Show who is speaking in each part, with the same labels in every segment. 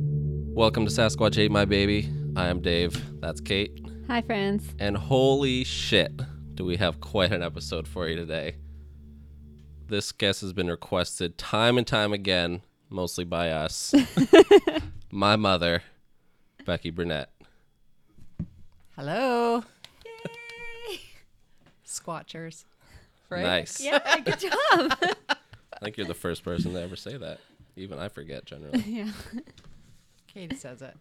Speaker 1: Welcome to Sasquatch Ate My Baby. I am Dave. That's Kate.
Speaker 2: Hi, friends.
Speaker 1: And holy shit, do we have quite an episode for you today. This guest has been requested time and time again, mostly by us. My mother, Becky Burnett.
Speaker 3: Hello. Squatchers. Right?
Speaker 1: Nice.
Speaker 2: Yeah, good job.
Speaker 1: I think you're the first person to ever say that. Even I forget generally.
Speaker 2: yeah.
Speaker 3: Katie says it.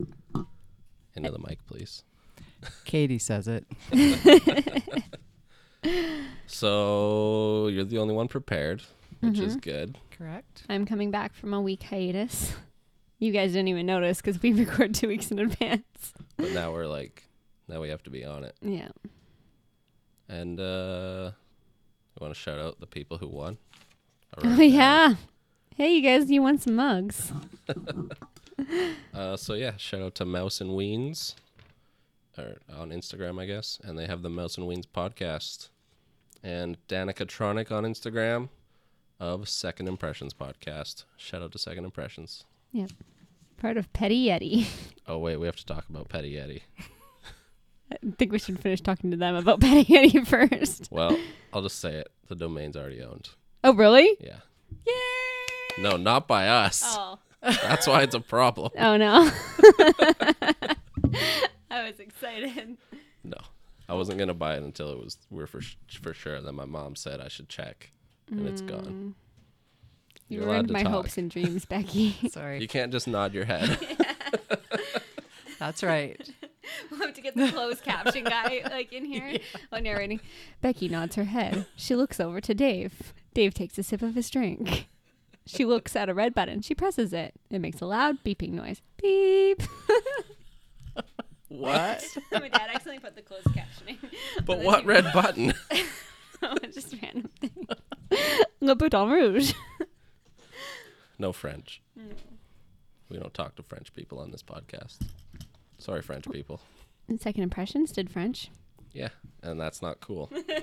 Speaker 1: Into the mic, please.
Speaker 3: Katie says it.
Speaker 1: So you're the only one prepared, which is good.
Speaker 3: Correct?
Speaker 2: I'm coming back from a week hiatus. You guys didn't even notice because we record two weeks in advance.
Speaker 1: But now we're like, now we have to be on it.
Speaker 2: Yeah.
Speaker 1: And uh I want to shout out the people who won. I wrote
Speaker 2: Oh,
Speaker 1: it down.
Speaker 2: yeah. Hey, you guys, you want some mugs?
Speaker 1: Uh, so yeah, shout out to Mouse and Weens, or on Instagram, I guess, and they have the Mouse and Weens podcast, and Danica Tronic on Instagram of Second Impressions podcast. Shout out to Second Impressions.
Speaker 2: Yep. Part of Petty Yeti.
Speaker 1: Oh wait, we have to talk about Petty Yeti.
Speaker 2: I think we should finish talking to them about Petty Yeti first.
Speaker 1: Well, I'll just say it: the domain's already owned.
Speaker 2: Oh, really?
Speaker 1: Yeah,
Speaker 2: Yay!
Speaker 1: no, not by us.
Speaker 2: Oh.
Speaker 1: That's why it's a problem.
Speaker 2: Oh, no. I was excited.
Speaker 1: No, I wasn't gonna buy it until it was we are for sh- for sure. Then my mom said I should check, and it's gone.
Speaker 2: You
Speaker 1: You're allowed
Speaker 2: ruined
Speaker 1: to
Speaker 2: my
Speaker 1: talk.
Speaker 2: hopes and dreams, Becky.
Speaker 1: You
Speaker 3: Sorry.
Speaker 1: can't just nod your head.
Speaker 3: That's right.
Speaker 2: We'll have to get the closed caption guy like in here while narrating. Becky nods her head. She looks over to Dave. Dave takes a sip of his drink. She looks at a red button. She presses it. It makes a loud beeping noise. Beep.
Speaker 1: what?
Speaker 2: My dad accidentally put the closed captioning.
Speaker 1: But what red button?
Speaker 2: Oh, Just random thing. Le Bouton Rouge.
Speaker 1: No French. We don't talk to French people on this podcast. Sorry, French people.
Speaker 2: And second impressions did French.
Speaker 1: Yeah, and that's not cool. I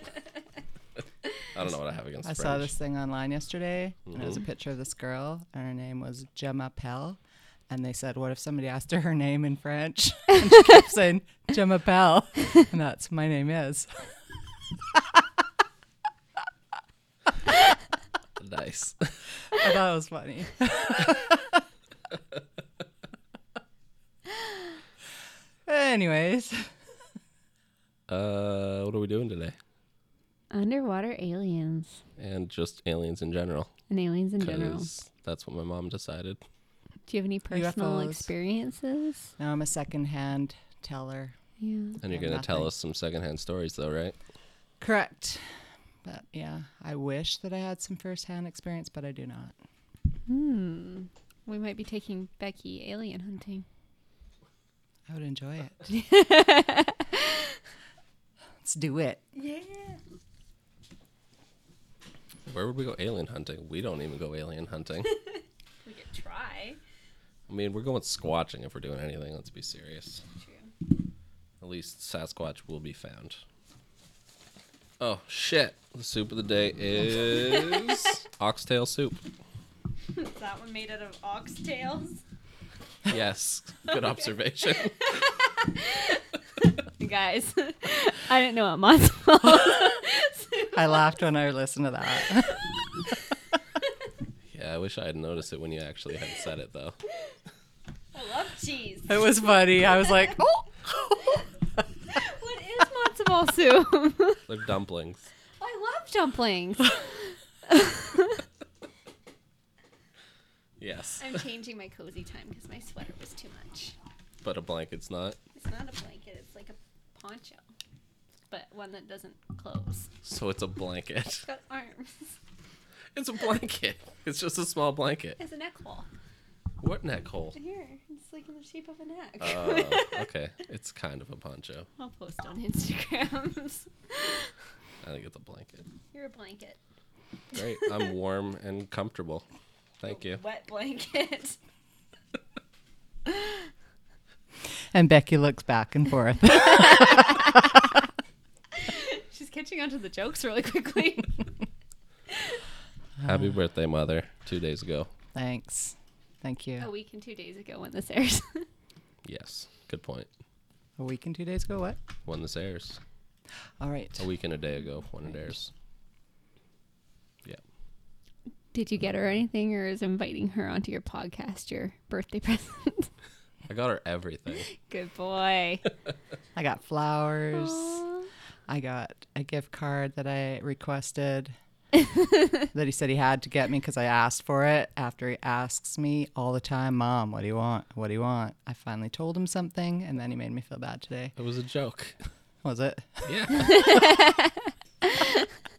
Speaker 1: don't know what I have against
Speaker 3: I
Speaker 1: French.
Speaker 3: saw this thing online yesterday, and it was a picture of this girl, and her name was Gemma Pell. And they said, What if somebody asked her her name in French? And she kept saying, Gemma Pell. And that's my name is.
Speaker 1: Nice.
Speaker 3: I thought it was funny. Anyways,
Speaker 1: Uh, what are we doing today?
Speaker 2: Underwater aliens
Speaker 1: And just aliens in general,
Speaker 2: and aliens in general.
Speaker 1: because that's what my mom decided.
Speaker 2: Do you have any personal
Speaker 3: UFOs.
Speaker 2: experiences?
Speaker 3: now I'm a secondhand teller.
Speaker 2: Yeah.
Speaker 1: And you're
Speaker 3: Yeah,
Speaker 1: gonna tell
Speaker 3: nothing.
Speaker 1: us some secondhand stories, though, right?
Speaker 3: Correct. But yeah, I wish that I had some firsthand experience, but I do not.
Speaker 2: Hmm. We might be taking Becky alien hunting.
Speaker 3: I would enjoy it. Let's do it.
Speaker 1: Where would we go alien hunting? We don't even go alien hunting.
Speaker 2: We could try.
Speaker 1: I mean, we're going squatching if we're doing anything. Let's be serious.
Speaker 2: True.
Speaker 1: At least Sasquatch will be found. Oh shit! The soup of the day is oxtail soup.
Speaker 2: Is that one made out of oxtails?
Speaker 1: Yes, good observation.
Speaker 2: Guys, I didn't know what moths was.
Speaker 3: I laughed when I listened to that.
Speaker 1: Yeah, I wish I had noticed it when you actually had said it though.
Speaker 2: I love cheese.
Speaker 3: it was funny. I was like, oh.
Speaker 2: What is matzo ball soup?
Speaker 1: They're dumplings.
Speaker 2: I love dumplings.
Speaker 1: Yes,
Speaker 2: I'm changing my cozy time because my sweater was too much.
Speaker 1: but a blanket's not.
Speaker 2: It's not a blanket, it's like a poncho, but one that doesn't close.
Speaker 1: So it's a blanket.
Speaker 2: It's got arms.
Speaker 1: It's a blanket. It's just a small blanket.
Speaker 2: It's a neck hole.
Speaker 1: What neck hole?
Speaker 2: Here, it's like in the shape of a neck.
Speaker 1: Uh, okay, it's kind of a poncho.
Speaker 2: I'll post on Instagrams.
Speaker 1: I think it's a blanket.
Speaker 2: You're a blanket.
Speaker 1: Great. I'm warm and comfortable. Thank you.
Speaker 2: Wet blanket.
Speaker 3: And Becky looks back and forth.
Speaker 2: She's catching on to the jokes really quickly.
Speaker 1: Happy birthday, mother. Two days ago.
Speaker 3: Thanks. Thank you.
Speaker 2: a week and two days ago when this airs.
Speaker 1: Yes. Good point.
Speaker 3: A week and two days ago, what?
Speaker 1: When this airs,
Speaker 3: All right.
Speaker 1: a week and a day ago, when it airs.
Speaker 2: Did you get her anything, or is inviting her onto your podcast your birthday present?
Speaker 1: I got her everything.
Speaker 2: Good boy.
Speaker 3: I got flowers.
Speaker 2: Aw.
Speaker 3: I got a gift card that I requested that he said he had to get me because I asked for it. After he asks me all the time, Mom, what do you want? What do you want? I finally told him something and then he made me feel bad today.
Speaker 1: It was a joke.
Speaker 3: Was it?
Speaker 1: Yeah.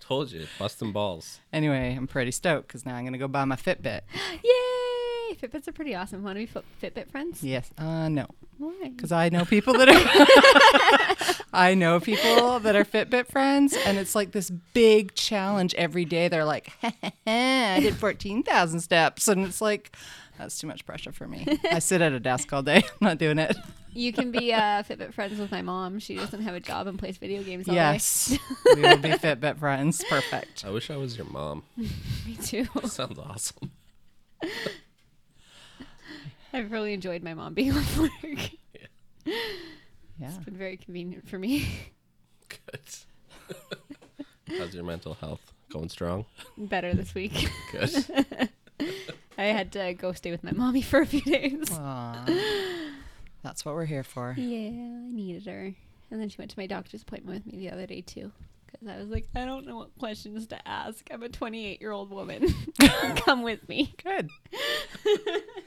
Speaker 1: Told you, busting balls.
Speaker 3: Anyway, I'm pretty stoked because now I'm going to go buy my Fitbit.
Speaker 2: Yay! Fitbits are pretty awesome. Want to be fo- Fitbit friends?
Speaker 3: Yes. Uh, no.
Speaker 2: Why?
Speaker 3: Because I know people that are. I know people that are Fitbit friends, and it's like this big challenge every day. They're like, I did 14,000 steps. And it's like, that's too much pressure for me. I sit at a desk all day. I'm not doing it.
Speaker 2: You can be uh, Fitbit friends with my mom. She doesn't have a job and plays video games all
Speaker 3: Yes. we will be Fitbit friends. Perfect.
Speaker 1: I wish I was your mom.
Speaker 2: day. Me too.
Speaker 1: Sounds awesome.
Speaker 2: I've really enjoyed my mom being off work. It's
Speaker 3: Yeah.
Speaker 2: been very convenient for me.
Speaker 1: Good. How's your mental health? Going strong?
Speaker 2: Better this week.
Speaker 1: Good.
Speaker 2: I had to go stay with my mommy for a few days.
Speaker 3: Aw. That's what we're here for.
Speaker 2: Yeah, I needed her. And then she went to my doctor's appointment with me the other day too. Because I was like, I don't know what questions to ask. I'm a 28 year old woman. Come with me.
Speaker 3: Good.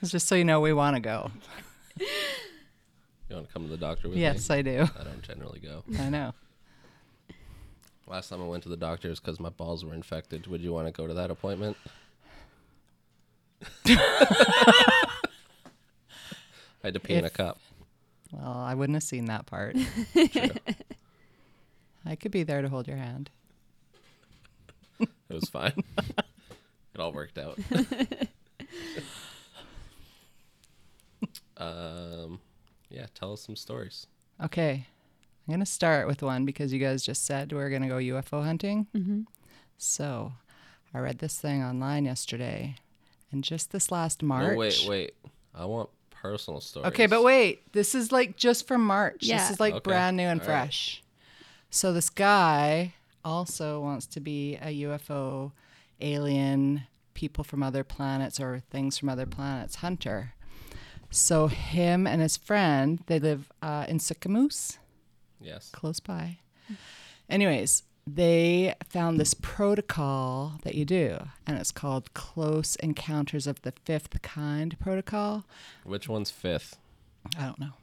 Speaker 3: It's just so you know, we want to go.
Speaker 1: You want to come to the doctor with
Speaker 3: Yes,
Speaker 1: me?
Speaker 3: I do.
Speaker 1: I don't generally go.
Speaker 3: I know.
Speaker 1: Last time I went to the doctor is because my balls were infected. Would you want to go to that appointment? I had to pee in a
Speaker 3: If-
Speaker 1: cup.
Speaker 3: Well, I wouldn't have seen that part.
Speaker 1: True.
Speaker 3: I could be there to hold your hand.
Speaker 1: It was fine. it all worked out. um, yeah, tell us some stories.
Speaker 3: Okay. I'm going to start with one because you guys just said we're going to go UFO hunting. Mm-hmm. So I read this thing online yesterday, and just this last March.
Speaker 1: No, wait, wait. I want personal stories.
Speaker 3: Okay, but wait. This is like just from March.
Speaker 2: Yeah.
Speaker 3: This is like
Speaker 1: Okay.
Speaker 3: brand new and
Speaker 1: All right.
Speaker 3: fresh. So this guy also wants to be a UFO alien, people from other planets or things from other planets hunter. So him and his friend, they live uh, in Sycamoose
Speaker 1: Yes.
Speaker 3: close by. Anyways, they found this protocol that you do, and it's called Close Encounters of the Fifth Kind protocol.
Speaker 1: Which one's fifth?
Speaker 3: I don't know.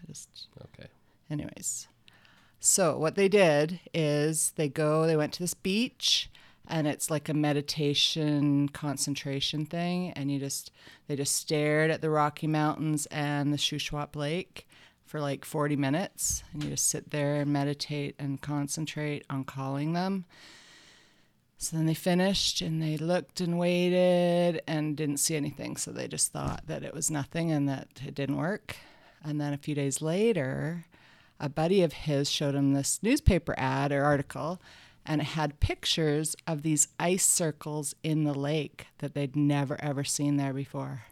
Speaker 3: I just,
Speaker 1: Okay.
Speaker 3: anyways. So, what they did is they go, they went to this beach, and it's like a meditation concentration thing. And you just, they just stared at the Rocky Mountains and the Shuswap Lake for like 40 minutes. And you just sit there and meditate and concentrate on calling them. So then they finished and they looked and waited and didn't see anything. So they just thought that it was nothing and that it didn't work. And then a few days later, a buddy of his showed him this newspaper ad or article, and it had pictures of these ice circles in the lake that they'd never ever seen there before.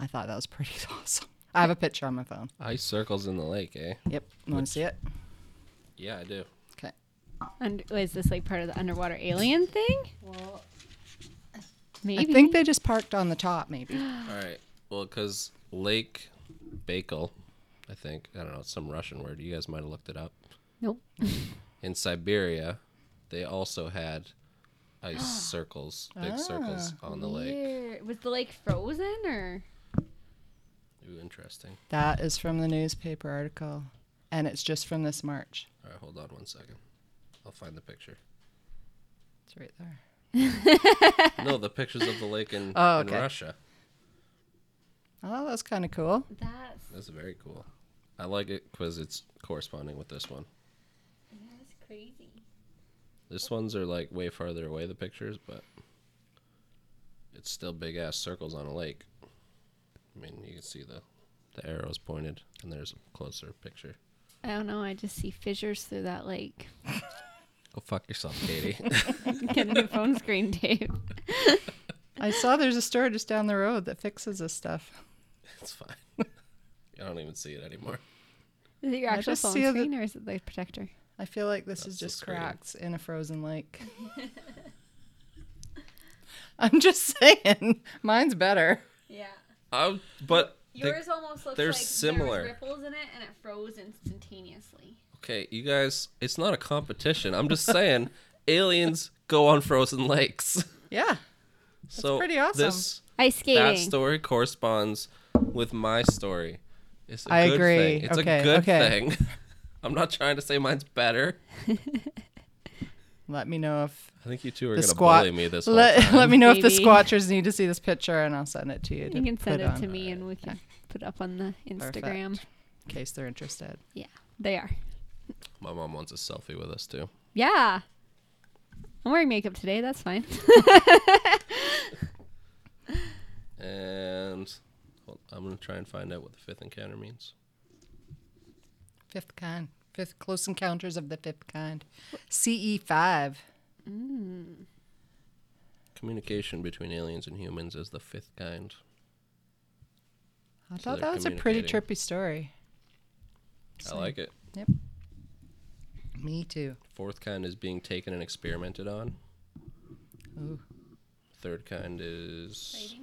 Speaker 3: I thought that was pretty awesome. I have a picture on my phone.
Speaker 1: Ice circles in the lake, eh?
Speaker 3: Yep. Want to see it?
Speaker 1: Yeah, I do.
Speaker 3: Okay.
Speaker 2: Und- is this like part of the underwater alien thing?
Speaker 3: Well,
Speaker 2: Maybe.
Speaker 3: I think they just parked on the top, maybe.
Speaker 1: All right. Well, because Lake Baikal, I think, I don't know, it's some Russian word. You guys might have looked it up.
Speaker 2: Nope.
Speaker 1: in Siberia, they also had ice circles, big circles
Speaker 3: Ah,
Speaker 1: on the lake.
Speaker 2: Weird. Was the lake frozen or?
Speaker 1: Ooh, interesting.
Speaker 3: That is from the newspaper article, and it's just from this March.
Speaker 1: All right, hold on one second. I'll find the picture.
Speaker 3: It's right there.
Speaker 1: No, the pictures of the lake in,
Speaker 3: Oh,
Speaker 1: in
Speaker 3: okay.
Speaker 1: Russia.
Speaker 3: Oh, that's kind of cool.
Speaker 2: That's,
Speaker 1: That's very cool. I like it because it's corresponding with this one.
Speaker 2: that's crazy.
Speaker 1: This ones are like way farther away, the pictures, but it's still big ass circles on a lake. I mean, you can see the, the arrows pointed, and there's a closer picture.
Speaker 2: I don't know. I just see fissures through that lake.
Speaker 1: Go fuck yourself, Katie.
Speaker 2: Get a new phone screen, Dave.
Speaker 3: I saw there's a store just down the road that fixes this stuff.
Speaker 1: It's fine. I don't even see it anymore.
Speaker 2: Is it your
Speaker 3: I
Speaker 2: actual
Speaker 3: just
Speaker 2: phone
Speaker 3: see the-
Speaker 2: screen or is it the protector?
Speaker 3: I feel like this
Speaker 1: That's
Speaker 3: is
Speaker 1: the
Speaker 3: just
Speaker 1: screen.
Speaker 3: cracks in a frozen lake. I'm just saying, mine's better.
Speaker 2: Yeah.
Speaker 1: Um, but they-
Speaker 2: Yours almost looks
Speaker 1: they're
Speaker 2: like
Speaker 1: similar.
Speaker 2: there's ripples in it and it froze instantaneously.
Speaker 1: okay, you guys, it's not a competition. I'm just saying, aliens go on frozen lakes.
Speaker 3: Yeah,
Speaker 1: So
Speaker 3: pretty awesome.
Speaker 1: This
Speaker 2: Ice skating.
Speaker 1: that story corresponds with my story. It's a
Speaker 3: I
Speaker 1: good
Speaker 3: agree.
Speaker 1: thing. It's
Speaker 3: Okay,
Speaker 1: a good
Speaker 3: okay.
Speaker 1: thing. I'm not trying to say mine's better.
Speaker 3: let me know if
Speaker 1: I think you two are
Speaker 3: the
Speaker 1: gonna
Speaker 3: squat.
Speaker 1: bully me this whole
Speaker 3: let,
Speaker 1: time.
Speaker 3: let me know if the
Speaker 2: Maybe.
Speaker 3: squatchers need to see this picture, and I'll send it to you.
Speaker 2: You can send
Speaker 3: put
Speaker 2: it
Speaker 3: on
Speaker 2: to me and we can put it up on the Instagram.
Speaker 3: in case they're interested.
Speaker 2: Yeah, they are.
Speaker 1: My mom wants a selfie with us too.
Speaker 2: Yeah. I'm wearing makeup today. That's fine.
Speaker 1: And hold, I'm gonna try and find out what the fifth encounter means.
Speaker 3: Fifth kind, fifth close encounters of the fifth kind, CE five.
Speaker 1: Communication between aliens and humans is the fifth kind.
Speaker 3: I
Speaker 1: So
Speaker 3: thought
Speaker 1: they're
Speaker 3: that was a pretty
Speaker 1: communicating.
Speaker 3: trippy story.
Speaker 1: I like it.
Speaker 3: Me too.
Speaker 1: Fourth kind is being taken and experimented on.
Speaker 3: Ooh.
Speaker 1: Third kind is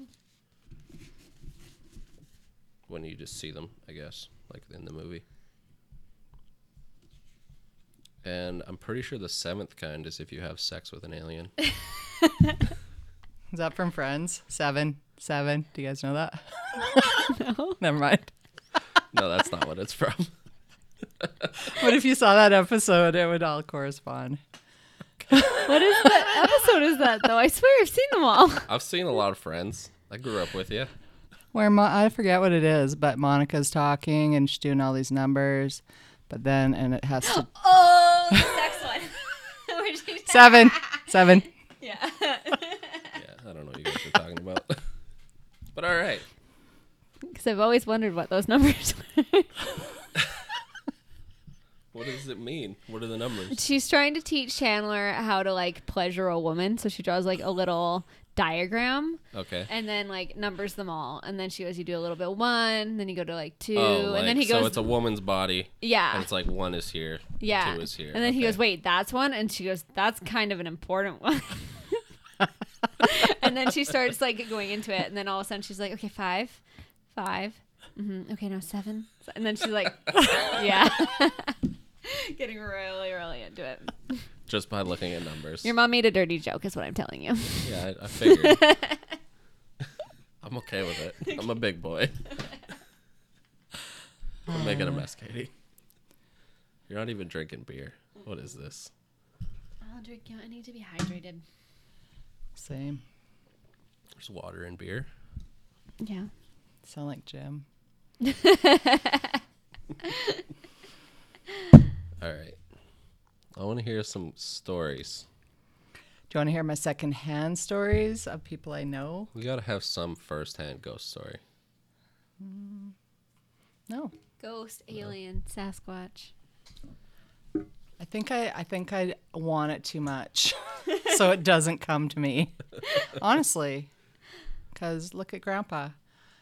Speaker 1: when you just see them, I guess, like in the movie. And I'm pretty sure the seventh kind is if you have sex with an alien.
Speaker 3: Is that from Friends? Seven, seven. Do you guys know that? no. Never mind.
Speaker 1: no, that's not what it's from.
Speaker 3: What if you saw that episode? It would all correspond.
Speaker 2: what is that episode is that though? I swear I've seen them all.
Speaker 1: I've seen a lot of friends. I grew up with you.
Speaker 3: Where Mo- I forget what it is, but Monica's talking and she's doing all these numbers, but then and it has to
Speaker 2: Oh, the sex one. Where'd you
Speaker 3: seven, seven.
Speaker 2: Yeah.
Speaker 1: Yeah, I don't know what you guys are talking about. but all right.
Speaker 2: Because I've always wondered what those numbers were.
Speaker 1: What does it mean? What are the numbers?
Speaker 2: She's trying to teach Chandler how to like pleasure a woman, so she draws like a little diagram
Speaker 1: Okay.
Speaker 2: and then like numbers them all, and then she goes, "You do a little bit one, then you go to like two,
Speaker 1: Oh, like,
Speaker 2: and then he
Speaker 1: so
Speaker 2: goes,
Speaker 1: it's a woman's body.
Speaker 2: yeah,
Speaker 1: And it's like one is here,
Speaker 2: yeah,
Speaker 1: two is here.
Speaker 2: and then he
Speaker 1: Okay.
Speaker 2: goes, "Wait, that's one," and she goes, "That's kind of an important one." and then she starts like going into it, and then all of a sudden she's like, "Okay, five, five, mm-hmm, okay, now seven. and then she's like, "Yeah." Getting really, really into it.
Speaker 1: just by looking at numbers.
Speaker 2: Your mom made a dirty joke, is what I'm telling you.
Speaker 1: Yeah, I, I figured. I'm okay with it. I'm a big boy. I'm making a
Speaker 2: Uh.
Speaker 1: mess, Katie. You're not even drinking beer. What is this?
Speaker 2: I'll drink I need to be hydrated.
Speaker 3: Same.
Speaker 1: There's water in beer.
Speaker 2: Yeah.
Speaker 3: Sound like Jim.
Speaker 1: All right. I want to hear some stories.
Speaker 3: Do you want to hear my secondhand stories of people I know?
Speaker 1: We got to have some first-hand ghost story.
Speaker 3: No.
Speaker 2: Ghost, alien, Sasquatch.
Speaker 3: I think I I think I want it too much, so it doesn't come to me. Honestly, because look at Grandpa,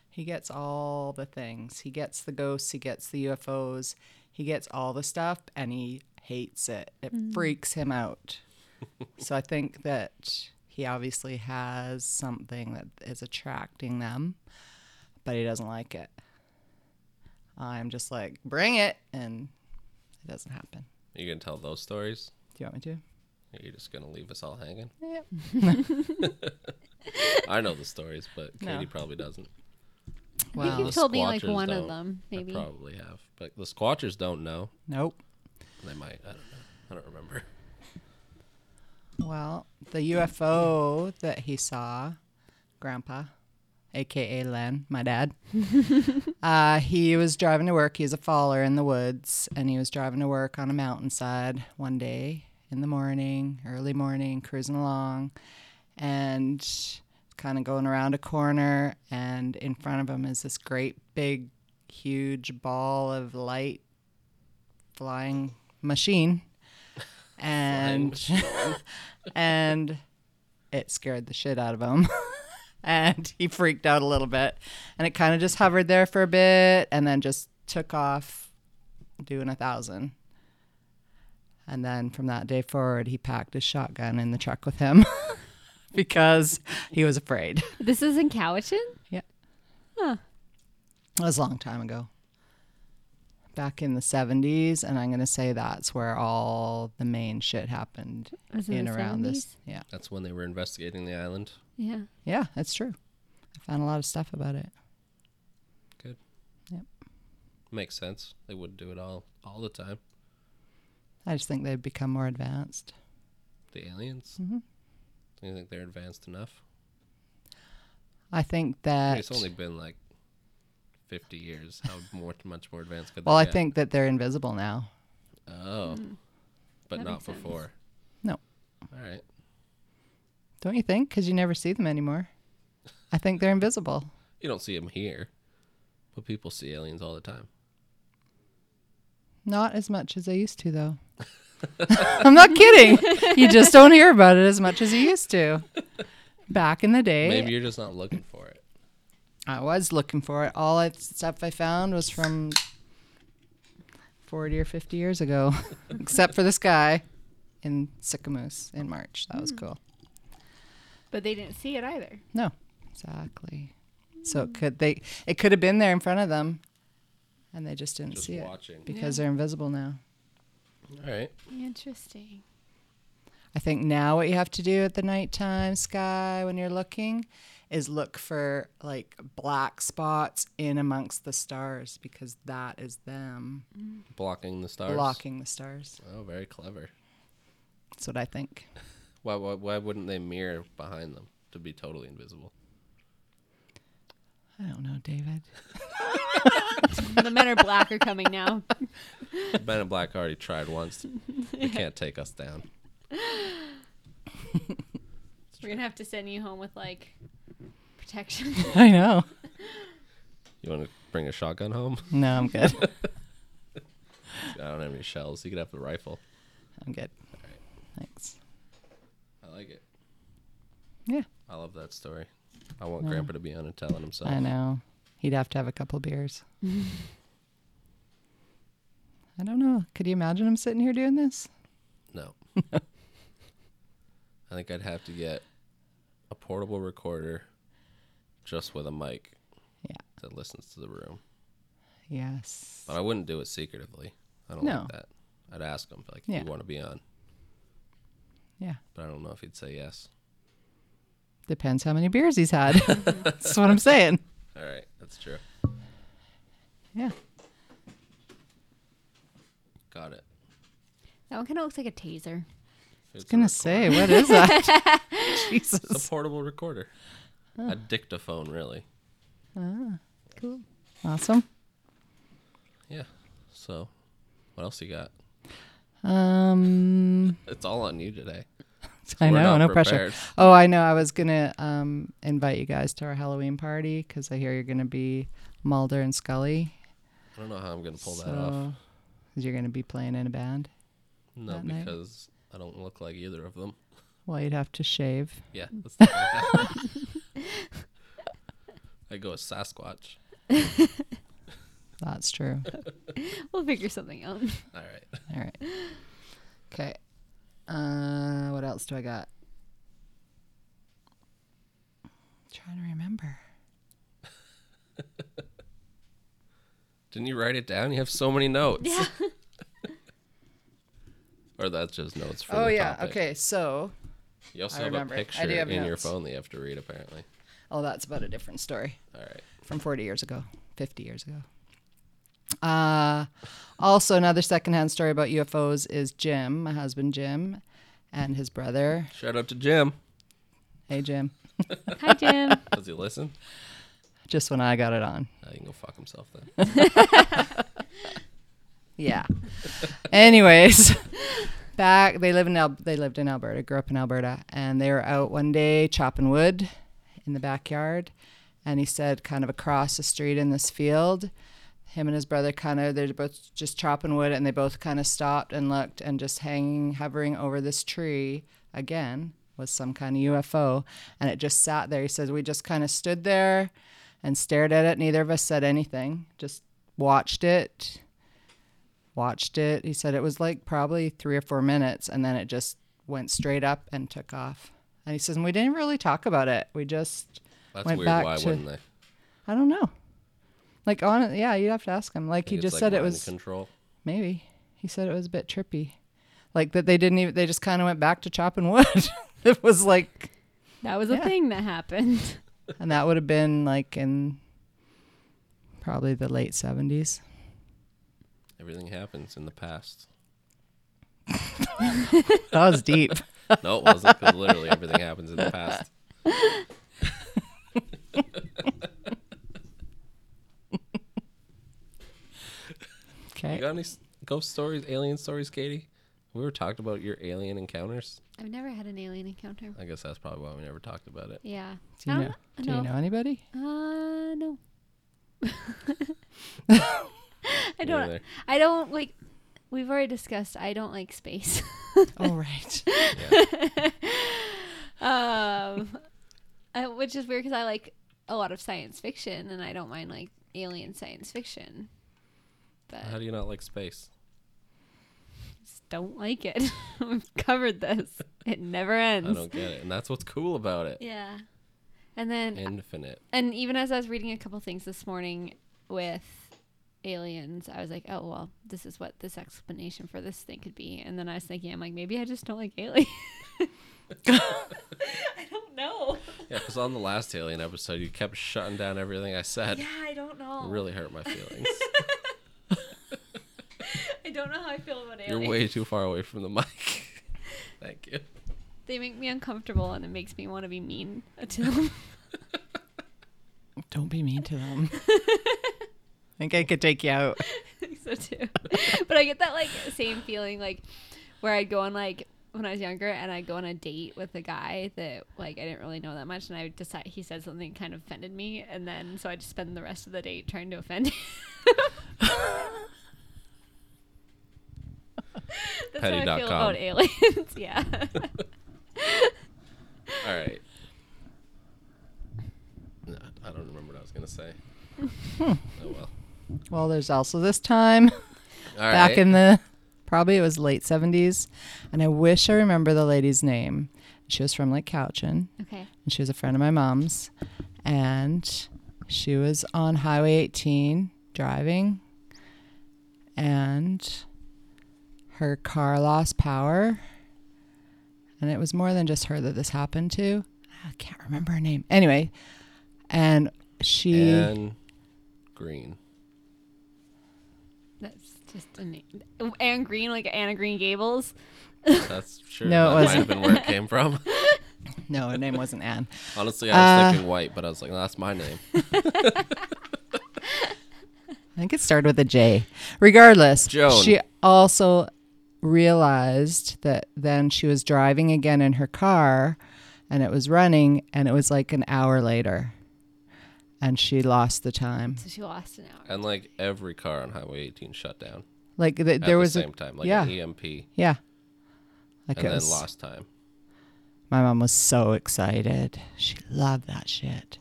Speaker 3: he gets all the things. He gets the ghosts. He gets the UFOs. He gets all the stuff, and he hates it. It freaks him out. so I think that he obviously has something that is attracting them, but he doesn't like it. I'm just like, bring it, and it doesn't happen.
Speaker 1: You gonna tell those stories?
Speaker 3: Do you want me to?
Speaker 1: Or You're just gonna leave us all hanging.
Speaker 3: Yep.
Speaker 1: I know the stories, but
Speaker 3: No.
Speaker 1: Katie probably doesn't.
Speaker 2: I think
Speaker 1: The
Speaker 2: you've told me like
Speaker 1: squatchers
Speaker 2: one
Speaker 1: don't.
Speaker 2: of them,
Speaker 1: I
Speaker 2: maybe.
Speaker 1: probably have, but the squatters don't know.
Speaker 3: Nope.
Speaker 1: They might. I don't know. I don't remember.
Speaker 3: Well, the UFO that he saw, Grandpa, aka Len, my dad, uh, he was driving to work. He's a faller in the woods, and he was driving to work on a mountainside one day in the morning, early morning, cruising along, and kind of going around a corner, and in front of him is this great big, huge ball of light flying machine. And and it scared the shit out of him. and he freaked out a little bit. And it kind of just hovered there for a bit and then just took off doing a thousand. And then from that day forward, he packed his shotgun in the truck with him because he was afraid.
Speaker 2: This is in Cowichan?
Speaker 3: Yeah.
Speaker 2: Huh.
Speaker 3: That was a long time ago. Back in the 70s, and I'm going to say that's where all the main shit happened
Speaker 2: Was it
Speaker 3: in
Speaker 2: the
Speaker 3: around this.
Speaker 2: 70s?
Speaker 3: Yeah.
Speaker 1: That's when they were investigating the island.
Speaker 2: Yeah.
Speaker 3: Yeah, that's true. I found a lot of stuff about it.
Speaker 1: Makes sense. They would do it all all the time.
Speaker 3: I just think they've become more advanced.
Speaker 1: The aliens.
Speaker 2: Mm-hmm.
Speaker 3: Mhm.
Speaker 1: Do you think they're advanced enough?
Speaker 3: I think
Speaker 1: I
Speaker 3: that
Speaker 1: mean, it's only been like fifty years. How more much more advanced could they
Speaker 3: Well, I
Speaker 1: get?
Speaker 3: think that they're invisible now.
Speaker 1: Oh. But
Speaker 2: Mm-hmm. That
Speaker 1: not
Speaker 2: makes sense.
Speaker 1: before.
Speaker 3: No.
Speaker 1: All right.
Speaker 3: Don't you think? Because you never see them anymore. I think they're invisible.
Speaker 1: You don't see them here, but people see aliens all the time.
Speaker 3: Not as much as I used to, though. I'm not kidding. You just don't hear about it as much as you used to. Back in the day,
Speaker 1: Maybe you're just not looking for it.
Speaker 3: I was looking for it. All that stuff I found was from 40 or 50 years ago, except for this guy in Sycamoose in March. That was cool.
Speaker 2: But they didn't see it either.
Speaker 3: No, exactly. So it could they? It could have been there in front of them, and they just didn't
Speaker 1: Just
Speaker 3: see it
Speaker 1: watching.
Speaker 3: because they're invisible now.
Speaker 1: All right.
Speaker 2: Interesting.
Speaker 3: I think now what you have to do at the nighttime sky when you're looking is look for like black spots in amongst the stars because that is them
Speaker 1: Blocking the stars.
Speaker 3: blocking the stars.
Speaker 1: Oh, very clever.
Speaker 3: That's what I think.
Speaker 1: Why, why why wouldn't they mirror behind them to be totally invisible?
Speaker 3: I don't know, David.
Speaker 2: the men are black are coming now.
Speaker 1: Ben and Black already tried once. They can't take us down.
Speaker 2: We're gonna have to send you home with like protection.
Speaker 3: I know.
Speaker 1: You want to bring a shotgun home?
Speaker 3: No, I'm good.
Speaker 1: I don't have any shells. You could have the rifle.
Speaker 3: I'm good. Thanks.
Speaker 1: I like it.
Speaker 3: Yeah.
Speaker 1: I love that story. I want Grandpa to be on and telling himself.
Speaker 3: I know. He'd have to have a couple beers. I don't know. Could you imagine him sitting here doing this?
Speaker 1: No. I think I'd have to get a portable recorder just with a mic
Speaker 3: Yeah.
Speaker 1: that listens to the room.
Speaker 3: Yes.
Speaker 1: But I wouldn't do it secretively. I don't
Speaker 3: No.
Speaker 1: like that. I'd ask him, like,
Speaker 3: Yeah.
Speaker 1: you want to be on?
Speaker 3: Yeah.
Speaker 1: But I don't know if he'd say yes.
Speaker 3: Depends how many beers he's had. That's what I'm saying.
Speaker 1: All right. That's true.
Speaker 3: Yeah.
Speaker 1: Got it.
Speaker 2: that one kind of looks like a taser.
Speaker 1: It's
Speaker 3: gonna say, what is that? Jesus.
Speaker 1: It's a portable recorder. A dictaphone, really.
Speaker 2: Cool.
Speaker 3: Awesome.
Speaker 1: Yeah. So, what else you got?
Speaker 3: Um
Speaker 1: It's all on you today.
Speaker 3: I
Speaker 1: We're
Speaker 3: know,
Speaker 1: not
Speaker 3: no pressure.
Speaker 1: prepared.
Speaker 3: Oh, I know. I was gonna um invite you guys to our Halloween party because I hear you're gonna be Mulder and Scully.
Speaker 1: I don't know how I'm going to pull
Speaker 3: so
Speaker 1: that off.
Speaker 3: 'cause you're gonna be playing in a band.
Speaker 1: No,
Speaker 3: that night?
Speaker 1: because I don't look like either of them.
Speaker 3: Well, you'd have to shave.
Speaker 1: Yeah. That's not gonna happen. I go with Sasquatch.
Speaker 3: That's true.
Speaker 2: We'll figure something
Speaker 1: All
Speaker 2: out.
Speaker 1: right.
Speaker 3: All right. Okay. Uh, what else do I got? trying to remember.
Speaker 1: Didn't you write it down? You have so many notes.
Speaker 2: Yeah.
Speaker 1: Or that's just notes for
Speaker 3: Oh
Speaker 1: the
Speaker 3: yeah.
Speaker 1: topic.
Speaker 3: Okay. So,
Speaker 1: You also
Speaker 3: I
Speaker 1: have
Speaker 3: remember.
Speaker 1: a
Speaker 3: I do
Speaker 1: picture in
Speaker 3: have
Speaker 1: your
Speaker 3: notes.
Speaker 1: phone that you have to read, apparently.
Speaker 3: oh, that's about a different story
Speaker 1: All right.
Speaker 3: from 40 years ago, 50 years ago. Uh, also another secondhand story about UFOs is Jim, my husband Jim, and his brother.
Speaker 1: Shout out to Jim.
Speaker 3: Hey Jim.
Speaker 2: Hi, Jim.
Speaker 1: Does he listen?
Speaker 3: Just when I got it on.
Speaker 1: Uh, he can go fuck himself then.
Speaker 3: Yeah. Anyways, back they live in Al- they lived in Alberta, grew up in Alberta, and they were out one day chopping wood in the backyard, and he said kind of across the street in this field, him and his brother kind of they're both just chopping wood, and they both kind of stopped and looked, and just hanging hovering over this tree again was some kind of UFO, and it just sat there. He says we just kind of stood there and stared at it. Neither of us said anything. Just watched it. Watched it. He said it was like probably three or four minutes, and then it just went straight up and took off. And he says and we didn't really talk about it. We just
Speaker 1: That's
Speaker 3: Went
Speaker 1: weird.
Speaker 3: back
Speaker 1: Why
Speaker 3: to-
Speaker 1: wouldn't they?
Speaker 3: I don't know. Like on yeah, you'd have to ask him. Like he
Speaker 1: It's
Speaker 3: just
Speaker 1: like
Speaker 3: said it
Speaker 1: mind
Speaker 3: was
Speaker 1: control.
Speaker 3: Maybe. He said it was a bit trippy. Like that they didn't even they just kind of went back to chopping wood. it was like
Speaker 2: That was a
Speaker 3: Yeah.
Speaker 2: thing that happened.
Speaker 3: and that would have been like in probably the late 70s.
Speaker 1: Everything happens in the past.
Speaker 3: That was deep.
Speaker 1: No, it wasn't. 'cause literally everything happens in the past. You
Speaker 3: okay.
Speaker 1: got any s- ghost stories, alien stories, Katie? We were talking about your alien encounters.
Speaker 2: I've never had an alien encounter.
Speaker 1: I guess that's probably why we never talked about it.
Speaker 2: Yeah.
Speaker 3: Do you
Speaker 2: I
Speaker 3: know,
Speaker 2: don't
Speaker 3: do you know anybody?
Speaker 2: Uh, no. I
Speaker 1: Me
Speaker 2: don't.
Speaker 1: neither.
Speaker 2: I don't like. We've already discussed. I don't like space.
Speaker 3: Oh right.
Speaker 2: um, I, which is weird because I like a lot of science fiction, and I don't mind like alien science fiction, but
Speaker 1: How do you not like space?
Speaker 2: just don't like it. We've covered this. It never ends.
Speaker 1: I don't get it. And that's what's cool about it.
Speaker 2: Yeah. And then
Speaker 1: Infinite.
Speaker 2: and even as I was reading a couple things this morning with aliens, I was like, oh well, this is what this explanation for this thing could be. And then I was thinking, I'm like, maybe I just don't like aliens. I don't know.
Speaker 1: Yeah, because on the last alien episode, you kept shutting down everything I said.
Speaker 2: Yeah, I don't know.
Speaker 1: It really hurt my feelings.
Speaker 2: I don't know how I feel about aliens.
Speaker 1: You're way too far away from the mic. Thank you.
Speaker 2: They make me uncomfortable, and it makes me want to be mean to them.
Speaker 3: Don't be mean to them. I think I could take you out.
Speaker 2: think so too. but I get that like same feeling like where I'd go on like when I was younger and I'd go on a date with a guy that like I didn't really know that much and I would decide he said something that kind of offended me and then so I'd just spend the rest of the date trying to offend him. That's how I
Speaker 1: Petty.com.
Speaker 2: feel about aliens. yeah.
Speaker 1: All right. No, I don't remember what I was going to say.
Speaker 2: Hmm.
Speaker 1: Oh, well.
Speaker 3: Well, there's also this time
Speaker 1: All right.
Speaker 3: back in the probably it was late 70s and I wish I remember the lady's name. She was from like Cowichan.
Speaker 2: Okay.
Speaker 3: and she was a friend of my mom's and she was on highway 18 driving and her car lost power and it was more than just her that this happened to i can't remember her name anyway and she
Speaker 1: And green.
Speaker 2: That's just a name. Anne Green, like Anna Green Gables.
Speaker 1: That's sure.
Speaker 3: No,
Speaker 1: that
Speaker 3: it
Speaker 1: might have been where it came from.
Speaker 3: no her name wasn't anne
Speaker 1: Honestly, I was
Speaker 3: Uh,
Speaker 1: thinking white, but I was like, no, that's my name.
Speaker 3: I think it started with a J. Regardless,
Speaker 1: Joan.
Speaker 3: she also realized that then she was driving again in her car and it was running and it was like an hour later and she lost the time.
Speaker 2: So she lost an hour.
Speaker 1: And like every car on Highway 18 shut down
Speaker 3: Like th-
Speaker 1: at
Speaker 3: there
Speaker 1: the
Speaker 3: was
Speaker 1: same
Speaker 3: a,
Speaker 1: time, like E
Speaker 3: yeah.
Speaker 1: an EMP, and
Speaker 3: yeah. Like it
Speaker 1: then
Speaker 3: was-
Speaker 1: lost time.
Speaker 3: My mom was so excited. She loved that shit.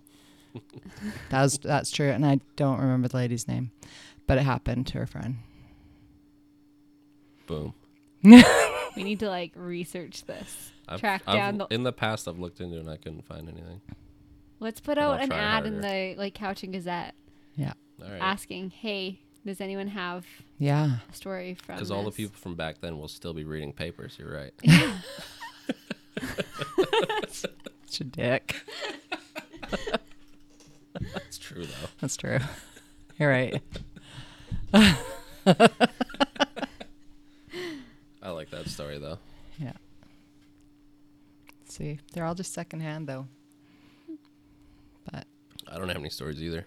Speaker 3: that was that's true and I don't remember the lady's name, but it happened to her friend.
Speaker 1: Boom.
Speaker 2: We need to like research this.
Speaker 1: I've,
Speaker 2: Track
Speaker 1: I've-
Speaker 2: down the-
Speaker 1: in the past, I've looked into it and I couldn't find anything.
Speaker 2: Let's put
Speaker 1: And I'll
Speaker 2: out an
Speaker 1: try
Speaker 2: ad in
Speaker 1: harder.
Speaker 2: the like Couch and Gazette
Speaker 3: Yeah.
Speaker 1: All right.
Speaker 2: asking, "Hey, does anyone have
Speaker 3: Yeah.
Speaker 2: a story from?"
Speaker 1: Because all the
Speaker 2: this?"
Speaker 1: people from back then will still be reading papers. You're right.
Speaker 3: Such a dick.
Speaker 1: That's true, though.
Speaker 3: That's true. You're right.
Speaker 1: I like that story, though.
Speaker 3: Yeah. See, they're all just secondhand though. But
Speaker 1: I don't have any stories either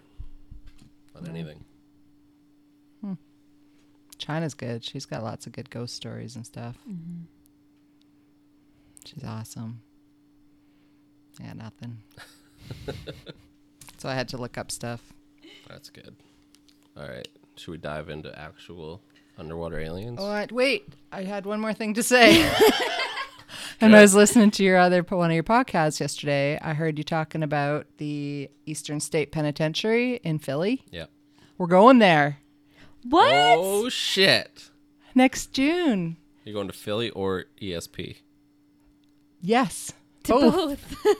Speaker 1: on anything.
Speaker 3: China's good. She's got lots of good ghost stories and stuff. She's awesome. Yeah, nothing. so I had to look up stuff.
Speaker 1: That's good. All right. Should we dive into
Speaker 3: Oh.
Speaker 1: actual underwater aliens?
Speaker 3: What? Wait, I had one more thing to say. And when I was listening to your other one of your podcasts yesterday, I heard you talking about the Eastern State Penitentiary in Philly.
Speaker 1: Yeah.
Speaker 3: We're going there
Speaker 2: What?
Speaker 1: Oh shit!
Speaker 3: next June.
Speaker 1: You're going to Philly or E ESP?
Speaker 3: Yes.
Speaker 2: to
Speaker 3: both.
Speaker 2: both.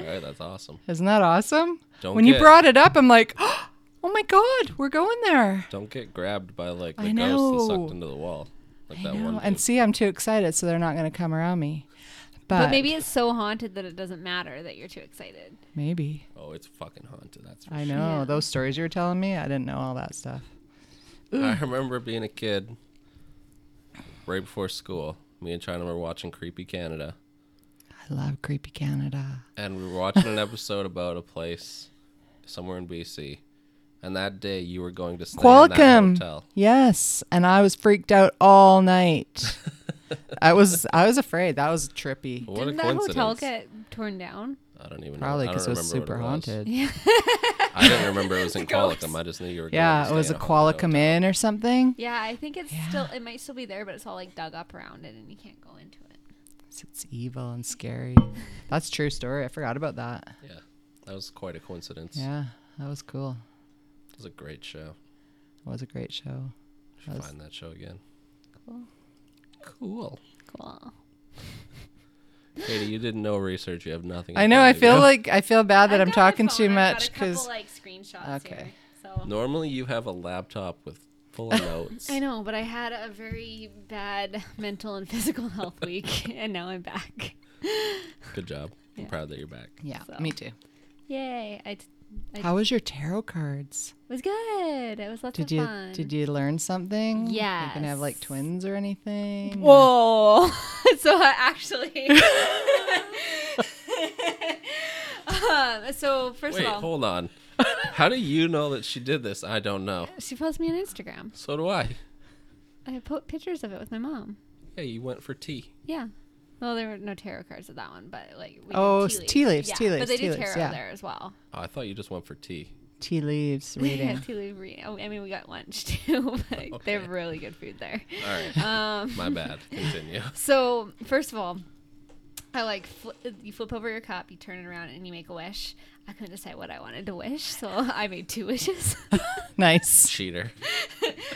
Speaker 1: All right, that's awesome.
Speaker 3: Isn't that awesome?
Speaker 1: Don't
Speaker 3: when you
Speaker 1: get-
Speaker 3: brought it up, I'm like, oh my God, we're going there.
Speaker 1: Don't get grabbed by like
Speaker 3: I
Speaker 1: the ghost and
Speaker 3: know.
Speaker 1: sucked into the wall, like that
Speaker 3: I know.
Speaker 1: one.
Speaker 3: And
Speaker 1: dude.
Speaker 3: see, I'm too excited, so they're not going to come around me. But,
Speaker 2: but maybe it's so haunted that it doesn't matter that you're too excited.
Speaker 3: Maybe.
Speaker 1: oh, it's fucking haunted. That's for
Speaker 3: I know.
Speaker 2: Yeah.
Speaker 3: Those stories you were telling me, I didn't know all that stuff.
Speaker 1: I remember being a kid, right before school. Me and China were watching Creepy Canada,
Speaker 3: I love Creepy Canada.
Speaker 1: and we were watching an episode about a place somewhere in BC. And that day, you were going to stay in that
Speaker 3: Qualcomm.
Speaker 1: hotel.
Speaker 3: Yes, and I was freaked out all night. I was I was afraid. That was trippy.
Speaker 1: What
Speaker 2: Didn't
Speaker 1: a
Speaker 2: that
Speaker 1: coincidence!
Speaker 2: hotel get torn down?
Speaker 1: I don't even
Speaker 3: Probably
Speaker 1: know. I
Speaker 3: because it
Speaker 1: don't
Speaker 3: was
Speaker 1: remember
Speaker 3: super
Speaker 1: what it was.
Speaker 3: haunted.
Speaker 1: I didn't remember it was in
Speaker 2: Ghost.
Speaker 1: Qualicum. I just knew you were. going
Speaker 3: Yeah,
Speaker 1: to
Speaker 3: it was
Speaker 1: stay
Speaker 3: a
Speaker 1: in hotel.
Speaker 3: Qualicum Inn or something.
Speaker 2: Yeah, I think it's still. It might still be there, but it's all like dug up around it, and you can't go into it.
Speaker 3: It's evil and scary. That's a true story. I forgot about that.
Speaker 1: Yeah, that was quite a coincidence.
Speaker 3: Yeah, that was cool.
Speaker 1: It was a great show.
Speaker 3: It was a great show.
Speaker 1: We should
Speaker 3: That was-
Speaker 1: find that show again.
Speaker 2: Cool.
Speaker 1: Cool.
Speaker 2: Cool.
Speaker 1: Katie, you did no research. You have nothing.
Speaker 3: I
Speaker 1: in
Speaker 3: know.
Speaker 1: front
Speaker 3: I
Speaker 1: of you.
Speaker 3: feel like I feel bad that
Speaker 2: I've
Speaker 3: I'm
Speaker 2: got my
Speaker 3: talking
Speaker 2: phone,
Speaker 3: too
Speaker 2: I've
Speaker 3: much
Speaker 2: Got a
Speaker 3: because
Speaker 2: couple, like screenshots
Speaker 3: Okay.
Speaker 2: here, so
Speaker 1: Normally, you have a laptop with full of notes.
Speaker 2: I know, but I had a very bad mental and physical health week, and now I'm back.
Speaker 1: Good job. I'm
Speaker 2: Yeah.
Speaker 1: proud that you're back.
Speaker 3: yeah,
Speaker 2: So.
Speaker 3: me too.
Speaker 2: Yay! I t- I-
Speaker 3: How was your tarot cards?
Speaker 2: was good. It was lots
Speaker 3: Did
Speaker 2: of
Speaker 3: you
Speaker 2: fun.
Speaker 3: did you learn something? you can have like
Speaker 2: Yes.
Speaker 3: twins or anything.
Speaker 2: Whoa! so uh, actually, um, so first
Speaker 1: Wait,
Speaker 2: of all,
Speaker 1: hold on. How do you know that she did this? I don't know.
Speaker 2: she follows me on Instagram.
Speaker 1: So do I.
Speaker 2: I put pictures of it with my mom.
Speaker 1: Hey, you went for tea.
Speaker 2: Yeah. Well, there were no tarot cards at that one, but like we did
Speaker 3: Oh, s- tea leaves,
Speaker 2: yeah,
Speaker 3: tea
Speaker 2: But
Speaker 3: leaves,
Speaker 2: they do
Speaker 3: tea
Speaker 2: tarot
Speaker 3: leaves, yeah.
Speaker 2: there as well.
Speaker 1: Oh, I thought you just went for tea.
Speaker 3: Tea leaves reading.
Speaker 2: tea leaf reading. Oh, I mean, we got lunch too. but They
Speaker 1: Okay.
Speaker 2: have really good food there.
Speaker 1: All right.
Speaker 2: Um,
Speaker 1: My bad. Continue.
Speaker 2: So first of all, I like fl- you flip over your cup, you turn it around, and you make a wish. I couldn't decide what I wanted to wish, so I made two wishes.
Speaker 3: nice.
Speaker 1: Cheater.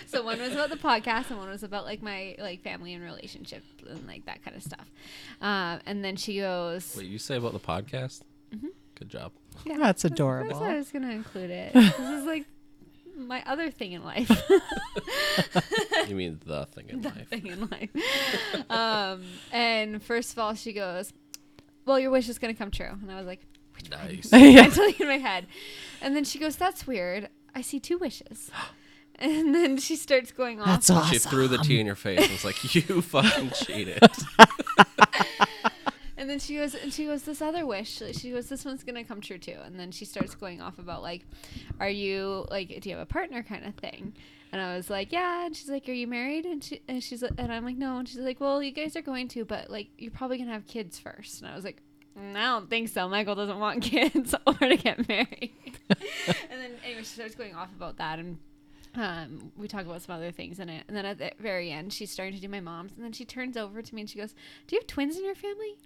Speaker 2: so one was about the podcast, and one was about like my like family and relationship and like that kind of stuff. Um, and then she goes,
Speaker 1: Wait, you say about the podcast?
Speaker 2: Mm-hmm.
Speaker 1: Good job.
Speaker 2: yeah,
Speaker 3: That's
Speaker 2: I
Speaker 3: adorable.
Speaker 2: thought I was gonna include it. this is like my other thing in life.
Speaker 1: You mean the thing in
Speaker 2: that
Speaker 1: life?
Speaker 2: thing in life. um, and first of all, she goes, "Well, your wish is gonna come true," and I was like,
Speaker 1: Nice.
Speaker 3: yeah.
Speaker 2: mentally in my head. And then she goes, "That's weird. I see two wishes." And then she starts going off.
Speaker 3: That's
Speaker 1: She
Speaker 3: awesome.
Speaker 1: threw the tea in your face and was like, "You fucking cheated."
Speaker 2: And then she goes, and she goes, this other wish. She goes, this one's gonna come true too. And then she starts going off about like, are you like, do you have a partner kind of thing? And I was like, yeah. And she's like, are you married? And she and she's like- and I'm like, no. And she's like, well, you guys are going to, but like, you're probably gonna have kids first. And I was like, "Mm, I don't think so. Michael doesn't want kids or to get married. and then anyway, she starts going off about that and. Um, we talk about some other things in it, and then at the very end, she's starting to do my mom's, and then she turns over to me and she goes, "Do you have twins in your family?"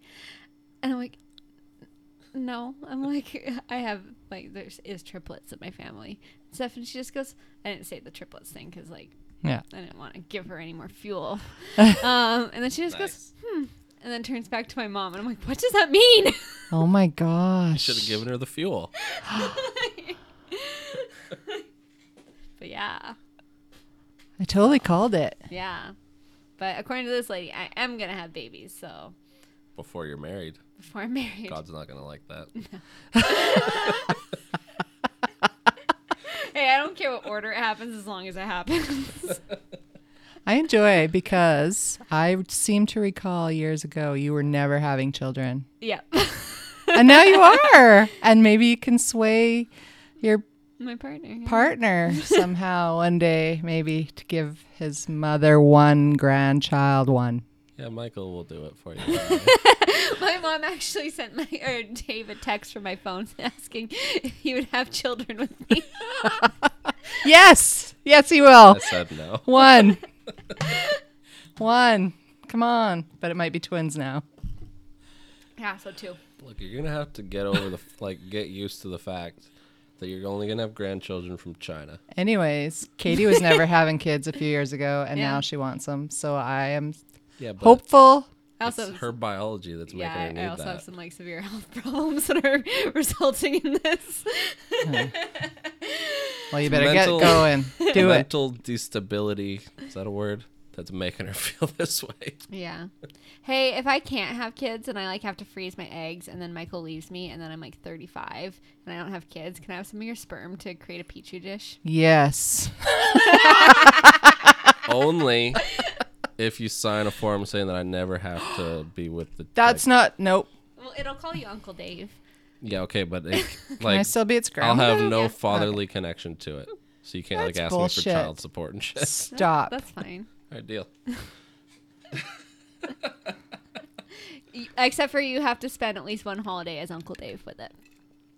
Speaker 2: And I'm like, no. I'm like, I have like there's is triplets in my family and stuff. And she just goes, I didn't say the triplets thing because like
Speaker 3: Yeah.
Speaker 2: I didn't want to give her any more fuel. um, and then she just goes,
Speaker 1: Nice.
Speaker 2: and then turns back to my mom, and I'm like, what does that mean?
Speaker 3: Oh my gosh.
Speaker 1: Should have given her the fuel.
Speaker 2: but yeah,
Speaker 3: I totally called it.
Speaker 2: yeah. But according to this lady, I am gonna have babies. So
Speaker 1: before you're married.
Speaker 2: before I'm married,
Speaker 1: God's not gonna like that.
Speaker 2: hey, I don't care what order it happens as long as it happens.
Speaker 3: I enjoy because I seem to recall years ago you were never having children.
Speaker 2: yeah,
Speaker 3: And now you are. And maybe you can sway your
Speaker 2: my partner. yeah.
Speaker 3: partner somehow one day, maybe to give his mother one grandchild one.
Speaker 1: Yeah, Michael will do it for you.
Speaker 2: My mom actually sent my or Dave a text from my phone asking if he would have children with me.
Speaker 3: Yes. Yes, he will.
Speaker 1: I said no.
Speaker 3: One. One. Come on. But it might be twins now.
Speaker 4: Yeah, so two.
Speaker 1: Look, you're gonna have to get over the like get used to the fact that you're only gonna have grandchildren from China.
Speaker 3: Anyways, Katie was never having kids a few years ago, and
Speaker 4: Yeah.
Speaker 3: now she wants them. So I am
Speaker 1: Yeah, but
Speaker 3: hopeful.
Speaker 2: I
Speaker 1: it's
Speaker 2: also,
Speaker 1: her biology that's
Speaker 2: yeah, I-
Speaker 1: making
Speaker 2: I
Speaker 1: her need
Speaker 2: also have
Speaker 1: that.
Speaker 2: some like severe health problems that are resulting in this.
Speaker 3: Well, you better
Speaker 1: Mental-
Speaker 3: get going. Do it.
Speaker 1: Mental destability is that a word that's making her feel this way?
Speaker 2: Yeah. Hey, if I can't have kids and I like have to freeze my eggs and then Michael leaves me and then I'm like 35 and I don't have kids, can I have some of your sperm to create a petri dish?
Speaker 3: Yes.
Speaker 1: Only if you sign a form saying that I never have to be with the.
Speaker 3: That's
Speaker 1: like-
Speaker 3: not. Nope.
Speaker 2: Well, it'll call you Uncle Dave.
Speaker 1: yeah okay, but it,
Speaker 3: Can I
Speaker 1: like
Speaker 3: still be its
Speaker 1: I'll
Speaker 3: grandma?
Speaker 1: have no fatherly connection to it, so you can't like
Speaker 3: That's
Speaker 1: ask me
Speaker 3: bullshit.
Speaker 1: for child support and shit.
Speaker 3: Stop.
Speaker 2: That's fine.
Speaker 1: All right, deal.
Speaker 2: Y- Except for you have to spend at least one holiday as Uncle Dave with it.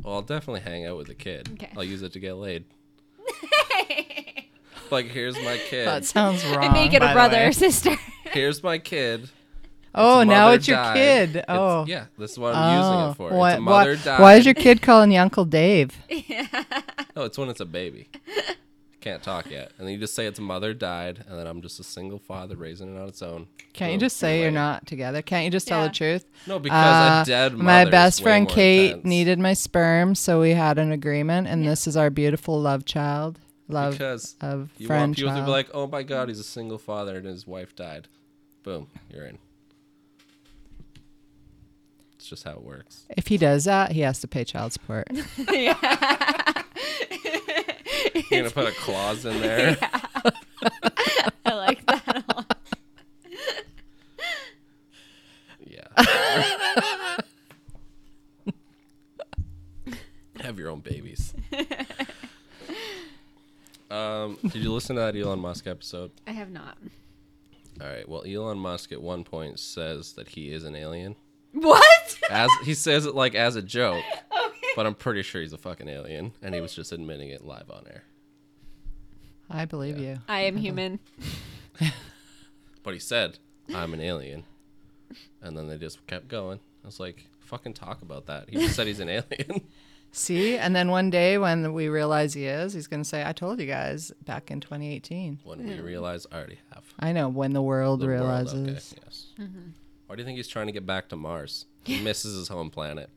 Speaker 1: Well, I'll definitely hang out with the kid.
Speaker 2: Okay.
Speaker 1: I'll use it to get laid. like here's my kid.
Speaker 3: That sounds wrong.
Speaker 2: and make it
Speaker 3: by
Speaker 2: a
Speaker 3: the
Speaker 2: brother
Speaker 3: way.
Speaker 2: or sister.
Speaker 1: Here's my kid.
Speaker 3: Oh,
Speaker 1: Its
Speaker 3: now
Speaker 1: mother
Speaker 3: it's your
Speaker 1: died.
Speaker 3: kid.
Speaker 1: It's-
Speaker 3: Oh.
Speaker 1: yeah, this is what I'm using it for.
Speaker 3: why,
Speaker 1: it's a mother
Speaker 3: why,
Speaker 1: died.
Speaker 3: why is your kid calling you Uncle Dave?
Speaker 1: No, it's when it's a baby. Can't talk yet, and then you just say its mother died, and then I'm just a single father raising it on its own.
Speaker 3: Can't you
Speaker 1: Boom,
Speaker 3: just say
Speaker 1: laid.
Speaker 3: you're not together? Can't you just tell
Speaker 2: Yeah.
Speaker 3: the truth?
Speaker 1: No, because
Speaker 3: Uh,
Speaker 1: a dead mother.
Speaker 3: my
Speaker 1: is
Speaker 3: best
Speaker 1: way
Speaker 3: friend
Speaker 1: more
Speaker 3: Kate
Speaker 1: intense.
Speaker 3: needed my sperm, so we had an agreement, and this is our beautiful love child, love
Speaker 1: because
Speaker 3: of
Speaker 1: you
Speaker 3: friend
Speaker 1: want people
Speaker 3: child.
Speaker 1: to be like, "Oh my God, he's a single father and his wife died." Boom, you're in. It's just how it works.
Speaker 3: if he does that, he has to pay child support.
Speaker 1: You're gonna put a clause in there.
Speaker 2: I like that. a lot.
Speaker 1: Yeah. Have your own babies. um, did you listen to that Elon Musk episode?
Speaker 2: I have not.
Speaker 1: All right. Well, Elon Musk at one point says that he is an alien.
Speaker 2: What?
Speaker 1: As he says it like as a joke, but I'm pretty sure he's a fucking alien, and he was just admitting it live on air.
Speaker 3: I believe you.
Speaker 2: I am human.
Speaker 1: But he said, "I'm an alien," and then they just kept going. I was like, "Fucking talk about that." He just said he's an alien.
Speaker 3: See, and then one day when we realize he is, he's going to say, "I told you guys back in 2018."
Speaker 1: when we realize I already have.
Speaker 3: I know when the world
Speaker 1: the
Speaker 3: realizes.
Speaker 1: World, okay, yes. Why do you think he's trying to get back to Mars? He misses his home planet.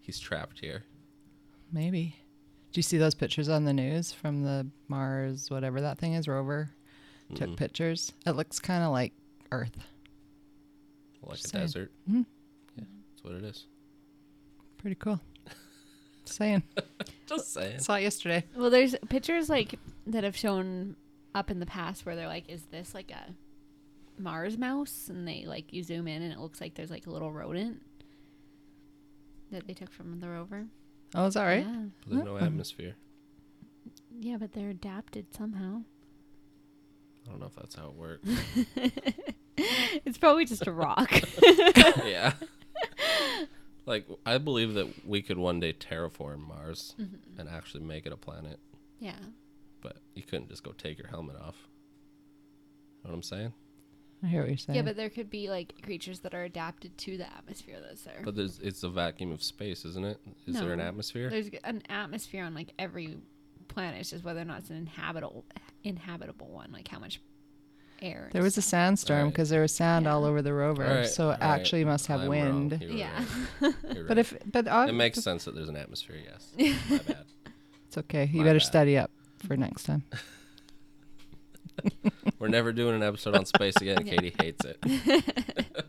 Speaker 1: He's trapped here.
Speaker 3: Maybe. Do you see those pictures on the news from the Mars, whatever that thing is, rover?
Speaker 1: Mm-hmm.
Speaker 3: Took pictures. It looks kind of like Earth.
Speaker 1: Like a
Speaker 3: Just saying.
Speaker 1: desert. Yeah, that's what it is.
Speaker 3: Pretty cool. Saying.
Speaker 1: Just saying.
Speaker 3: Saw it yesterday.
Speaker 2: Well, there's pictures like that have shown up in the past where they're like, "Is this like a Mars mouse?" And they like you zoom in and it looks like there's like a little rodent that they took from the rover.
Speaker 3: Oh, is that right?
Speaker 2: Yeah.
Speaker 1: But there's no atmosphere.
Speaker 2: Yeah, but they're adapted somehow.
Speaker 1: I don't know if that's how it works.
Speaker 2: It's probably just a rock.
Speaker 1: yeah. Like I believe that we could one day terraform Mars
Speaker 2: Mm-hmm.
Speaker 1: and actually make it a planet,
Speaker 2: yeah.
Speaker 1: but you couldn't just go take your helmet off. Know what I'm saying?
Speaker 2: Mm-hmm.
Speaker 3: I hear what you're saying.
Speaker 2: Yeah, but there could be like creatures that are adapted to the atmosphere that's there.
Speaker 1: But there's it's a vacuum of space, isn't it? Is there an
Speaker 2: No.
Speaker 1: atmosphere?
Speaker 2: There's an atmosphere on like every planet. It's just whether or not it's an inhabitable inhabitable one. Like how much air. and
Speaker 3: there was a
Speaker 2: stuff.
Speaker 3: sandstorm
Speaker 1: Alright.
Speaker 3: because there was sand
Speaker 2: Yeah.
Speaker 3: all over the rover,
Speaker 1: All right,
Speaker 3: so
Speaker 1: all
Speaker 3: it
Speaker 1: right.
Speaker 3: actually must have
Speaker 1: I'm wrong.
Speaker 3: wind.
Speaker 1: You were
Speaker 2: Yeah.
Speaker 1: right. You're
Speaker 3: But
Speaker 1: right.
Speaker 3: if, but uh,
Speaker 1: it makes sense that there's an atmosphere, yes. My bad.
Speaker 3: it's okay. You
Speaker 1: My
Speaker 3: better
Speaker 1: bad.
Speaker 3: study up for next time.
Speaker 1: We're never doing an episode on space again. Katie hates it.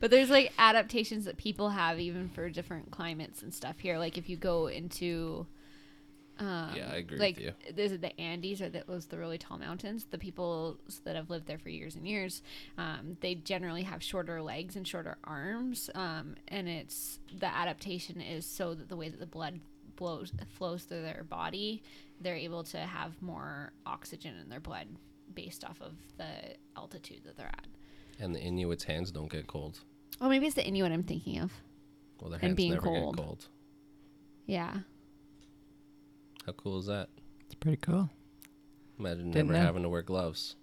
Speaker 2: But there's like adaptations that people have even for different climates and stuff here. Like if you go into um,
Speaker 1: Yeah, I agree with
Speaker 2: like,
Speaker 1: you.
Speaker 2: There's the Andes, or that was the really tall mountains. The people that have lived there for years and years, um, they generally have shorter legs and shorter arms, um, and it's the adaptation is so that the way that the blood blows flows through their body, they're able to have more oxygen in their blood based off of the altitude that they're at.
Speaker 1: And the Inuit's hands don't get cold.
Speaker 2: Oh, maybe it's the Inuit I'm thinking of.
Speaker 1: Well, their
Speaker 2: And
Speaker 1: hands
Speaker 2: being
Speaker 1: never
Speaker 2: cold.
Speaker 1: get cold.
Speaker 2: Yeah.
Speaker 1: How cool is that?
Speaker 3: It's pretty cool.
Speaker 1: Imagine
Speaker 3: Didn't
Speaker 1: never
Speaker 3: know.
Speaker 1: having to wear gloves.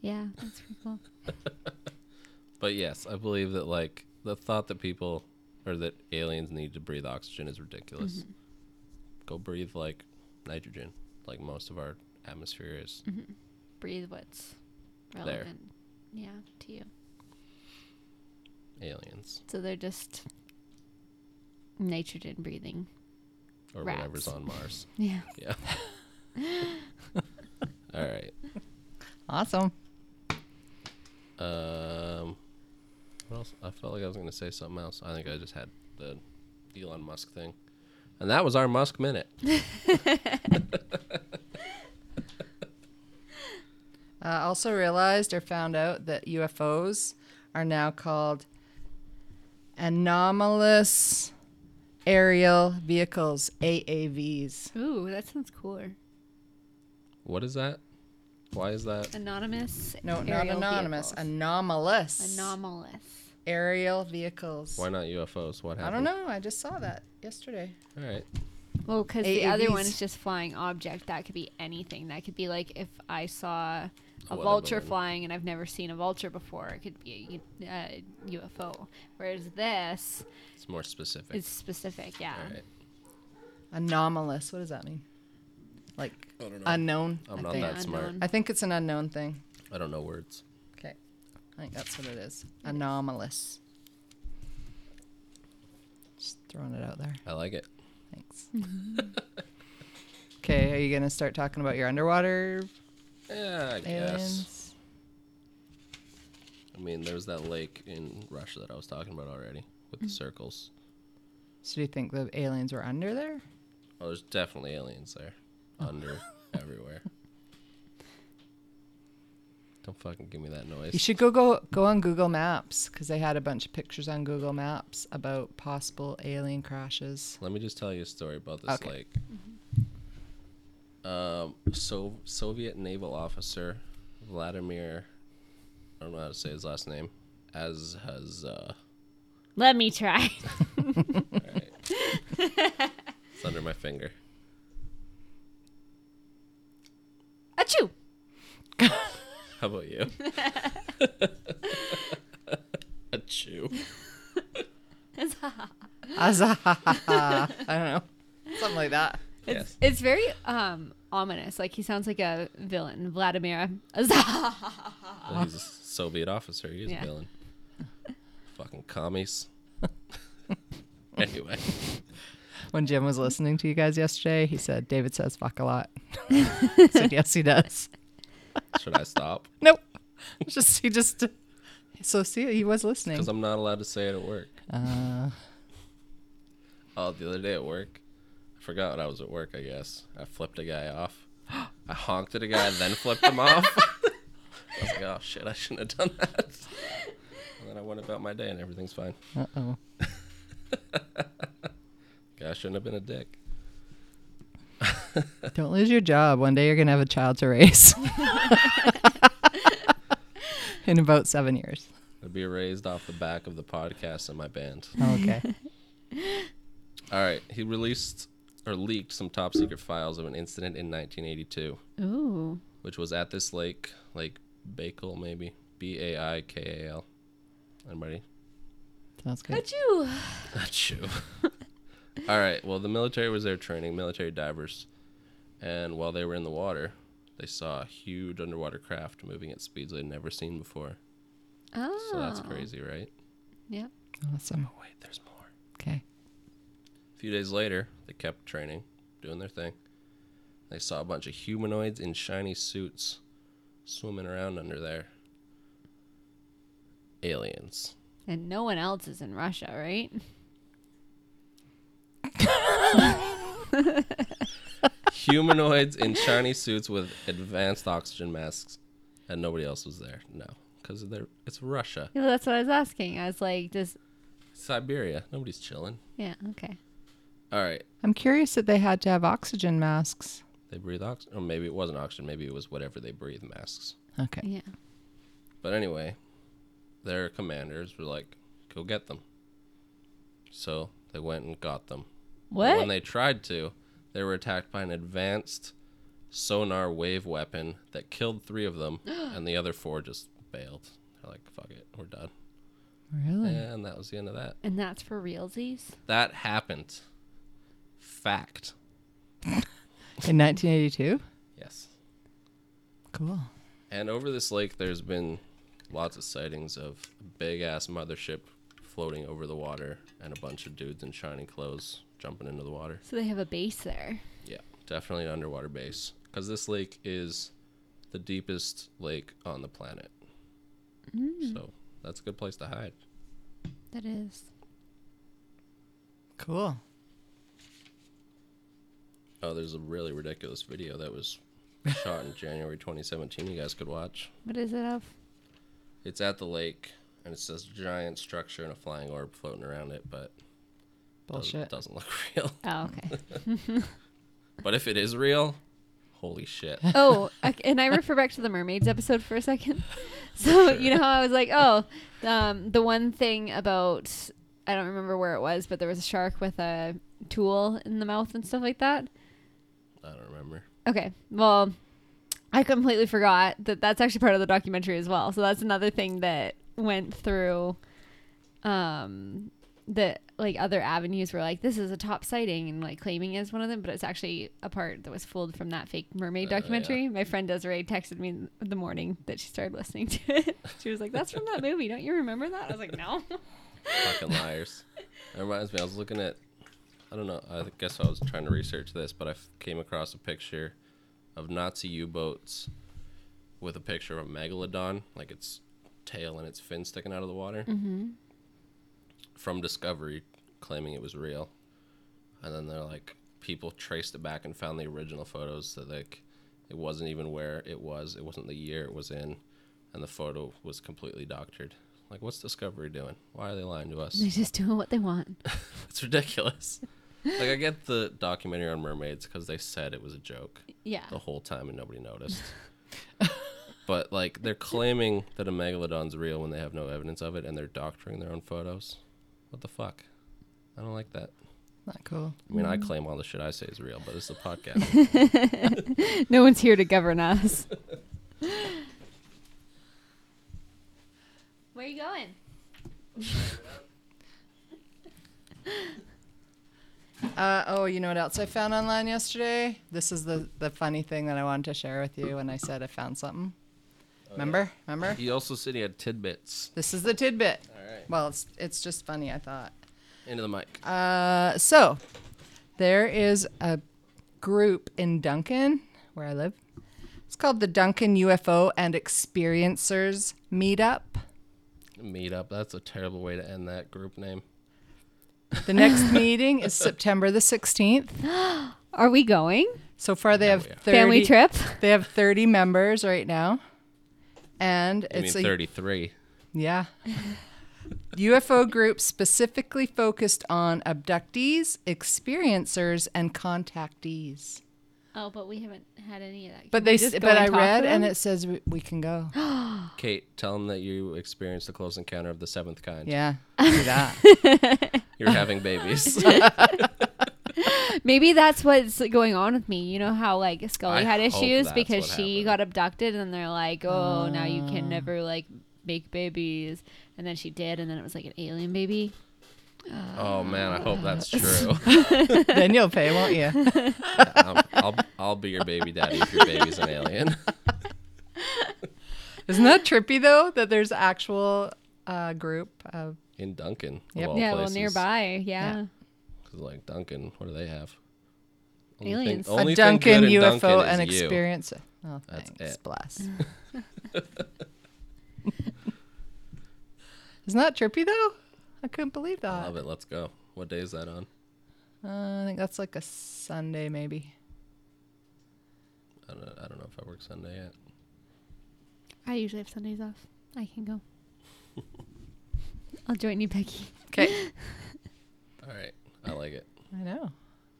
Speaker 2: Yeah, that's pretty cool.
Speaker 1: But yes, I believe that like the thought that people or that aliens need to breathe oxygen is ridiculous.
Speaker 3: Mm-hmm.
Speaker 1: Go breathe like nitrogen, like most of our atmosphere is.
Speaker 2: Breathe what's relevant. Yeah, to you.
Speaker 3: Mm-hmm.
Speaker 1: Aliens
Speaker 2: So they're just nitrogen breathing.
Speaker 1: or
Speaker 2: Rats.
Speaker 1: whatever's on Mars.
Speaker 2: Yeah.
Speaker 1: Yeah. All right.
Speaker 3: Awesome.
Speaker 1: Um, what else? I felt like I was going to say something else. I think I just had the Elon Musk thing, and that was our Musk minute.
Speaker 3: Uh, also realized or found out that UFOs are now called anomalous aerial vehicles (AAVs).
Speaker 2: Ooh, that sounds cooler.
Speaker 1: What is that? Why is that?
Speaker 2: Anonymous.
Speaker 3: No, not
Speaker 2: aerial
Speaker 3: anonymous.
Speaker 2: vehicles.
Speaker 3: Anomalous
Speaker 2: Anomalous.
Speaker 3: aerial vehicles.
Speaker 1: Why not UFOs? What
Speaker 3: I
Speaker 1: happened?
Speaker 3: don't know. I just saw that yesterday.
Speaker 1: All right.
Speaker 2: Well, because the other one
Speaker 3: AAVs.
Speaker 2: is just flying object. That could be anything. That could be like if I saw a
Speaker 1: weather
Speaker 2: vulture
Speaker 1: balloon.
Speaker 2: flying and I've never seen a vulture before, it could be a U- uh, UFO. Whereas this
Speaker 1: It's more specific.
Speaker 2: is specific. Yeah.
Speaker 1: All right.
Speaker 3: Anomalous. What does that mean? Like
Speaker 1: don't know.
Speaker 3: uh, unknown.
Speaker 1: I'm
Speaker 3: I
Speaker 1: not
Speaker 3: think.
Speaker 1: that smart.
Speaker 2: unknown.
Speaker 3: I think it's an unknown thing.
Speaker 1: I don't know words.
Speaker 3: Okay. I think that's what it is. Anomalous. Just throwing it out there.
Speaker 1: I like it.
Speaker 3: Thanks. okay, are you going to start talking about your underwater
Speaker 1: Yeah, I guess.
Speaker 3: aliens?
Speaker 1: I mean, there was that lake in Russia that I was talking about already with the circles.
Speaker 3: So do you think the aliens were under there?
Speaker 1: Oh, there's definitely aliens there, under everywhere. Don't fucking give me that
Speaker 3: You
Speaker 1: noise.
Speaker 3: should go go go on Google Maps because they had a bunch of pictures on Google Maps about possible alien crashes.
Speaker 1: Let me just tell you a story about this
Speaker 3: Okay.
Speaker 1: lake. Um, so Soviet naval officer Vladimir, I don't know how to say his last name, as has. Uh,
Speaker 2: Let me try.
Speaker 1: It's under my finger.
Speaker 2: Achoo!
Speaker 1: How about you? a chew.
Speaker 3: Azahahaha. I don't know, something like that.
Speaker 1: Yes.
Speaker 2: It's very um, ominous. Like he sounds like a villain, Vladimir. Azah!
Speaker 1: Well, he's a Soviet officer. He's
Speaker 2: Yeah.
Speaker 1: a villain. Fucking commies. anyway,
Speaker 3: When Jim was listening to you guys yesterday, he said David says fuck a lot. I said yes, he does.
Speaker 1: should I stop?
Speaker 3: Nope. Just he just. So see, he was listening.
Speaker 1: Because I'm not allowed to say it at work.
Speaker 3: Uh,
Speaker 1: Oh, the other day at work, I forgot what I was at work. I guess I flipped a guy off. I honked at a guy, then flipped him off. I was like, oh shit, I shouldn't have done that. And then I went about my day, and everything's fine.
Speaker 3: uh oh.
Speaker 1: Guy shouldn't have been a dick.
Speaker 3: Don't lose your job. One day you're going to have a child to raise. In about seven years.
Speaker 1: It'd be raised off the back of the podcast and my band.
Speaker 3: Oh, Okay.
Speaker 1: All right, he released or leaked some top secret files of an incident in 1982,
Speaker 2: Ooh.
Speaker 1: which was at this lake, Lake Baikal, maybe B A I K A L. Anybody?
Speaker 3: Sounds good.
Speaker 2: Achoo!
Speaker 1: That's you. All right. Well, the military was there training military divers, and while they were in the water, they saw a huge underwater craft moving at speeds they'd never seen before.
Speaker 2: Oh.
Speaker 1: So that's crazy, right?
Speaker 2: Yep.
Speaker 3: Awesome.
Speaker 1: Wait, there's more.
Speaker 3: Okay.
Speaker 1: A few days later, they kept training, doing their thing. They saw a bunch of humanoids in shiny suits swimming around under there. Aliens.
Speaker 2: And no one else is in Russia, right?
Speaker 1: humanoids in shiny suits with advanced oxygen masks, and nobody else was there. No, because they're it's Russia,
Speaker 2: Yeah, that's what I was asking. I was like, just
Speaker 1: Siberia. Nobody's chilling.
Speaker 2: yeah, okay.
Speaker 1: All right,
Speaker 3: I'm curious that they had to have oxygen masks.
Speaker 1: they breathe oxygen, or maybe it wasn't oxygen. Maybe it was whatever they breathe masks.
Speaker 3: Okay.
Speaker 2: Yeah.
Speaker 1: But anyway, their commanders were like, "Go get them." So they went and got them. But
Speaker 2: What?
Speaker 1: When they tried to, they were attacked by an advanced sonar wave weapon that killed three of them, and the other four just bailed. They're like, "Fuck it, we're done."
Speaker 3: Really?
Speaker 1: And that was the end of that.
Speaker 2: And that's for realsies.
Speaker 1: That happened. Fact.
Speaker 3: In 1982?
Speaker 1: Yes.
Speaker 3: Cool.
Speaker 1: And over this lake, there's been lots of sightings of a big ass mothership floating over the water and a bunch of dudes in shiny clothes jumping into the water.
Speaker 2: So they have a base there.
Speaker 1: Yeah, definitely an underwater base. Because this lake is the deepest lake on the planet. So that's a good place to hide.
Speaker 2: That is.
Speaker 3: Cool.
Speaker 1: Oh, there's a really ridiculous video that was shot in January 2017 you guys could watch.
Speaker 2: What is it of?
Speaker 1: It's at the lake, and it's this giant structure and a flying orb floating around it, but does-
Speaker 3: Bullshit.
Speaker 1: doesn't look real.
Speaker 2: Oh, okay.
Speaker 1: But if it is real, holy shit.
Speaker 2: oh, I, and I refer back to the mermaids episode for a second. So you know how I was like, oh, um, the one thing about I don't remember where it was, but there was a shark with a tool in the mouth and stuff like that.
Speaker 1: I don't remember.
Speaker 2: Okay, well, I completely forgot that that's actually part of the documentary as well. So that's another thing that went through. Um, that like other avenues were like this is a top sighting and like claiming is one of them, but it's actually a part that was fooled from that fake mermaid
Speaker 1: Uh, yeah.
Speaker 2: documentary. My friend Desiree texted me in the morning that she started listening to it. she was like, "That's from that movie, don't you remember that?" I was like, "No."
Speaker 1: Fucking liars. It reminds me, I was looking at, I don't know, I guess I was trying to research this, but I f- came across a picture of Nazi U boats with a picture of a megalodon, like its tail and its fin sticking out of the water, from Discovery, claiming it was real. And then they're like, people traced it back and found the original photos that, like, it wasn't even where it was, it wasn't the year it was in, and the photo was completely doctored. Like, what's Discovery doing? Why are they lying to us?
Speaker 2: They're just doing what they want.
Speaker 1: It's ridiculous. like I get the documentary on mermaids because they said it was a joke
Speaker 2: Yeah.
Speaker 1: the whole time and nobody noticed. but like they're claiming that a megalodon's real when they have no evidence of it, and they're doctoring their own photos. What the fuck? I don't like that.
Speaker 3: Not cool.
Speaker 1: I mean,
Speaker 3: Mm.
Speaker 1: I claim all the shit I say is real, but it's a podcast.
Speaker 2: No one's here to govern us. Where are you going?
Speaker 3: Uh, oh, you know what else I found online yesterday? This is the, the funny thing that I wanted to share with you when I said I found something. Remember? Remember?
Speaker 1: Oh, he also said he had tidbits.
Speaker 3: This is the tidbit.
Speaker 1: All right,
Speaker 3: Well, it's it's just funny, I thought.
Speaker 1: into the mic.
Speaker 3: Uh, so there is a group in Duncan where I live. It's called the Duncan UFO and Experiencers Meetup.
Speaker 1: Meet up. That's a terrible way to end that group name.
Speaker 3: The next meeting is September the 16th.
Speaker 2: Are we going?
Speaker 3: So far they have
Speaker 1: we are.
Speaker 3: 30
Speaker 2: Family trip?
Speaker 3: They have 30 members right now. And
Speaker 1: I mean,
Speaker 3: it's a
Speaker 1: thirty-three.
Speaker 3: Yeah. UFO group specifically focused on abductees, experiencers, and contactees.
Speaker 2: Oh, but we haven't had any of that.
Speaker 3: But they, s- but I read and it says we, we can go.
Speaker 1: Kate, tell him that you experienced a close encounter of the seventh kind.
Speaker 3: yeah, do that.
Speaker 1: You're having babies.
Speaker 2: maybe that's what's going on with me. You know how like Scully
Speaker 1: I
Speaker 2: had
Speaker 1: hope
Speaker 2: issues
Speaker 1: that's
Speaker 2: because
Speaker 1: what happened.
Speaker 2: she
Speaker 1: Mm.
Speaker 2: got abducted and they're like, "Oh, now you can never like make babies." And then she did and then it was like an alien baby.
Speaker 1: oh man, I hope that's true.
Speaker 3: then you'll pay, won't you?
Speaker 1: I'll, I'll, I'll be your baby daddy if your baby's an alien.
Speaker 3: Isn't that trippy though? That there's actual uh, group of
Speaker 1: In Duncan,
Speaker 3: Yep.
Speaker 1: of all
Speaker 2: yeah,
Speaker 1: places.
Speaker 2: well nearby. Yeah.
Speaker 1: 'Cause, like Duncan, what do they have?
Speaker 2: Aliens. A
Speaker 1: Thing, only
Speaker 3: a
Speaker 1: thing
Speaker 3: Duncan
Speaker 1: good in
Speaker 3: UFO
Speaker 1: Duncan
Speaker 3: and
Speaker 1: is you.
Speaker 3: experience. Oh,
Speaker 1: That's
Speaker 3: thanks,
Speaker 1: it.
Speaker 3: bless. Isn't that trippy though? I couldn't believe
Speaker 1: I
Speaker 3: that.
Speaker 1: Love it. Let's go. What day is that on?
Speaker 3: Uh, I think that's like a Sunday, maybe.
Speaker 1: I don't, I don't know if I work Sunday yet.
Speaker 2: I usually have Sundays off. I can go. I'll join you, Becky.
Speaker 3: Okay.
Speaker 1: All right, I like it.
Speaker 3: I know.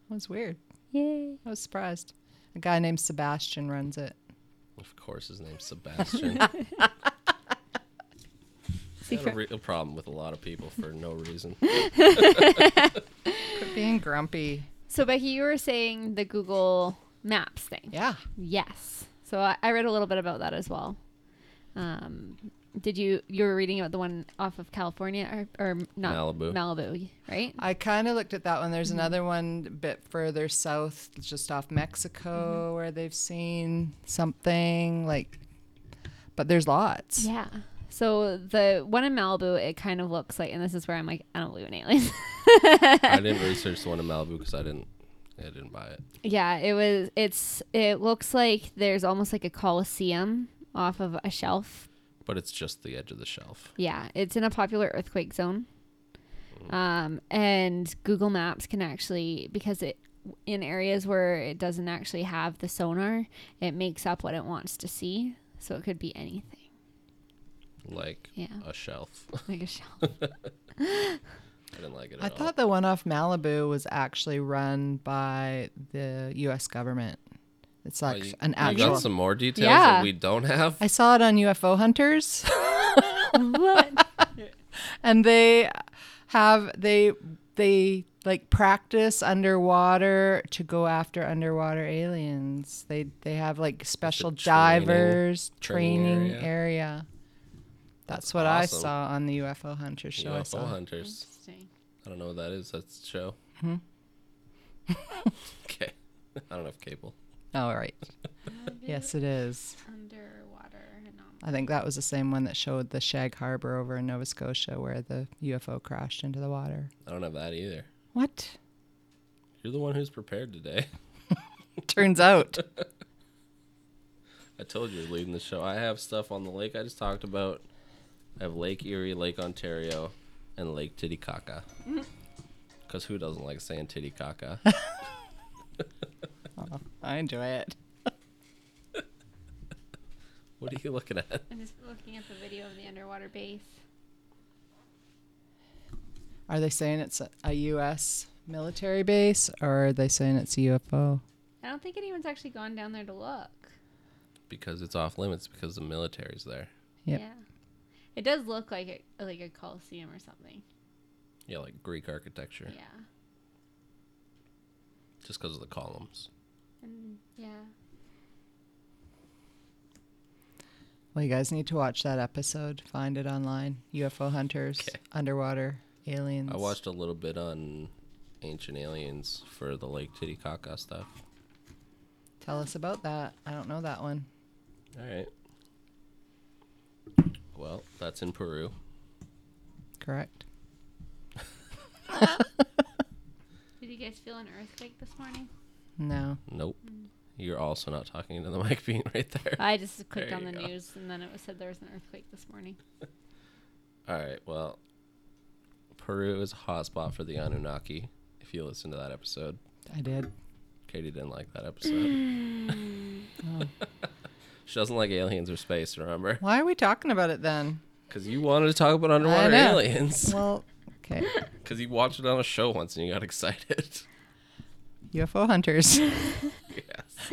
Speaker 3: That was weird.
Speaker 2: Yay.
Speaker 3: I was surprised. A guy named Sebastian runs it.
Speaker 1: Of course, his name's Sebastian. I had a
Speaker 2: Secret.
Speaker 1: real problem with a lot of people for no reason.
Speaker 3: Quit being grumpy.
Speaker 2: So, Becky, you were saying the Google Maps thing.
Speaker 3: Yeah.
Speaker 2: Yes. So I, I read a little bit about that as well. Um, Did you you were reading about the one off of California or, or not
Speaker 1: Malibu.
Speaker 2: Malibu, right?
Speaker 3: I kind of looked at that one. There's another one a bit further south, just off Mexico, where they've seen something like. But there's lots.
Speaker 2: Yeah. So the one in Malibu, it kind of looks like, and this is where I'm like, I don't believe in aliens.
Speaker 1: I didn't research the one in Malibu because I didn't. I didn't buy it.
Speaker 2: yeah, it was. It's. It looks like there's almost like a coliseum off of a shelf.
Speaker 1: But it's just the edge of the shelf.
Speaker 2: Yeah, it's in a popular earthquake zone. Um, and Google Maps can actually because it in areas where it doesn't actually have the sonar, it makes up what it wants to see. So it could be anything.
Speaker 1: Like
Speaker 2: Yeah,
Speaker 1: a shelf.
Speaker 2: like a shelf.
Speaker 1: I didn't like it at
Speaker 3: I
Speaker 1: all.
Speaker 3: thought the one off Malibu was actually run by the U.S. government. It's
Speaker 1: Oh,
Speaker 3: like
Speaker 1: you-
Speaker 3: an
Speaker 1: You got
Speaker 3: actual.
Speaker 1: some more details
Speaker 2: Yeah.
Speaker 1: that we don't have.
Speaker 3: I saw it on UFO Hunters.
Speaker 2: what?
Speaker 3: and they have they they like practice underwater to go after underwater aliens. They they have like special
Speaker 1: training-
Speaker 3: divers
Speaker 1: training
Speaker 3: training,
Speaker 1: area.
Speaker 3: area. That's what
Speaker 1: awesome.
Speaker 3: I saw on the UFO Hunter show. I
Speaker 1: UFO
Speaker 3: saw.
Speaker 1: hunters.
Speaker 2: Interesting.
Speaker 1: I don't know what that is. That's a show.
Speaker 3: Mm-hmm.
Speaker 1: okay. I don't have cable.
Speaker 3: Oh, all right. yes, it is.
Speaker 2: Underwater anomaly.
Speaker 3: I think that was the same one that showed the Shag Harbor over in Nova Scotia where the UFO crashed into the water.
Speaker 1: I don't have that either.
Speaker 3: What?
Speaker 1: You're the one who's prepared today.
Speaker 3: Turns out.
Speaker 1: I told you you're leading the show. I have stuff on the lake I just talked about. I have Lake Erie, Lake Ontario, and Lake Titicaca.
Speaker 3: Mm-hmm.
Speaker 1: Because who doesn't like saying Titicaca?
Speaker 3: I enjoy it.
Speaker 1: what are you looking at?
Speaker 2: I'm just looking at the video of the underwater base.
Speaker 3: Are they saying it's a- a U.S. military base, or are they saying it's a UFO?
Speaker 2: I don't think anyone's actually gone down there to look.
Speaker 1: Because it's off limits because the military's there.
Speaker 3: Yep.
Speaker 2: Yeah. It does look like a like a coliseum or something.
Speaker 1: Yeah, like Greek architecture.
Speaker 2: Yeah.
Speaker 1: Just because of the columns.
Speaker 2: And yeah.
Speaker 3: Well, you guys need to watch that episode. Find it online. UFO hunters,
Speaker 1: Okay.
Speaker 3: underwater aliens.
Speaker 1: I watched a little bit on Ancient Aliens for the Lake Titicaca stuff.
Speaker 3: Tell us about that. I don't know that one.
Speaker 1: All right. Well, that's in Peru.
Speaker 3: Correct.
Speaker 2: Did you guys feel an earthquake this morning?
Speaker 3: No.
Speaker 1: Nope.
Speaker 3: Mm.
Speaker 1: You're also not talking into the mic being right there.
Speaker 2: I just clicked
Speaker 1: There
Speaker 2: on
Speaker 1: you
Speaker 2: the
Speaker 1: go.
Speaker 2: news and then it was said there was an earthquake this morning.
Speaker 1: All right. Well, Peru is a hot spot for the Anunnaki. If you listen to that episode,
Speaker 3: I did.
Speaker 1: Katie didn't like that episode. she doesn't like aliens or space. Remember?
Speaker 3: Why are we talking about it then?
Speaker 1: Because you wanted to talk about underwater
Speaker 3: know.
Speaker 1: aliens.
Speaker 3: Well, okay.
Speaker 1: Because you watched it on a show once and you got excited.
Speaker 3: UFO hunters.
Speaker 1: yes.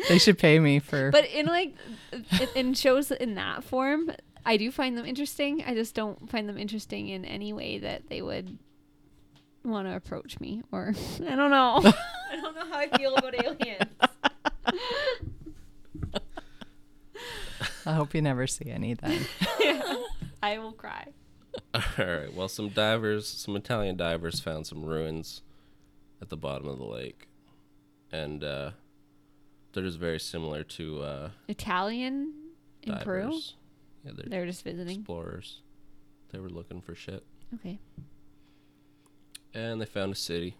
Speaker 3: they should pay me for.
Speaker 2: But in like in- in shows in that form, I do find them interesting. I just don't find them interesting in any way that they would want to approach me or I don't know. I don't know how I feel about aliens.
Speaker 3: I hope you never see any then.
Speaker 2: I will cry.
Speaker 1: All right. Well, some divers, some Italian divers, found some ruins at the bottom of the lake, and uh, they're just very similar to uh,
Speaker 2: Italian in
Speaker 1: divers.
Speaker 2: Peru?
Speaker 1: Yeah, they're
Speaker 2: They were just visiting.
Speaker 1: explorers. They were looking for shit,
Speaker 2: Okay.
Speaker 1: and they found a city.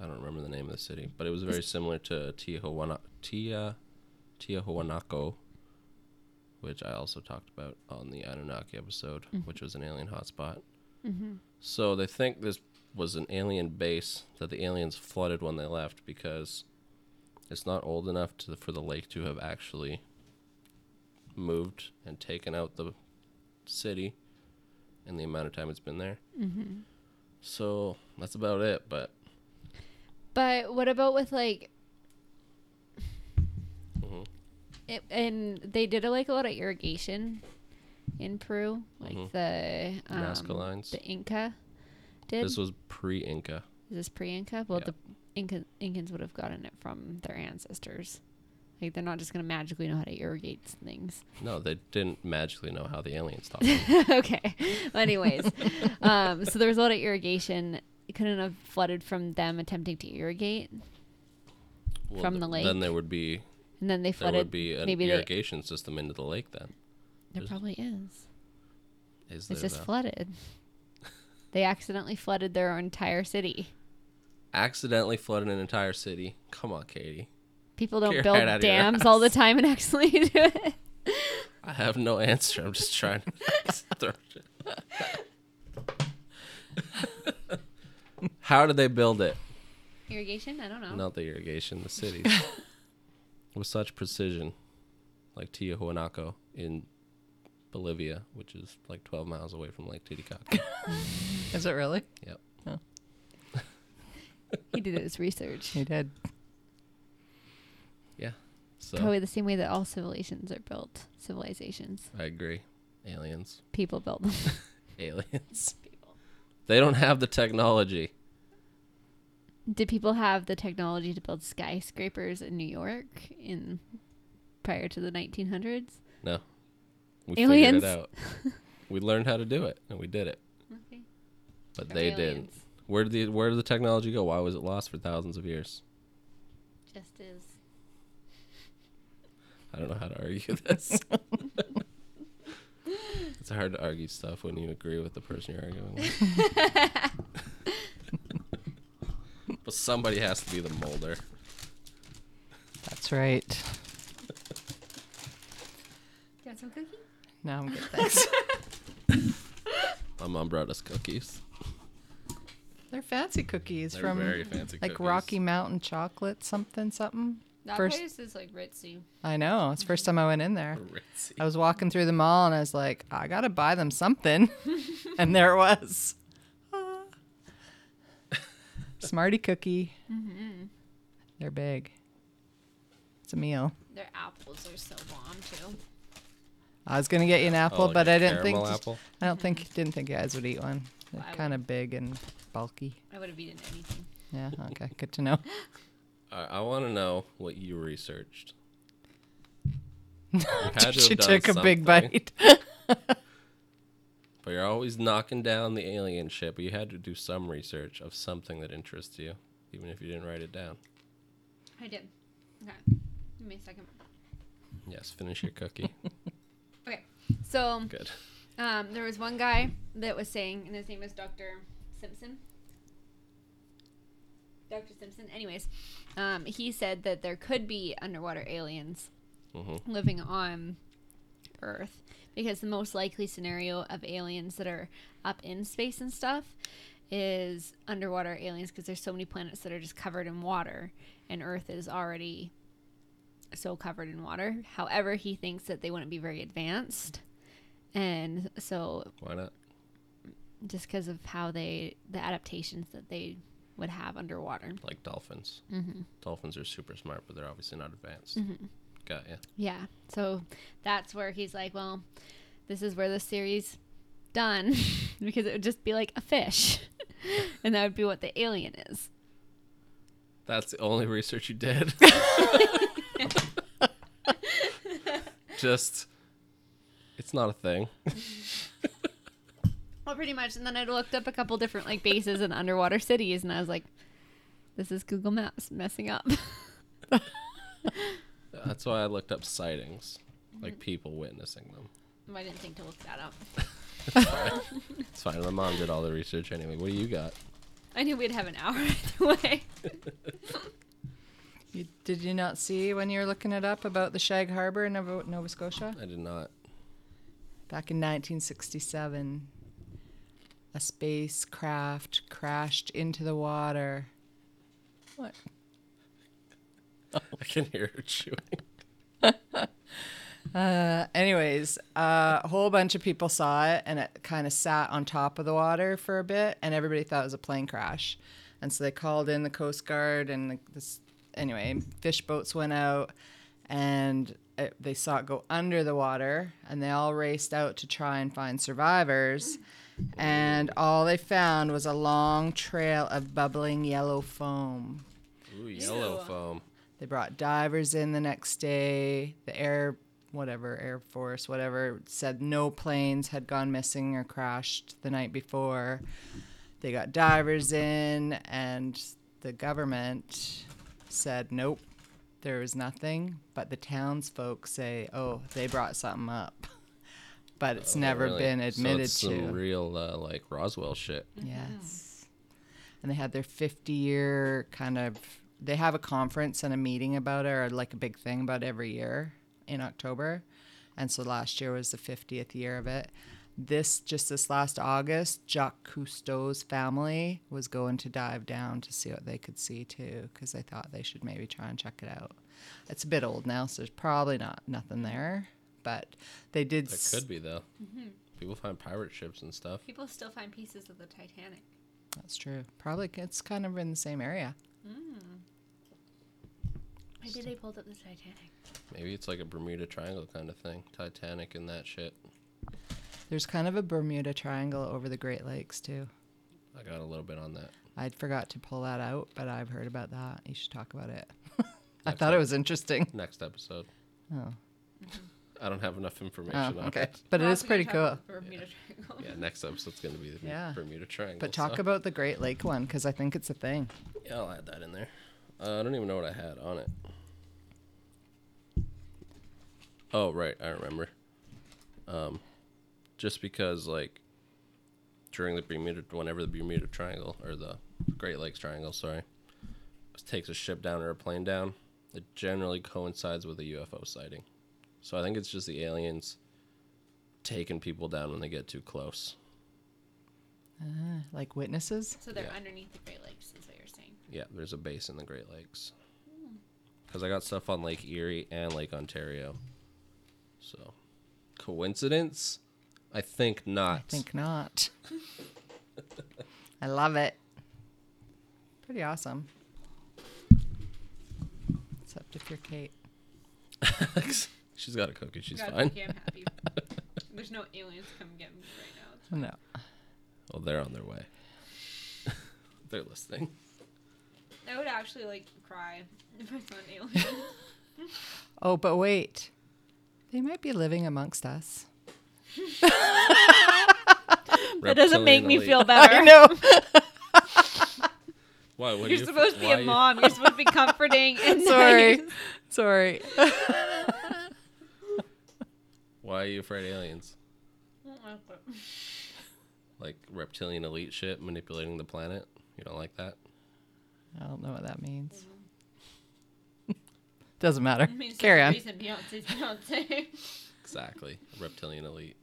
Speaker 1: I don't remember the name of the city, but it was very similar to Tijuana, Tia, Tiahuanaco, which I also talked about on the Anunnaki episode, which was an alien hotspot.
Speaker 2: Mm-hmm.
Speaker 1: So they think this was an alien base that the aliens flooded when they left because it's not old enough to, for the lake to have actually moved and taken out the city in the amount of time it's been there.
Speaker 2: Mm-hmm.
Speaker 1: So that's about it. But
Speaker 2: But what about with like,
Speaker 1: Mhm.
Speaker 2: it, and they did like a lot of irrigation in Peru, like
Speaker 1: Mhm.
Speaker 2: the um,
Speaker 1: Nazca lines.
Speaker 2: the Inca did.
Speaker 1: this was pre-Inca.
Speaker 2: Is this pre-Inca? Well,
Speaker 1: Yeah.
Speaker 2: the Inca, Incans would have gotten it from their ancestors. Like they're not just gonna magically know how to irrigate things.
Speaker 1: No, they didn't magically know how the aliens talk.
Speaker 2: okay. Well, anyways, um, so there was a lot of irrigation. It couldn't have flooded from them attempting to irrigate,
Speaker 1: Well,
Speaker 2: From
Speaker 1: th-
Speaker 2: the lake.
Speaker 1: Then there would be
Speaker 2: and then they
Speaker 1: there
Speaker 2: flooded.
Speaker 1: would be an
Speaker 2: maybe they,
Speaker 1: irrigation system into the lake. Then
Speaker 2: there probably is.
Speaker 1: is there
Speaker 2: It's just
Speaker 1: though?
Speaker 2: flooded. They accidentally flooded their entire city.
Speaker 1: accidentally flooded an entire city? Come on, Katie.
Speaker 2: People don't
Speaker 1: Get right out of
Speaker 2: build
Speaker 1: your
Speaker 2: dams all the time and actually do it.
Speaker 1: I have no answer. I'm just trying to throw shit. How did they build it?
Speaker 2: Irrigation? I don't know.
Speaker 1: Not the irrigation, the cities. With such precision, like Tiahuanaco in Bolivia, which is like 12 miles away from Lake Titicaca.
Speaker 3: Is it really?
Speaker 1: yep.
Speaker 2: He did his research.
Speaker 3: He did.
Speaker 1: So
Speaker 2: Probably the same way that all civilizations are built. Civilizations.
Speaker 1: I agree. Aliens.
Speaker 2: People build them.
Speaker 1: Aliens. They don't have the technology.
Speaker 2: Did people have the technology to build skyscrapers in New York in prior to the 1900s?
Speaker 1: No. We
Speaker 2: Aliens.
Speaker 1: figured it out. we learned how to do it and we did it.
Speaker 2: Okay.
Speaker 1: But they didn't. Where did the where did the technology go? Why was it lost for thousands of years?
Speaker 2: Just as
Speaker 1: I don't know how to argue this. it's hard to argue stuff when you agree with the person you're arguing with. but somebody has to be the molder.
Speaker 3: That's right.
Speaker 2: you want some cookie?
Speaker 3: Now I'm good. Thanks.
Speaker 1: My mom brought us cookies.
Speaker 3: They're fancy cookies
Speaker 1: They're
Speaker 3: from
Speaker 1: very fancy
Speaker 3: like
Speaker 1: cookies.
Speaker 3: Rocky Mountain chocolate something something.
Speaker 2: That
Speaker 3: First-
Speaker 2: place is like ritzy.
Speaker 3: I know. It's the first time I went in there.
Speaker 1: Ritzy.
Speaker 3: I was walking through the mall and I was like, I gotta buy them something, and there it was. Ah. Smarty cookie. They're big. It's a meal.
Speaker 2: Their apples are so bomb too.
Speaker 3: I was gonna get you an apple,
Speaker 1: Oh, like
Speaker 3: but
Speaker 1: a
Speaker 3: I didn't think.
Speaker 1: caramel apple?
Speaker 3: I don't think didn't think you guys would eat one. They're
Speaker 2: I would.
Speaker 3: kind of big and bulky.
Speaker 2: I would have eaten anything.
Speaker 3: Yeah. Okay. Good to know.
Speaker 1: I, I want to know what you researched. You had to have
Speaker 3: she
Speaker 1: done
Speaker 3: took a
Speaker 1: something,
Speaker 3: big bite.
Speaker 1: But you're always knocking down the alien ship. You had to do some research of something that interests you, even if you didn't write it down.
Speaker 2: I did. Okay. Give me a second.
Speaker 1: Yes, finish your cookie.
Speaker 2: Okay. So
Speaker 1: Good.
Speaker 2: um, there was one guy that was saying, and his name was Dr. Simpson. Dr. Simpson. Anyways, um, he said that there could be underwater aliens
Speaker 1: hmm
Speaker 2: living on Earth because the most likely scenario of aliens that are up in space and stuff is underwater aliens because there's so many planets that are just covered in water and Earth is already so covered in water. However, he thinks that they wouldn't be very advanced. And so
Speaker 1: Why not?
Speaker 2: just because of how they the adaptations that they would have underwater.
Speaker 1: Like dolphins. Dolphins are super smart, but they're obviously not advanced. Got ya.
Speaker 2: Yeah. So that's where he's like, well, this is where the series done because it would just be like a fish. and that would be what the alien is.
Speaker 1: That's the only research you did. Just, it's not a thing.
Speaker 2: Well, pretty much. And then I looked up a couple different like bases and underwater cities and I was like, this is Google Maps messing up.
Speaker 1: That's why I looked up sightings, like people witnessing them.
Speaker 2: I didn't think to look that up.
Speaker 1: It's fine. My mom did all the research anyway. What do you got?
Speaker 2: I knew we'd have an hour either way.
Speaker 3: You, did you not see when you were looking it up about the Shag Harbor in Nova, Nova Scotia?
Speaker 1: I did not.
Speaker 3: Back in 1967, a spacecraft crashed into the water. What?
Speaker 1: I can hear her chewing.
Speaker 3: Uh, anyways, uh, a whole bunch of people saw it and it kind of sat on top of the water for a bit, and everybody thought it was a plane crash. And so they called in the Coast Guard, and the, this, anyway, fish boats went out and it, they saw it go under the water, and they all raced out to try and find survivors. And all they found was a long trail of bubbling yellow foam.
Speaker 1: Ooh, yellow foam.
Speaker 3: They brought divers in the next day. The air, whatever, Air Force, whatever, said no planes had gone missing or crashed the night before. They got divers in, and the government said nope, there was nothing. But the townsfolk say, oh, they brought something up. But it's
Speaker 1: Oh,
Speaker 3: never
Speaker 1: really?
Speaker 3: been
Speaker 1: So
Speaker 3: admitted
Speaker 1: it's
Speaker 3: to.
Speaker 1: Some real uh, like Roswell shit.
Speaker 3: Yes. And they had their 50 year kind of, they have a conference and a meeting about it, or like a big thing about every year in October. And so last year was the 50th year of it. This, just this last August, Jacques Cousteau's family was going to dive down to see what they could see too, because they thought they should maybe try and check it out. It's a bit old now, so there's probably not nothing there. But they did.
Speaker 1: There
Speaker 3: s-
Speaker 1: could be though. People find pirate ships and stuff.
Speaker 2: People still find pieces of the Titanic.
Speaker 3: That's true. Probably it's kind of in the same area.
Speaker 2: Maybe they pulled up the Titanic.
Speaker 1: Maybe it's like a Bermuda Triangle kind of thing. Titanic and that shit.
Speaker 3: There's kind of a Bermuda Triangle over the Great Lakes too.
Speaker 1: I got a little bit on that.
Speaker 3: I forgot to pull that out, but I've heard about that. You should talk about it. I
Speaker 1: Next
Speaker 3: thought it
Speaker 1: time.
Speaker 3: was interesting.
Speaker 1: Next episode.
Speaker 3: Oh,
Speaker 1: I don't have enough information
Speaker 3: oh
Speaker 1: on
Speaker 3: okay,
Speaker 1: it.
Speaker 3: but it is pretty cool.
Speaker 1: Yeah, next episode's gonna be the
Speaker 3: Yeah.
Speaker 1: Bermuda Triangle.
Speaker 3: But talk
Speaker 1: so-
Speaker 3: about the Great Lake one because I think it's a thing.
Speaker 1: Yeah, I'll add that in there. Uh, I don't even know what I had on it. Oh right, I remember. Um, just because like during the Bermuda, whenever the Bermuda Triangle or the Great Lakes Triangle, sorry, takes a ship down or a plane down, it generally coincides with a UFO sighting. So I think it's just the aliens taking people down when they get too close.
Speaker 3: Uh, like witnesses.
Speaker 2: So
Speaker 1: they're Yeah.
Speaker 2: underneath the Great Lakes, is what you're saying.
Speaker 1: Yeah, there's a base in the Great Lakes. Because I got stuff on Lake Erie and Lake Ontario. So, coincidence? I think not.
Speaker 3: I think not. I love it. Pretty awesome. Except if you're Kate.
Speaker 1: She's got a cookie. She's fine.
Speaker 2: I'm happy. There's no aliens coming get me right now.
Speaker 3: No.
Speaker 1: Well, Oh, they're on their way. they're listening.
Speaker 2: I would actually like cry if I saw an alien.
Speaker 3: Oh, but wait. They might be living amongst us.
Speaker 2: that doesn't make
Speaker 1: Reptilian
Speaker 2: me
Speaker 1: elite.
Speaker 2: feel better.
Speaker 3: know.
Speaker 1: Why? What do
Speaker 2: You're
Speaker 1: you-
Speaker 2: supposed to be
Speaker 1: why
Speaker 2: a
Speaker 1: you-
Speaker 2: mom. You're supposed to be comforting. And
Speaker 3: Sorry.
Speaker 2: nice.
Speaker 3: Sorry.
Speaker 1: Why are you afraid of aliens?
Speaker 2: I
Speaker 1: Like reptilian elite shit manipulating the planet? You don't like that?
Speaker 3: I don't know what that means. Doesn't matter.
Speaker 2: mean, it's
Speaker 3: Carry
Speaker 2: the
Speaker 3: on.
Speaker 2: Reason Beyonce's Beyonce.
Speaker 1: Exactly. Reptilian elite.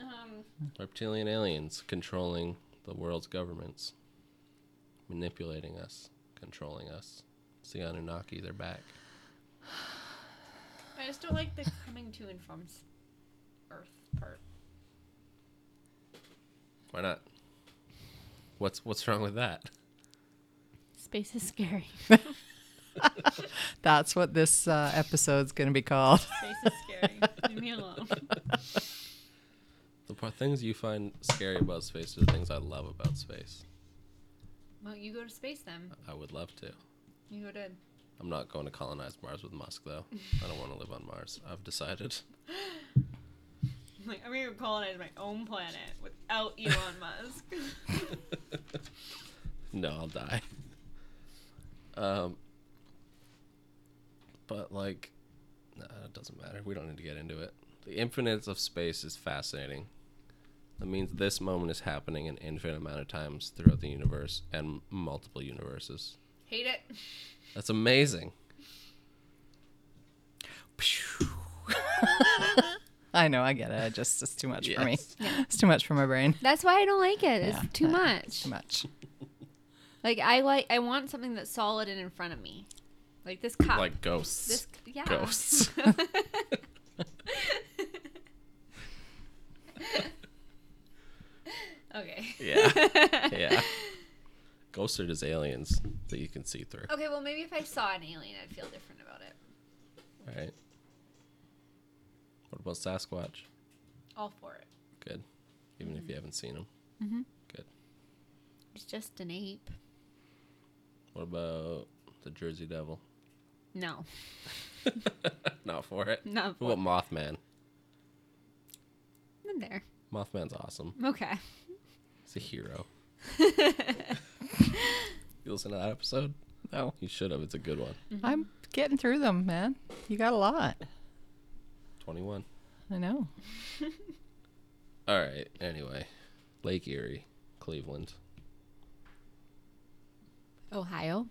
Speaker 2: um,
Speaker 1: Reptilian aliens controlling the world's governments, manipulating us, controlling us. It's the Anunnaki, they're back.
Speaker 2: I just don't like the coming to and from s- Earth part.
Speaker 1: Why not? What's what's wrong with that?
Speaker 2: Space is scary.
Speaker 3: That's what this uh, episode's going to be called.
Speaker 2: Space is scary. Leave me alone.
Speaker 1: The part, things you find scary about space are the things I love about space.
Speaker 2: Well, you go to space then.
Speaker 1: I would love to.
Speaker 2: You go to.
Speaker 1: I'm not going to colonize Mars with Musk though. I don't want to live on Mars. I've decided.
Speaker 2: Like, I'm gonna colonize my own planet without Elon Musk.
Speaker 1: No, I'll die. Um, but like, nah, it doesn't matter. We don't need to get into it. The infinite of space is fascinating. That means this moment is happening an infinite amount of times throughout the universe and m- multiple universes.
Speaker 2: Hate it.
Speaker 1: That's amazing.
Speaker 3: I know, I get it. I just it's too much for me.
Speaker 1: Yes.
Speaker 3: It's too much for my brain.
Speaker 2: That's why I don't like it. It's
Speaker 3: Yeah,
Speaker 2: too
Speaker 3: I-
Speaker 2: much.
Speaker 3: Too much.
Speaker 2: Like I like I want something that's solid and in front of me. Like this cup.
Speaker 1: Like ghosts.
Speaker 2: Ah, this yeah.
Speaker 1: Ghosts.
Speaker 2: okay.
Speaker 1: yeah. Yeah. Ghosts are just aliens that you can see through,
Speaker 2: Okay, well maybe if I saw an alien I'd feel different about it.
Speaker 1: right? What about Sasquatch?
Speaker 2: All for it.
Speaker 1: Good. Even if you haven't seen them. Good.
Speaker 2: It's just an ape.
Speaker 1: What about the Jersey Devil?
Speaker 2: No,
Speaker 1: Not for it.
Speaker 2: not
Speaker 1: What
Speaker 2: for
Speaker 1: about Mothman?
Speaker 2: I'm there.
Speaker 1: Mothman's awesome.
Speaker 2: Okay.
Speaker 1: He's a hero. you listen to that episode?
Speaker 3: No.
Speaker 1: You should have. It's a good one.
Speaker 3: I'm getting through them, man. You got a lot.
Speaker 1: 21.
Speaker 3: I know.
Speaker 1: All right. Anyway, Lake Erie, Cleveland.
Speaker 2: Ohio.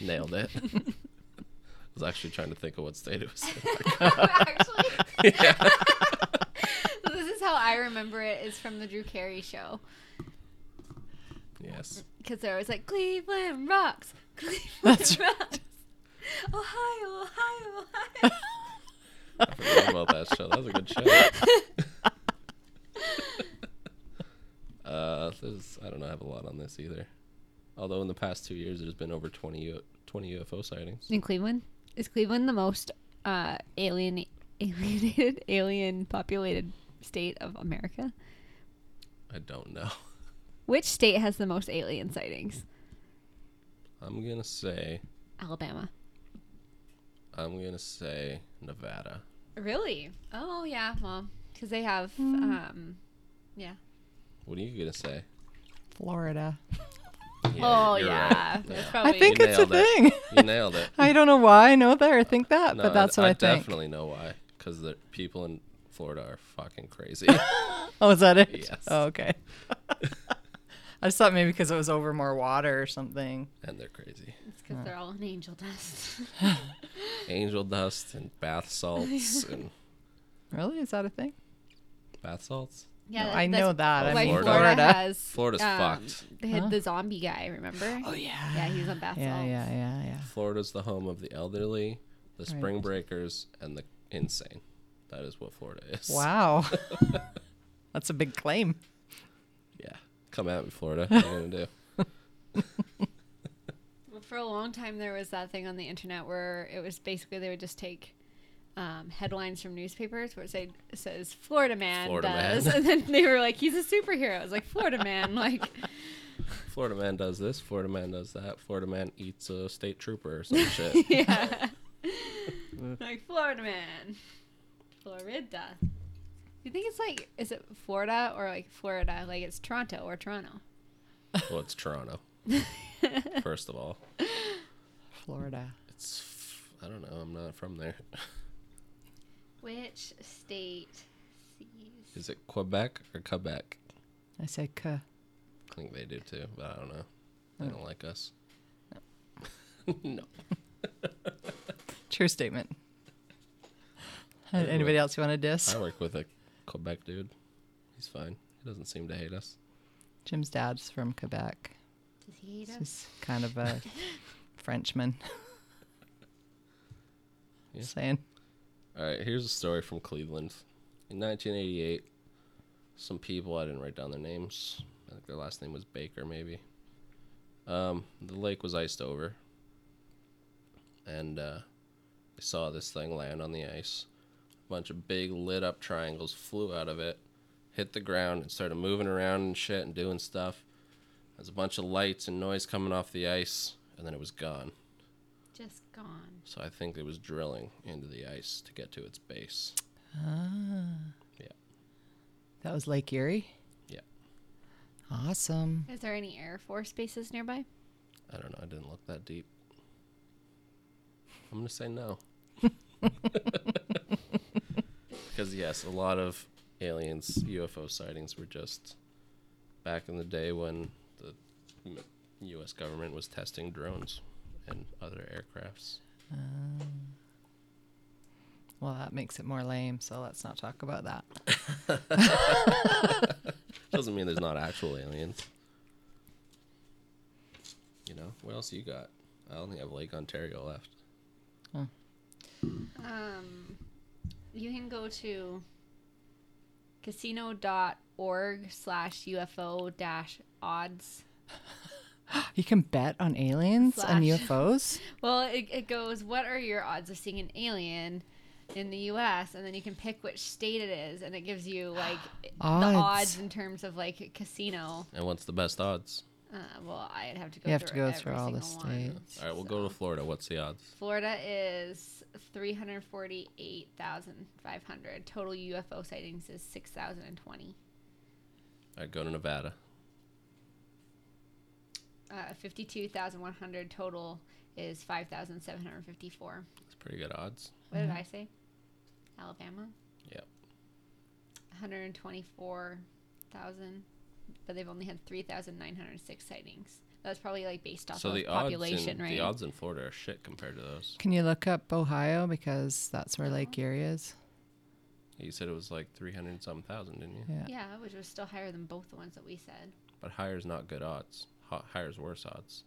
Speaker 1: Nailed it. I was actually trying to think of what state it was. in.
Speaker 2: Actually, this is how I remember it is from the Drew Carey show
Speaker 1: Yes.
Speaker 2: because they're always like Cleveland rocks, Cleveland
Speaker 3: That's right.
Speaker 2: rocks, Ohio, Ohio, Ohio.
Speaker 1: I forgot about that show. That was a good show. uh, there's, I don't know. I have a lot on this either. Although in the past two years, there's been over 20, U- 20 UFO sightings.
Speaker 2: In Cleveland, is Cleveland the most uh, alien alienated alien populated state of America?
Speaker 1: I don't know.
Speaker 2: Which state has the most alien sightings?
Speaker 1: I'm going to say,
Speaker 2: Alabama.
Speaker 1: I'm going to say Nevada.
Speaker 2: Really? Oh yeah, well, because they have um, yeah.
Speaker 1: What are you going to say?
Speaker 3: Florida.
Speaker 2: oh
Speaker 1: you're
Speaker 2: yeah,
Speaker 1: right.
Speaker 2: that's
Speaker 1: Yeah.
Speaker 2: probably
Speaker 3: I think it's a
Speaker 1: nailed it.
Speaker 3: thing.
Speaker 1: You nailed it.
Speaker 3: I don't know why I know that or think that,
Speaker 1: No,
Speaker 3: but that's
Speaker 1: I,
Speaker 3: what I,
Speaker 1: I
Speaker 3: think.
Speaker 1: definitely know why. Because the people in Florida are fucking crazy.
Speaker 3: Oh, is that it?
Speaker 1: Yes.
Speaker 3: Oh, okay. I just thought maybe because it was over more water or something.
Speaker 1: and they're crazy.
Speaker 2: it's because they're all in angel dust.
Speaker 1: Angel dust and bath salts and
Speaker 3: Really? Is that a thing?
Speaker 1: bath salts.
Speaker 2: yeah,
Speaker 3: No,
Speaker 2: that-
Speaker 3: I
Speaker 2: that's
Speaker 3: know that.
Speaker 1: Oh,
Speaker 3: I
Speaker 2: Why
Speaker 3: mean,
Speaker 2: Florida.
Speaker 1: Florida.
Speaker 2: has
Speaker 1: Florida's
Speaker 2: um,
Speaker 1: fucked.
Speaker 2: They had
Speaker 3: Huh?
Speaker 2: the zombie guy, remember?
Speaker 3: Oh, yeah.
Speaker 2: Yeah, he was on bath
Speaker 3: Yeah,
Speaker 2: salts.
Speaker 3: yeah, yeah, yeah.
Speaker 1: Florida's the home of the elderly, the
Speaker 3: Right.
Speaker 1: spring breakers, and the insane. That is what Florida is.
Speaker 3: Wow. That's a big claim.
Speaker 1: Yeah. Come at me, Florida. What are you gonna do?
Speaker 2: Well, For a long time, there was that thing on the internet where it was basically they would just take um, headlines from newspapers where it say, says Florida man
Speaker 1: Florida
Speaker 2: does,
Speaker 1: man.
Speaker 2: and then they were like, he's a superhero. I was like, Florida man, like
Speaker 1: Florida man does this. Florida man does that. Florida man eats a state trooper or some shit.
Speaker 2: yeah, like Florida man, Florida. You think it's like, is it Florida or like Florida? Like it's Toronto or Toronto.
Speaker 1: well, it's Toronto. First of all,
Speaker 3: Florida.
Speaker 1: it's f- I don't know. I'm not from there.
Speaker 2: Which state sees?
Speaker 1: Is it Quebec or Quebec?
Speaker 3: I say K.
Speaker 1: I think they do too, but I don't know.
Speaker 3: Hmm.
Speaker 1: They don't like us. no.
Speaker 3: True statement. Uh,
Speaker 1: Anyway.
Speaker 3: Anybody else you want to diss?
Speaker 1: I work with a Quebec dude. He's fine. He doesn't seem to hate us.
Speaker 3: Jim's dad's from Quebec.
Speaker 2: Does he hate
Speaker 3: So
Speaker 2: us?
Speaker 3: He's kind of a Frenchman.
Speaker 1: Yeah.
Speaker 3: Saying.
Speaker 1: All right, here's a story from Cleveland. In 1988, some people, I didn't write down their names. I think their last name was Baker, maybe. Um, the lake was iced over. And uh, I saw this thing land on the ice. A bunch of big lit up triangles flew out of it, hit the ground, and started moving around and shit and doing stuff. There's a bunch of lights and noise coming off the ice, and then it was gone.
Speaker 2: Just gone.
Speaker 1: So I think it was drilling into the ice to get to its base.
Speaker 3: That was Lake Erie?
Speaker 1: Yeah.
Speaker 3: Awesome.
Speaker 2: Is there any Air Force bases nearby?
Speaker 1: I don't know. I didn't look that deep. I'm gonna say no. because yes, a lot of aliens, UFO sightings were just back in the day when the m- U.S. government was testing drones and other aircrafts.
Speaker 3: Well, that makes it more lame, so let's not talk about that.
Speaker 1: Doesn't mean there's not actual aliens. You know what else you got? I only have Lake Ontario left.
Speaker 2: Um, you can go to casino.org slash UFO dash odds.
Speaker 3: You can bet on aliens and
Speaker 2: Slash.
Speaker 3: UFOs?
Speaker 2: Well, it, it goes, what are your odds of seeing an alien in the U.S.? And then you can pick which state it is, and it gives you like the
Speaker 3: Odds.
Speaker 2: odds in terms of like a casino.
Speaker 1: And what's the best odds?
Speaker 2: Uh, well, I'd have to go.
Speaker 3: You have
Speaker 2: through
Speaker 3: to go
Speaker 2: every
Speaker 3: through all the
Speaker 2: single one.
Speaker 1: All right, we'll go to Florida. What's the odds?
Speaker 2: Florida is 348,500. Total UFO sightings is 6,020.
Speaker 1: All right, go to Nevada.
Speaker 2: Uh, 52,100 total is 5,754.
Speaker 1: It's pretty good odds.
Speaker 2: What did I say? Alabama?
Speaker 1: Yep.
Speaker 2: 124,000, but they've only had 3,906 sightings. That's probably like based off
Speaker 1: so
Speaker 2: of
Speaker 1: the odds,
Speaker 2: population,
Speaker 1: in,
Speaker 2: right?
Speaker 1: the odds in Florida are shit compared to those.
Speaker 3: Can you look up Ohio because that's where Lake Erie is?
Speaker 1: You said it was like three hundred some thousand, didn't you?
Speaker 3: Yeah.
Speaker 2: yeah, which was still higher than both the ones that we said.
Speaker 1: But higher is not good odds. Ho- higher is worse odds.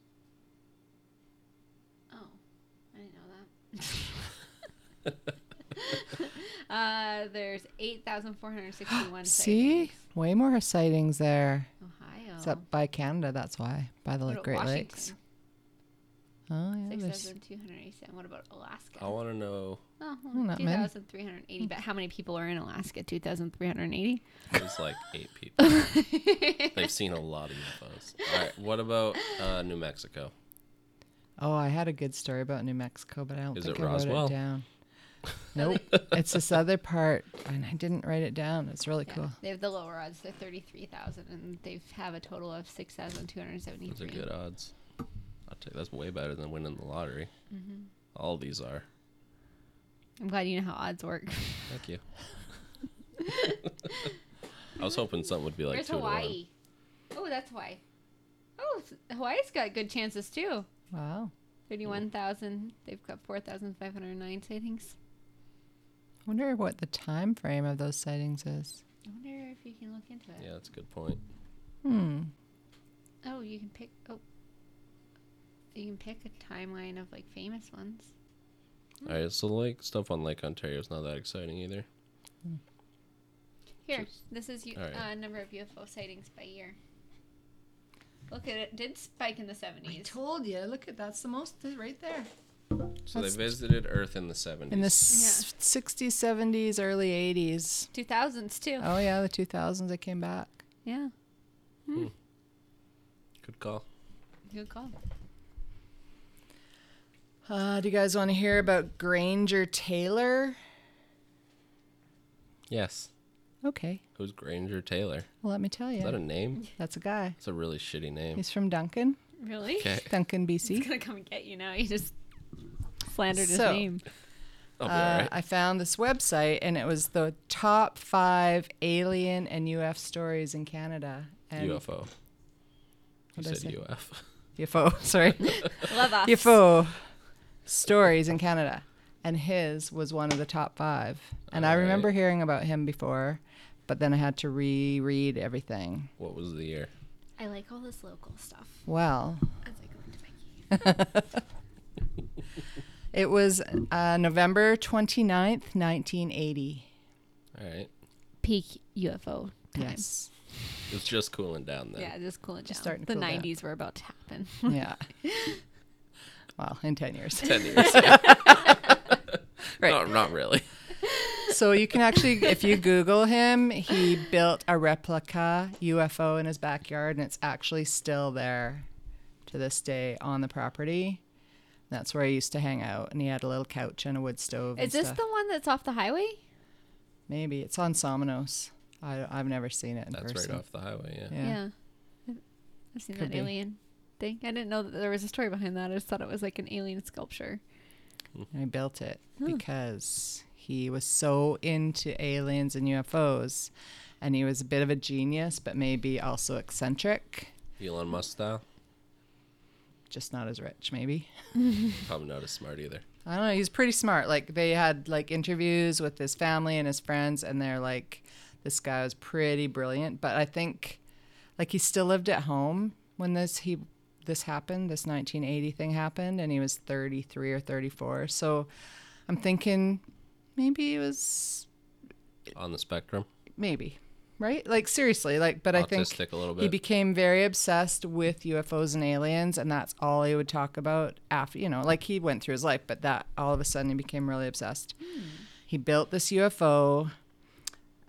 Speaker 2: Oh, I didn't know that. uh, there's 8,461
Speaker 3: See,
Speaker 2: sightings.
Speaker 3: way more sightings there.
Speaker 2: Ohio.
Speaker 3: It's up by Canada. That's why by the
Speaker 2: What
Speaker 3: Lake
Speaker 2: about
Speaker 3: Great
Speaker 2: Washington?
Speaker 3: Lakes. Oh yeah, there's
Speaker 2: 6,287. What about Alaska?
Speaker 1: I want to know.
Speaker 2: oh,
Speaker 3: Hmm, not many.
Speaker 2: 2,380. But how many people are in Alaska? 2,380?
Speaker 1: There's like eight people. They've seen a lot of UFOs. All right, what about uh, New Mexico?
Speaker 3: Oh, I had a good story about New Mexico, but I don't
Speaker 1: Is
Speaker 3: think
Speaker 1: it
Speaker 3: I wrote
Speaker 1: Roswell?
Speaker 3: it down. Nope. it's this other part, and I didn't write it down. It's really
Speaker 2: Yeah,
Speaker 3: cool.
Speaker 2: They have the lower odds. They're 33,000, and they have a total of 6,273.
Speaker 1: Those are good odds. I'll take that's way better than winning the lottery.
Speaker 3: Mm-hmm.
Speaker 1: All these are.
Speaker 2: I'm glad you know how odds work.
Speaker 1: Thank you. I was hoping something would be like
Speaker 2: Where's
Speaker 1: two to one.
Speaker 2: Hawaii? Oh, that's Hawaii. Oh, it's- Hawaii's got good chances, too.
Speaker 3: Wow.
Speaker 2: 31,000. They've got 4,509 sightings.
Speaker 3: I wonder what the time frame of those sightings is.
Speaker 2: I wonder if you can look into it.
Speaker 1: Yeah, that's a good point.
Speaker 3: Hmm.
Speaker 2: Oh, you can pick. Oh. You can pick a timeline of like famous ones.
Speaker 1: All right, so like stuff on Lake Ontario is not that exciting either.
Speaker 2: Here, this is U-
Speaker 1: All right.
Speaker 2: uh, number of UFO sightings by year. Look at it. it did spike in the 70s.
Speaker 3: told you. Look at that's the most right there.
Speaker 1: So
Speaker 3: That's-
Speaker 1: they visited Earth in the 70s.
Speaker 3: In the s- 60s, 70s, early 80s.
Speaker 2: 2000s too.
Speaker 3: Oh yeah, the 2000s. I came back.
Speaker 2: Yeah.
Speaker 1: Good call.
Speaker 2: Good call.
Speaker 3: Uh, do you guys want to hear about Granger Taylor?
Speaker 1: Yes.
Speaker 3: Okay.
Speaker 1: Who's Granger Taylor?
Speaker 3: Well, let me tell you.
Speaker 1: Is that a name?
Speaker 3: that's a guy.
Speaker 1: It's a really shitty name. Eh.
Speaker 3: He's from Duncan,
Speaker 2: Really?
Speaker 1: Okay.
Speaker 3: Duncan,
Speaker 2: He's
Speaker 3: BC.
Speaker 2: gonna come and get you now. You just slandered his
Speaker 3: So-
Speaker 2: name.
Speaker 1: I'll be all
Speaker 3: Uh,
Speaker 1: right.
Speaker 3: I found this website and it was the top five alien and UF stories in Canada. And
Speaker 1: UFO. You
Speaker 3: What'd I
Speaker 1: said
Speaker 3: say?
Speaker 1: UF.
Speaker 3: UFO, sorry.
Speaker 2: Love us.
Speaker 3: UFO stories in Canada. And his was one of the top five. And I
Speaker 1: All right.
Speaker 3: remember hearing about him before, but then I had to reread everything.
Speaker 1: What was the year?
Speaker 2: I like all this local stuff.
Speaker 3: Well,
Speaker 2: As I go into Becky.
Speaker 3: it was
Speaker 1: Hmm.
Speaker 3: uh, November 29th, 1980.
Speaker 1: All right.
Speaker 2: Peak UFO time.
Speaker 3: Yes.
Speaker 1: It's just cooling down then.
Speaker 2: Yeah, just cooling
Speaker 3: Just
Speaker 2: down.
Speaker 3: starting to
Speaker 2: The
Speaker 3: cool down.
Speaker 2: 90s were about to happen.
Speaker 3: yeah. Well, in 10 years.
Speaker 1: 10 years.
Speaker 3: Right.
Speaker 1: No, not really.
Speaker 3: So you can actually, if you Google him, he built a replica UFO in his backyard, and it's actually still there to this day on the property. That's where I used to hang out, and he had a little couch and a wood stove.
Speaker 2: Is
Speaker 3: and
Speaker 2: this
Speaker 3: stuff.
Speaker 2: the one that's off the highway?
Speaker 3: Maybe it's on Somnos. I, I've never seen it in
Speaker 1: That's
Speaker 3: person.
Speaker 1: right off the highway, yeah.
Speaker 3: Yeah.
Speaker 2: I've- I've seen
Speaker 3: Could
Speaker 2: that
Speaker 3: be.
Speaker 2: alien thing. I didn't know that there was a story behind that. I just thought it was like an alien sculpture.
Speaker 3: And he built it because he was so into aliens and UFOs, and he was a bit of a genius, but maybe also eccentric.
Speaker 1: Elon Musk style.
Speaker 3: Just not as rich, maybe.
Speaker 1: Probably not as smart either.
Speaker 3: I don't know. He's pretty smart. Like they had like interviews with his family and his friends, and they're like, this guy was pretty brilliant. But I think, like, he still lived at home when this he this happened, this 1980 thing happened, and he was 33 or 34. So I'm thinking maybe he was
Speaker 1: On the spectrum.
Speaker 3: maybe right. Like seriously, like, but I think
Speaker 1: Autistic a little
Speaker 3: he
Speaker 1: bit.
Speaker 3: became very obsessed with UFOs and aliens, and that's all he would talk about after, you know, like he went through his life, but that all of a sudden he became really obsessed. He built this UFO.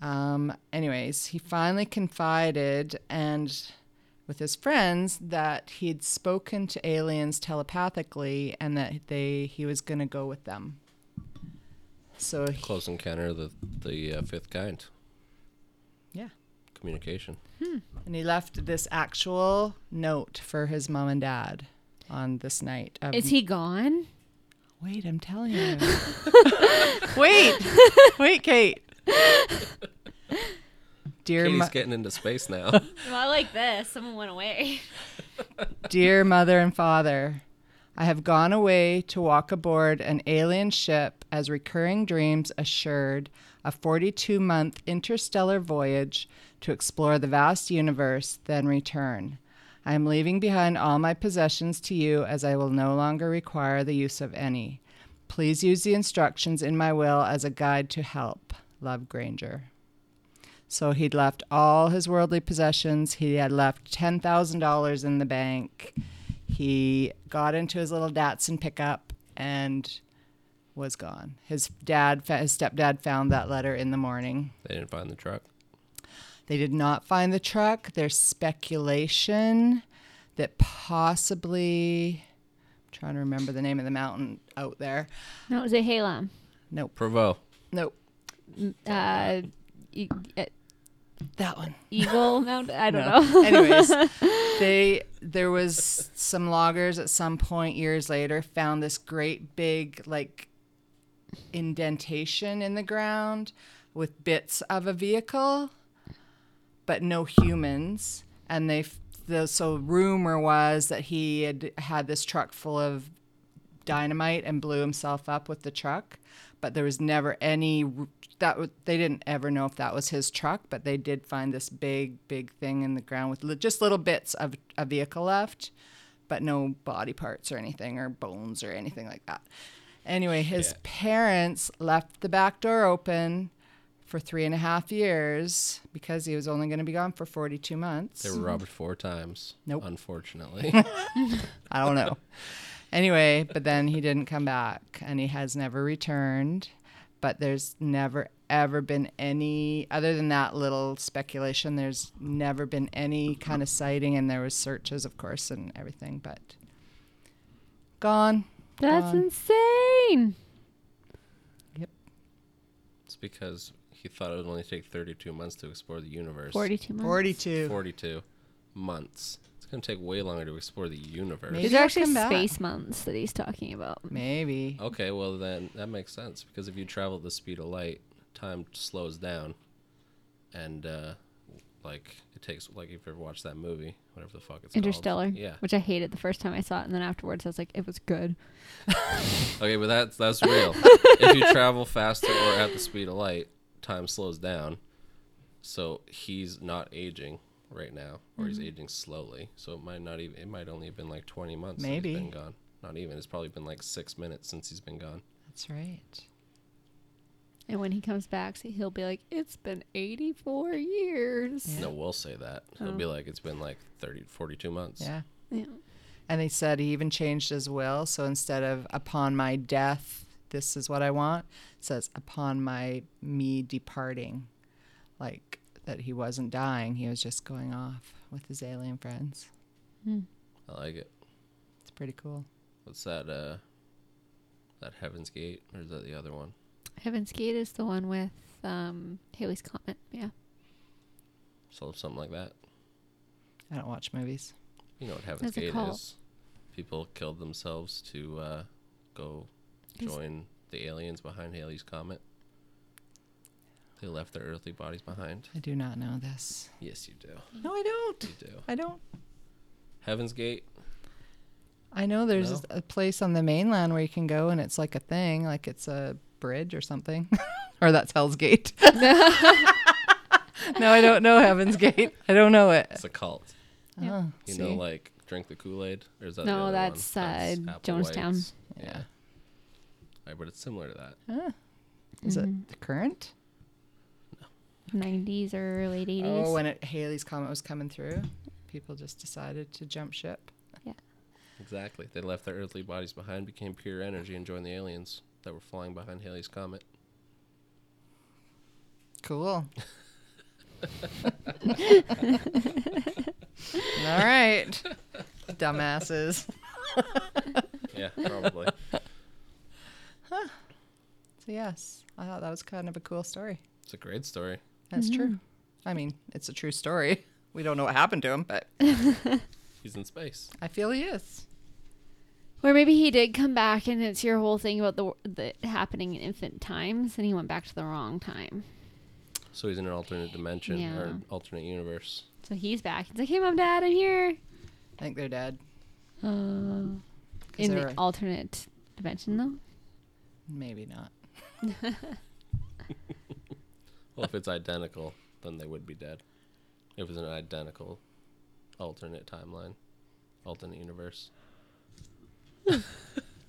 Speaker 3: Um, anyways, he finally confided, and with his friends that he'd spoken to aliens telepathically and that they he was going to go with them. So he-
Speaker 1: Close Encounter of the the uh, Fifth Kind
Speaker 3: yeah.
Speaker 1: communication.
Speaker 3: And he left this actual note for his mom and dad on this night. Of,
Speaker 2: Is he gone?
Speaker 3: Wait, I'm telling you. wait, wait, Kate. Dear,
Speaker 1: Katie's
Speaker 3: mo-
Speaker 1: getting into space now.
Speaker 2: Well, I like this. Someone went away.
Speaker 3: dear mother and father, I have gone away to walk aboard an alien ship as recurring dreams assured a 42 month interstellar voyage to explore the vast universe, then return. I am leaving behind all my possessions to you as I will no longer require the use of any. Please use the instructions in my will as a guide to help. Love Granger. So he'd left all his worldly possessions. He had left ten thousand dollars in the bank. He got into his little Datsun pickup and was gone. His dad, fa- his stepdad, found that letter in the morning.
Speaker 1: they didn't find the truck.
Speaker 3: They did not find the truck. There's speculation that possibly, I'm trying to remember the name of the mountain out there.
Speaker 2: No, it was a Halem.
Speaker 3: Nope,
Speaker 1: Provo.
Speaker 3: nope,
Speaker 2: Uh, e- uh,
Speaker 3: that one.
Speaker 2: Eagle Mountain? I don't
Speaker 3: No.
Speaker 2: know.
Speaker 3: Anyways, they there was some loggers at some point years later found this great big like indentation in the ground with bits of a vehicle, but no humans. And they f- the so rumor was that he had had this truck full of dynamite and blew himself up with the truck. But there was never any that w- they didn't ever know if that was his truck. But they did find this big, big thing in the ground with li- just little bits of a vehicle left, but no body parts or anything or bones or anything like that. Anyway, his
Speaker 1: Shit.
Speaker 3: parents left the back door open for three and a half years because he was only going to be gone for 42 months.
Speaker 1: They were robbed four times.
Speaker 3: Nope.
Speaker 1: Unfortunately.
Speaker 3: I don't know. anyway, but then he didn't come back and he has never returned. But there's never, ever been any, other than that little speculation, there's never been any kind of sighting and there was searches, of course, and everything, but gone.
Speaker 2: That's
Speaker 3: Um,
Speaker 2: insane.
Speaker 1: it's because he thought it would only take 32 months to explore the universe.
Speaker 2: 42 months.
Speaker 3: 42.
Speaker 1: 42 months. It's going to take way longer to explore the universe.
Speaker 3: Maybe.
Speaker 2: These are
Speaker 3: He'll
Speaker 2: actually
Speaker 3: come back.
Speaker 2: space months that he's talking about.
Speaker 3: Maybe.
Speaker 1: Okay, well then that makes sense because if you travel at the speed of light, time slows down, and uh, like it takes like if you ever watched that movie, whatever the fuck it's called.
Speaker 2: Interstellar,
Speaker 1: Yeah.
Speaker 2: which I hated the first time I saw it, and then afterwards I was like, it was good.
Speaker 1: Okay, but that's that's real. if you travel faster or at the speed of light, time slows down. So he's not aging right now, or he's aging slowly. So it might not even it might only have been like twenty months. that
Speaker 3: Maybe.
Speaker 1: he's been gone. Not even. It's probably been like six minutes since he's been gone.
Speaker 3: That's right.
Speaker 2: And when he comes back, so he'll be like, it's been 84 years.
Speaker 1: No, we'll say that. It'll be like it's been like 30, 42 months.
Speaker 3: Yeah.
Speaker 2: Oh. Yeah.
Speaker 3: And he said he even changed his will. So instead of upon my death, this is what I want, it says upon my me departing. Like that he wasn't dying, he was just going off with his alien friends.
Speaker 1: I like it.
Speaker 3: It's pretty cool.
Speaker 1: What's that? Uh, that Heaven's Gate, or is that the other one?
Speaker 2: Heaven's Gate is the one with um, Haley's Comet. Yeah.
Speaker 1: So something like that.
Speaker 3: I don't watch movies.
Speaker 1: You know what Heaven's
Speaker 2: That's a
Speaker 1: Gate
Speaker 2: cult.
Speaker 1: is? People killed themselves to uh, go
Speaker 2: Is-
Speaker 1: join the aliens behind Haley's comet. They left their earthly bodies behind.
Speaker 3: I do not know this.
Speaker 1: Yes, you do.
Speaker 3: No, I don't.
Speaker 1: You do.
Speaker 3: I don't.
Speaker 1: Heaven's Gate.
Speaker 3: I know there's
Speaker 1: No?
Speaker 3: a place on the mainland where you can go and it's like a thing, like it's a bridge or something. or that's Hell's Gate. no, I don't know Heaven's Gate. I don't know it.
Speaker 2: Uh,
Speaker 1: It's a cult.
Speaker 2: Yeah.
Speaker 3: Oh,
Speaker 1: You
Speaker 3: see?
Speaker 1: know, like drink the Kool Aid, or is that the
Speaker 2: No,
Speaker 1: other one?
Speaker 2: that's, uh,
Speaker 1: Apple
Speaker 2: Jonestown.
Speaker 1: Whites. Yeah.
Speaker 3: Yeah.
Speaker 1: Right, but it's similar to that.
Speaker 3: Is
Speaker 2: Mm-hmm.
Speaker 3: it the current?
Speaker 2: 90s Mm-hmm. or late 80s.
Speaker 3: Oh, when it, Haley's comet was coming through, people just decided to jump ship.
Speaker 1: Exactly. They left their earthly bodies behind, became pure energy, and joined the aliens that were flying behind Haley's comet.
Speaker 3: Cool. All right. Dumbasses.
Speaker 1: Yeah, probably.
Speaker 3: So, yes, I thought that was kind of a cool story.
Speaker 1: It's a great story.
Speaker 3: That's true. I mean, it's a true story. We don't know what happened to him, but
Speaker 1: He's in space.
Speaker 3: I feel he is.
Speaker 2: Or maybe he did come back, and it's your whole thing about the, the happening in infant times, and he went back to the wrong time.
Speaker 1: So he's in an alternate dimension or
Speaker 2: Yeah.
Speaker 1: an alternate universe.
Speaker 2: So he's back. He's like, "Hey, mom, dad, I'm here."
Speaker 3: I think they're dead.
Speaker 2: Uh, in
Speaker 3: 'Cause
Speaker 2: the
Speaker 3: they're-
Speaker 2: alternate dimension, though.
Speaker 3: Maybe not.
Speaker 1: Well, if it's identical, then they would be dead. If it's an identical alternate timeline, alternate universe.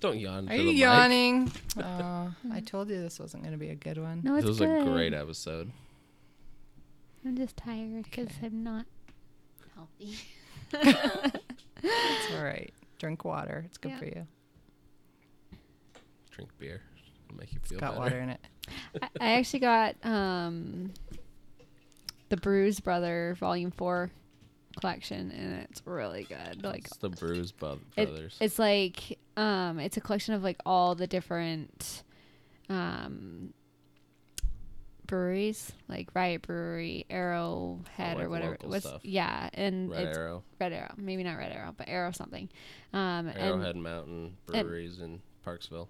Speaker 1: Don't yawn.
Speaker 3: Are
Speaker 1: to
Speaker 3: you
Speaker 1: the mic.
Speaker 3: yawning? Oh, I told you this wasn't going to be a good one.
Speaker 2: No,
Speaker 1: This
Speaker 2: it's
Speaker 1: was
Speaker 2: good.
Speaker 1: a great episode.
Speaker 2: I'm just tired because I'm not healthy.
Speaker 3: It's all right. Drink water. It's good
Speaker 2: Yeah.
Speaker 3: for you.
Speaker 1: Drink beer. It'll make you feel
Speaker 3: Got
Speaker 1: better.
Speaker 3: water in it.
Speaker 2: I, I actually got um, the Bruise Brother Volume Four collection, and it's really good. Like
Speaker 1: It's the Bruise Bo-
Speaker 2: it,
Speaker 1: Brothers.
Speaker 2: it's like um it's a collection of like all the different um breweries like riot brewery arrowhead
Speaker 1: like
Speaker 2: or whatever
Speaker 1: local
Speaker 2: What's-
Speaker 1: stuff.
Speaker 2: yeah and
Speaker 1: Red
Speaker 2: it's
Speaker 1: Arrow,
Speaker 2: red arrow maybe not red arrow but arrow something um and
Speaker 1: Arrowhead Mountain Breweries in Parksville.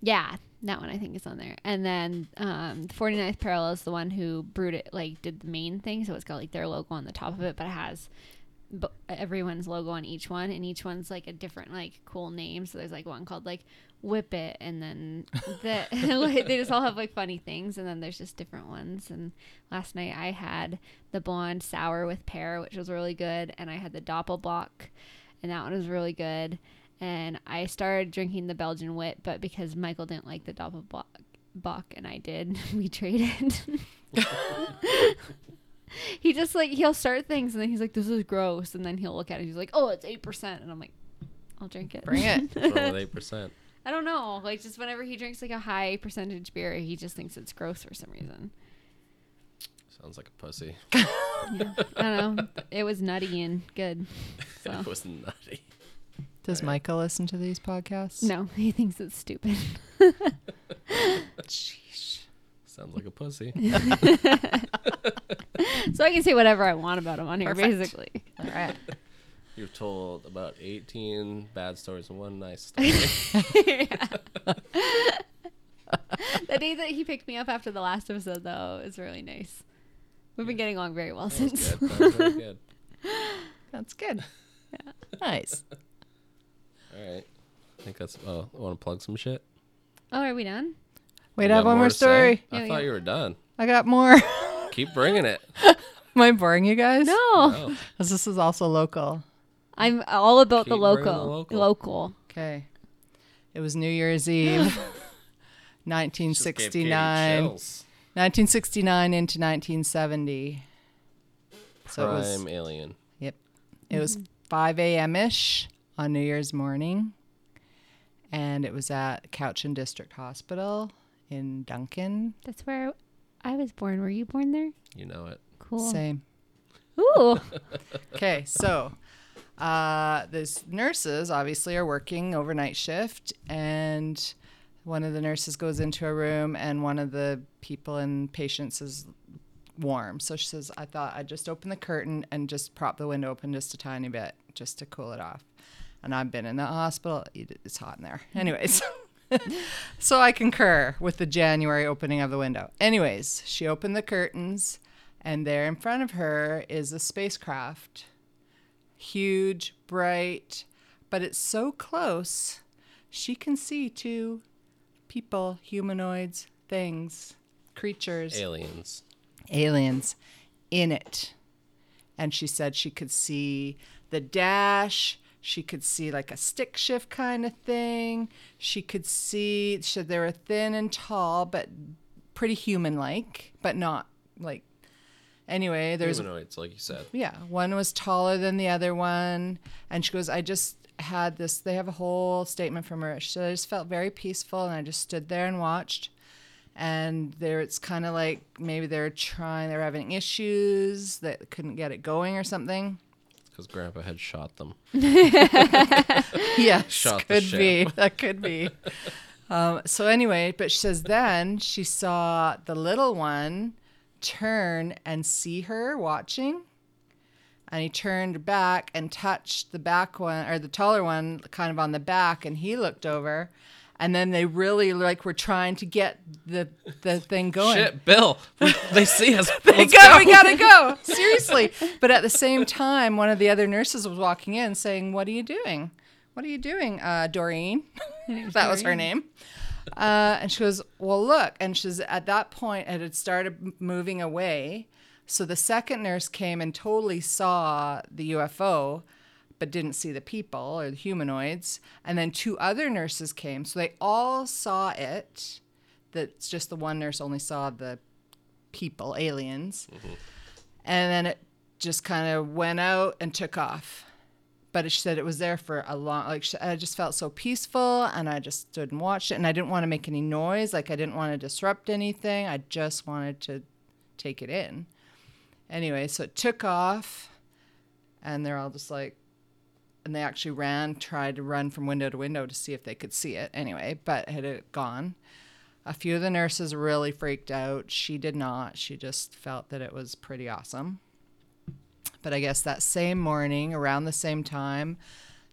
Speaker 2: yeah, that one I think is on there. And then um, the 49th Parallel is the one who brewed it, like did the main thing. So it's got like their logo on the top of it, but it has b- everyone's logo on each one. And each one's like a different, like cool name. So there's like one called like Whip It. And then the, like, they just all have like funny things. And then there's just different ones. And last night I had the blonde sour with pear, which was really good. And I had the Doppelbock, and that one was really good and I started drinking the Belgian wit, but because Michael didn't like the Doppelbock Bock and I did, we traded. he just like he'll start things and then he's like, "This is gross," and then he'll look at it. he's like, "Oh, it's eight percent," and I'm like, "I'll drink it."
Speaker 3: Bring it.
Speaker 1: What's wrong with 8%?
Speaker 2: I don't know. Like just whenever he drinks like a high percentage beer, he just thinks it's gross for some reason.
Speaker 1: Sounds like a pussy.
Speaker 2: I don't know. It was nutty and good. So
Speaker 1: It was nutty.
Speaker 3: Does Michael listen to these podcasts?
Speaker 2: no, he thinks it's stupid.
Speaker 1: Sounds like a pussy.
Speaker 2: So I can say whatever I want about him on here,
Speaker 3: Perfect.
Speaker 2: basically.
Speaker 3: All right.
Speaker 1: You've told about 18 bad stories and one nice story.
Speaker 2: The day that he picked me up after the last episode, though, is really nice. We've been getting along very well
Speaker 1: That
Speaker 2: since.
Speaker 1: was good. That was really good.
Speaker 3: That's good. Nice.
Speaker 1: All right. I think that's. Oh, want to plug some shit?
Speaker 2: Oh, are we done?
Speaker 3: Wait,
Speaker 1: You
Speaker 3: I
Speaker 1: got
Speaker 3: have one more
Speaker 1: to say?
Speaker 3: story.
Speaker 2: Yeah,
Speaker 1: I thought
Speaker 2: yeah.
Speaker 1: you were done.
Speaker 3: I got more.
Speaker 1: Keep bringing it.
Speaker 3: Am I boring you guys?
Speaker 2: No,
Speaker 3: 'Cause this is also local.
Speaker 2: I'm all about the
Speaker 1: Keep bringing the
Speaker 2: local.
Speaker 1: local.
Speaker 2: local.
Speaker 3: Okay. It was New Year's Eve, 1969. 1969 into 1970. So it
Speaker 1: Prime
Speaker 3: was,
Speaker 1: alien.
Speaker 3: yep. It was 5 a.m. ish on New Year's morning. And it was at Couch and District Hospital in Duncan.
Speaker 2: That's where I was born. Were you born there?
Speaker 1: You know it.
Speaker 2: Cool.
Speaker 3: Same.
Speaker 2: Ooh,
Speaker 3: Okay, so uh, this nurses obviously are working overnight shift, and one of the nurses goes into a room, and one of the people in patients is warm. So she says, "I thought I'd just open the curtain and just prop the window open just a tiny bit, just to cool it off." And I've been in the hospital; it- it's hot in there. Anyways. So I concur with the January opening of the window. Anyways, she opened the curtains, and there in front of her is a spacecraft. Huge, bright, but it's so close, she can see two people, humanoids, things, creatures
Speaker 1: Aliens.
Speaker 3: aliens in it. And she said she could see the dash. She could see like a stick shift kind of thing. She could see, she, they were thin and tall, but pretty human like, but not like. Anyway, there's
Speaker 1: Humanoids, like you said.
Speaker 3: yeah, one was taller than the other one. And she goes, I just had this, they have a whole statement from her. She said, I just felt very peaceful and I just stood there and watched. And there, it's kind of like maybe they're trying, they're having issues that couldn't get it going or something.
Speaker 1: It's because Grandpa had shot them.
Speaker 3: yes,
Speaker 1: Shot the
Speaker 3: could be. That could be. Um, so anyway, but she says then she saw the little one turn and see her watching, and he turned back and touched the back one or the taller one, kind of on the back, and he looked over, and then they really like were trying to get the the thing going.
Speaker 1: Shit, Bill, we- they see us.
Speaker 3: We
Speaker 1: Let's
Speaker 3: got, we gotta go. Seriously. But at the same time, one of the other nurses was walking in saying, What are you doing? What are you doing, uh, Doreen? that was her name. Uh, and she goes, Well, look. And she's at that point, it had started m- moving away. So the second nurse came and totally saw the UFO, but didn't see the people or the humanoids. And then two other nurses came. So they all saw it. That's just the one nurse only saw the people, aliens. And then it just kind of went out and took off. But it, she said it was there for a long, like, she, I just felt so peaceful and I just stood and watched it. And I didn't want to make any noise. Like, I didn't want to disrupt anything. I just wanted to take it in. Anyway, so it took off and they're all just like, and they actually ran, tried to run from window to window to see if they could see it anyway, but had it gone. A few of the nurses really freaked out. She did not. She just felt that it was pretty awesome. But I guess that same morning, around the same time,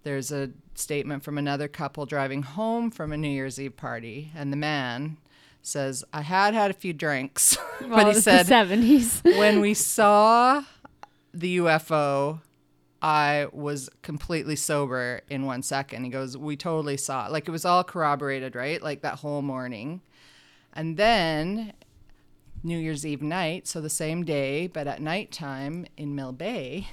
Speaker 3: there's a statement from another couple driving home from a New Year's Eve party, and the man says, "I had had a few drinks,"
Speaker 2: Well,
Speaker 3: but
Speaker 2: it
Speaker 3: he
Speaker 2: was
Speaker 3: said,
Speaker 2: the 70s.
Speaker 3: when we saw the UFO, I was completely sober in one second. He goes, We totally saw it. Like it was all corroborated, right? Like that whole morning. And then New Year's Eve night, so the same day, but at nighttime in Mill Bay,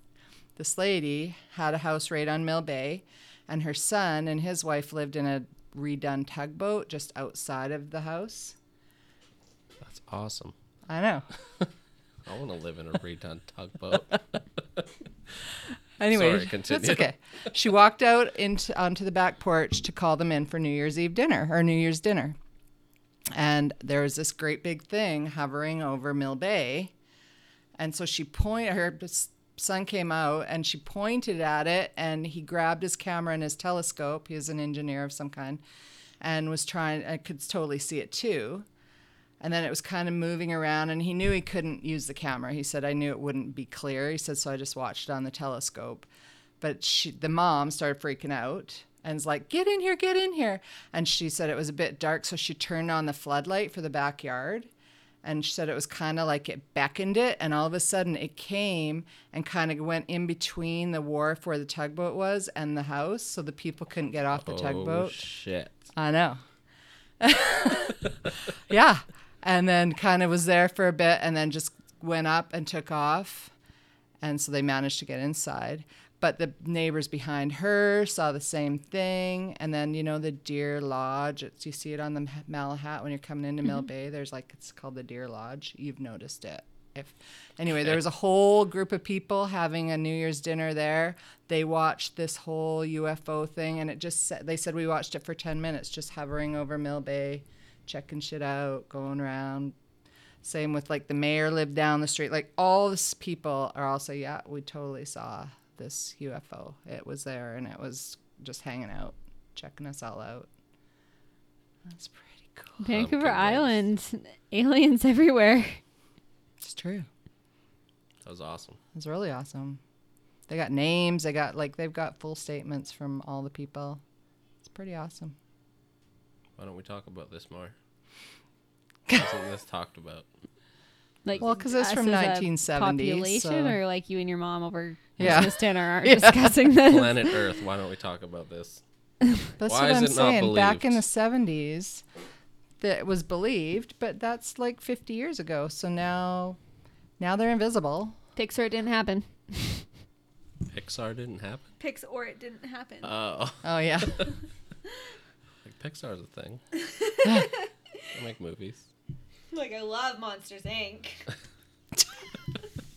Speaker 3: this lady had a house right on Mill Bay, and her son and his wife lived in a redone tugboat just outside of the house.
Speaker 1: That's awesome.
Speaker 3: I know.
Speaker 1: I want to live in a redone tugboat.
Speaker 3: Anyway,
Speaker 1: Sorry, continue.
Speaker 3: that's okay. She walked out into onto the back porch to call them in for New Year's Eve dinner or New Year's dinner, and there was this great big thing hovering over Mill Bay, and so she point her s- son came out and she pointed at it, and he grabbed his camera and his telescope. He was an engineer of some kind, and was trying. I could totally see it too. And then it was kind of moving around, and he knew he couldn't use the camera. He said, I knew it wouldn't be clear. He said, so I just watched it on the telescope. But she, the mom started freaking out and is like, Get in here, get in here. And she said it was a bit dark, so she turned on the floodlight for the backyard. And she said it was kind of like it beckoned it, and all of a sudden it came and kind of went in between the wharf where the tugboat was and the house, so the people couldn't get off the
Speaker 1: Oh
Speaker 3: tugboat.
Speaker 1: shit!
Speaker 3: I know. yeah. And then kind of was there for a bit and then just went up and took off. And so they managed to get inside. But the neighbors behind her saw the same thing. And then, you know, the Deer Lodge, it's, you see it on the M- Malahat when you're coming into Mill Bay. There's like, it's called the Deer Lodge. You've noticed it. If, anyway, there was a whole group of people having a New Year's dinner there. They watched this whole UFO thing, and it just said, they said we watched it for 10 minutes, just hovering over Mill Bay, checking shit out, going around, same with like the mayor lived down the street. Like all these people are also, yeah, we totally saw this UFO. It was there and it was just hanging out, checking us all out. That's pretty cool.
Speaker 2: Vancouver
Speaker 1: convinced.
Speaker 2: Island. Aliens everywhere.
Speaker 3: It's true.
Speaker 1: That was awesome.
Speaker 3: It's really awesome. They got names. They got like they've got full statements from all the people. It's pretty awesome.
Speaker 1: Why don't we talk about this more? Isn't this talked about?
Speaker 2: Like
Speaker 3: Well, 'cause it's
Speaker 2: us as
Speaker 3: from
Speaker 2: a
Speaker 3: 1970,
Speaker 2: Population,
Speaker 3: so-
Speaker 2: or like you and your mom over
Speaker 3: Yeah.
Speaker 2: Christmas dinner aren't
Speaker 3: Yeah.
Speaker 2: discussing this.
Speaker 1: Planet Earth. Why don't we talk about this?
Speaker 3: That's
Speaker 1: Why is
Speaker 3: what I'm
Speaker 1: it not
Speaker 3: saying. Back in the
Speaker 1: believed?
Speaker 3: 70s, that it was believed, but that's like 50 years ago. So now, now they're invisible.
Speaker 2: Pixar it didn't happen.
Speaker 1: Pixar didn't happen.
Speaker 2: Pix or it didn't happen.
Speaker 1: Oh,
Speaker 3: Oh yeah.
Speaker 1: like Pixar's a thing. they make movies.
Speaker 2: like I love Monsters Inc.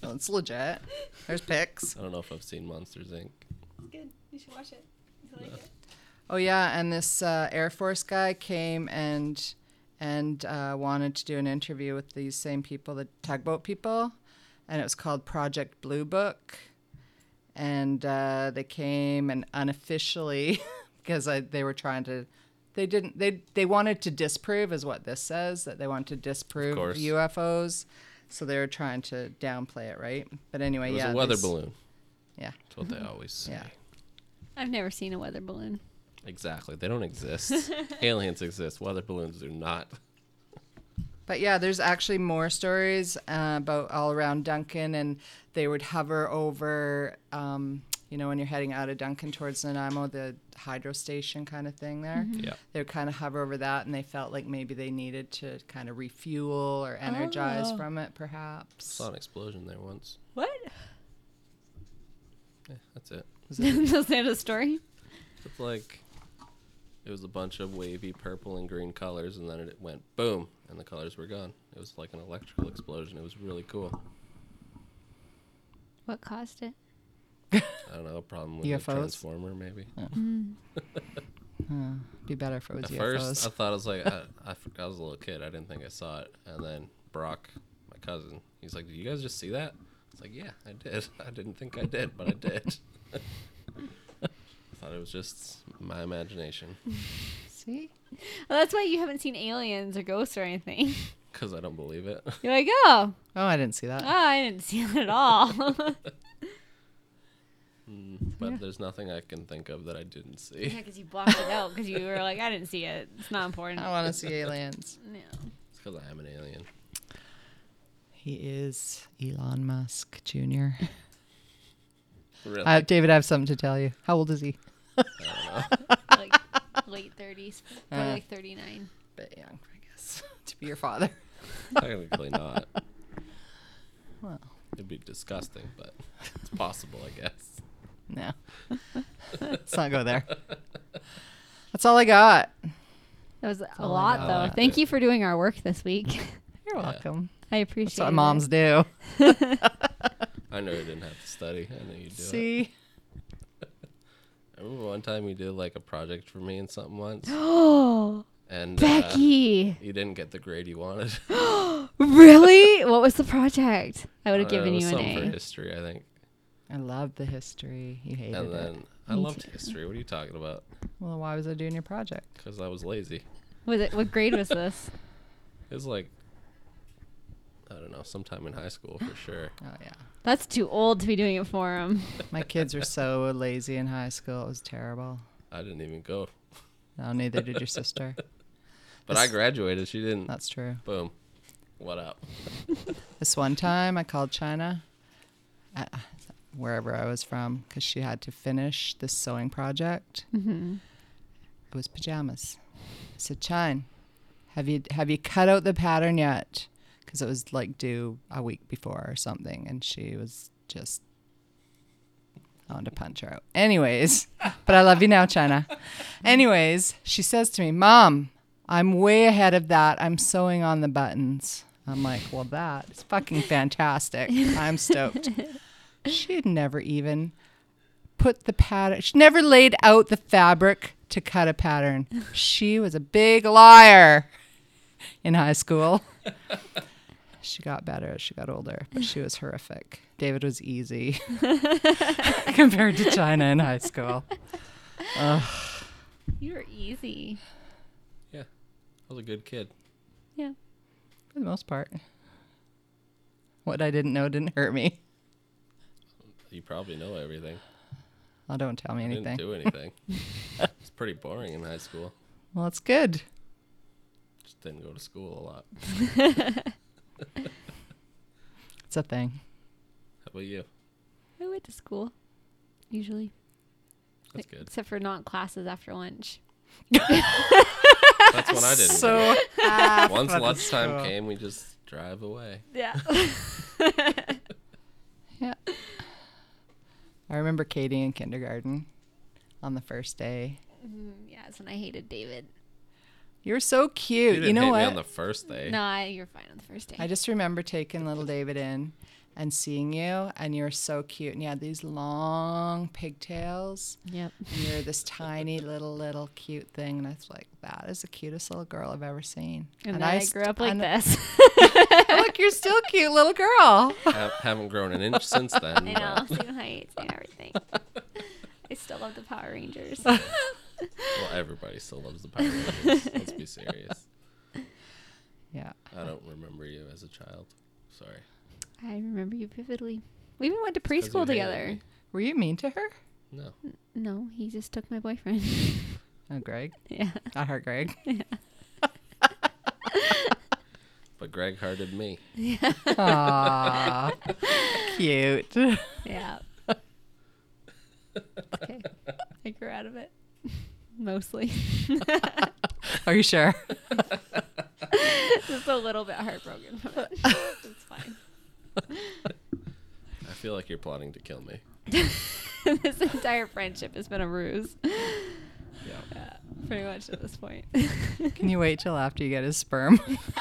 Speaker 3: Well, it's legit. There's pics.
Speaker 1: I don't know if I've seen Monsters Inc.
Speaker 2: It's good. You should watch it. I like it.
Speaker 3: Oh yeah, and this uh, Air Force guy came and and uh, wanted to do an interview with these same people, the tugboat people, and it was called Project Blue Book, and uh, they came and unofficially because I, they were trying to they didn't they they wanted to disprove is what this says that they want to disprove
Speaker 1: course.
Speaker 3: UFOs so they were trying to downplay it right but anyway
Speaker 1: It was
Speaker 3: yeah
Speaker 1: a weather
Speaker 3: this-
Speaker 1: balloon.
Speaker 3: yeah
Speaker 1: That's what they always say.
Speaker 3: Yeah.
Speaker 2: I've never seen a weather balloon.
Speaker 1: Exactly. They don't exist. Aliens exist. Weather balloons do not.
Speaker 3: But yeah, there's actually more stories uh, about all around Duncan, and they would hover over, um, you know, when you're heading out of Duncan towards Nanaimo, the hydro station kind of thing there.
Speaker 1: Yeah.
Speaker 3: They would kind of hover over that, and they felt like maybe they needed to kind of refuel or energize
Speaker 2: Oh.
Speaker 3: from it, perhaps.
Speaker 1: Saw an explosion there once.
Speaker 2: What?
Speaker 1: Yeah, that's it.
Speaker 3: Was it-
Speaker 2: That's not a story.
Speaker 1: It's like it was a bunch of wavy purple and green colors, and then it went boom, and the colors were gone. It was like an electrical explosion. It was really cool.
Speaker 2: What caused it?
Speaker 1: I don't know, a problem with a
Speaker 3: UFOs?
Speaker 1: transformer, maybe.
Speaker 3: be better if it was
Speaker 1: At
Speaker 3: UFOs.
Speaker 1: first, I thought it was like I, I, f- I was a little kid. I didn't think I saw it, and then Brock, my cousin, he's like, "Did you guys just see that?" It's like, "Yeah, I did. I didn't think I did, but I did." I thought it was just my imagination
Speaker 3: See?
Speaker 2: Well, that's why you haven't seen aliens or ghosts or anything.
Speaker 1: because I don't believe it.
Speaker 2: You're like, oh,
Speaker 3: Oh, I didn't see that.
Speaker 2: oh I didn't see it at all.
Speaker 1: But there's nothing I can think of that I didn't see.
Speaker 2: yeah, because you blocked it out because you were like, I didn't see it. It's not important.
Speaker 3: I want to see aliens.
Speaker 2: No.
Speaker 1: It's because I am an alien.
Speaker 3: He is Elon Musk Jr.
Speaker 1: Really?
Speaker 3: Uh, David, I have something to tell you. How old is he?
Speaker 2: Like late 30s, probably
Speaker 3: Uh.
Speaker 2: like 39.
Speaker 3: bit young, I guess, to be your father.
Speaker 1: Technically not.
Speaker 3: Well.
Speaker 1: It'd be disgusting, but it's possible, I guess.
Speaker 3: No. Let's not go there. That's all I got.
Speaker 2: That was
Speaker 1: Oh
Speaker 2: a
Speaker 3: all I
Speaker 2: lot,
Speaker 3: got.
Speaker 2: though.
Speaker 1: I liked
Speaker 2: Thank
Speaker 1: it.
Speaker 2: you for doing our work this week.
Speaker 3: You're
Speaker 1: Yeah.
Speaker 3: welcome.
Speaker 2: I appreciate
Speaker 3: That's what
Speaker 2: it.
Speaker 3: moms do.
Speaker 1: I know you didn't have to study. I know you do it.
Speaker 3: See?
Speaker 1: I remember one time you did like a project for me and something once,
Speaker 2: Oh,
Speaker 1: and uh,
Speaker 2: Becky.
Speaker 1: you didn't get the grade you wanted.
Speaker 2: Really? What was the project? I would have
Speaker 1: Uh, it
Speaker 2: given
Speaker 1: was
Speaker 2: you an
Speaker 1: something for
Speaker 2: A.
Speaker 1: history, I think.
Speaker 3: I love the history. You hated
Speaker 1: And
Speaker 3: it.
Speaker 1: then I
Speaker 2: Me
Speaker 1: loved
Speaker 2: too.
Speaker 1: history. What are you talking about?
Speaker 3: Well, why was I doing your project?
Speaker 1: Because I was lazy.
Speaker 2: Was it? What grade was this?
Speaker 1: It was like I don't know, sometime in high school for sure.
Speaker 3: Oh, yeah.
Speaker 2: That's too old to be doing it for him.
Speaker 3: My kids were so lazy in high school. It was terrible.
Speaker 1: I didn't even go,
Speaker 3: No, neither did your sister.
Speaker 1: but I graduated. She didn't.
Speaker 3: That's true.
Speaker 1: Boom. What up?
Speaker 3: This one time I called China, uh, wherever I was from, because she had to finish this sewing project. It was pajamas. I said, Chine, have you have you cut out the pattern yet? Because it was like due a week before or something, and she was just on to punch her out. Anyways, but I love you now, China. Anyways, she says to me, Mom, I'm way ahead of that. I'm sewing on the buttons. I'm like, well, that is fucking fantastic. I'm stoked. She had never even put the pattern, she never laid out the fabric to cut a pattern. She was a big liar in high school. She got better as she got older, but she was horrific. David was easy compared to China in high school.
Speaker 2: You were easy.
Speaker 1: Yeah, I was a good kid.
Speaker 2: Yeah.
Speaker 3: for the most part. What I didn't know didn't hurt me.
Speaker 1: You probably know everything.
Speaker 3: Oh, don't tell me
Speaker 1: I Didn't
Speaker 3: anything.
Speaker 1: do anything. it's pretty boring in high school.
Speaker 3: well, it's good.
Speaker 1: Just didn't go to school a lot. How
Speaker 3: It's a thing.
Speaker 1: about you?
Speaker 2: I went to school, usually.
Speaker 1: That's good.
Speaker 2: Except for not classes after lunch.
Speaker 1: That's what I didn't. do.
Speaker 3: So
Speaker 1: Once
Speaker 3: fucking
Speaker 1: lunchtime
Speaker 3: school.
Speaker 1: came, we just drive away.
Speaker 2: Yeah.
Speaker 3: yeah. I remember Katie in kindergarten on the first day.
Speaker 2: yeah, that's when I hated David.
Speaker 3: You're so
Speaker 1: You
Speaker 3: cute. You,
Speaker 1: didn't
Speaker 3: know
Speaker 1: hate
Speaker 3: what?
Speaker 1: me on the first day.
Speaker 2: No, I- you're fine on the first day.
Speaker 3: I just remember taking little David in and seeing you, and you were so cute. And you had these long pigtails.
Speaker 2: yep.
Speaker 3: And you were this tiny little, little cute thing. And I was like, that is the cutest little girl I've ever seen.
Speaker 2: And, then I,
Speaker 3: st-
Speaker 2: grew up like
Speaker 3: and- Oh,
Speaker 2: this.
Speaker 3: Look, you're still a cute little girl.
Speaker 1: Ha- haven't grown an inch since then.
Speaker 2: I
Speaker 1: but-
Speaker 2: know, same height, same everything. I still love the Power Rangers.
Speaker 1: Well, everybody still loves the Power Rangers. Let's be serious.
Speaker 3: Yeah.
Speaker 1: I don't remember you as a child. Sorry.
Speaker 2: I remember you vividly. We even went to
Speaker 1: 'Cause you
Speaker 2: preschool
Speaker 1: hated
Speaker 2: together.
Speaker 1: me.
Speaker 3: Were you mean to her?
Speaker 1: No.
Speaker 2: No, he just took my boyfriend.
Speaker 3: Oh, Greg.
Speaker 2: yeah.
Speaker 3: Not her, Greg.
Speaker 1: But Greg hearted me.
Speaker 3: Aww. cute.
Speaker 2: Yeah. okay. I grew out of it. Mostly.
Speaker 3: Are you sure?
Speaker 2: just a little bit heartbroken from it. it's fine.
Speaker 1: I feel like you're plotting to kill me.
Speaker 2: this entire friendship has been a ruse.
Speaker 1: Yeah.
Speaker 2: Yeah, pretty much at this point.
Speaker 3: Can you wait till after you get his sperm?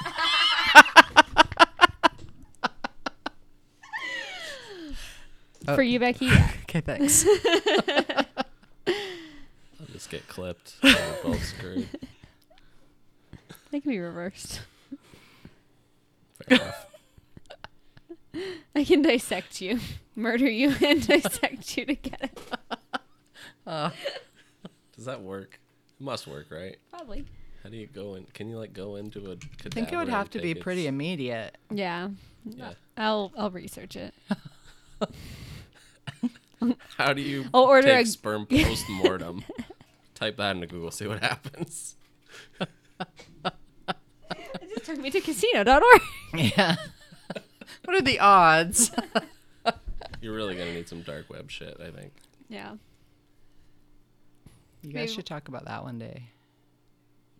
Speaker 2: For you, Becky, yeah.
Speaker 3: okay, thanks.
Speaker 1: I'll just get clipped. We're both screwed.
Speaker 2: they can be reversed.
Speaker 1: Fair enough.
Speaker 2: I can dissect you, murder you, and dissect you to get it.
Speaker 1: Does that work? It must work, right?
Speaker 2: Probably.
Speaker 1: How do you go in? Can you like go into a cadaver?
Speaker 3: I think it would
Speaker 1: and
Speaker 3: have to be
Speaker 1: take
Speaker 3: pretty
Speaker 1: its-
Speaker 3: immediate.
Speaker 2: Yeah,
Speaker 1: Yeah.
Speaker 2: I'll I'll research it.
Speaker 1: How do you
Speaker 2: I'll order
Speaker 1: take
Speaker 2: a-
Speaker 1: sperm post mortem? Type that into Google, see what happens.
Speaker 2: It just took me to casino.org.
Speaker 3: Yeah. what are the odds?
Speaker 1: You're really gonna need some dark web shit, I think.
Speaker 2: yeah,
Speaker 3: You guys
Speaker 2: Maybe-
Speaker 3: should talk about that one day.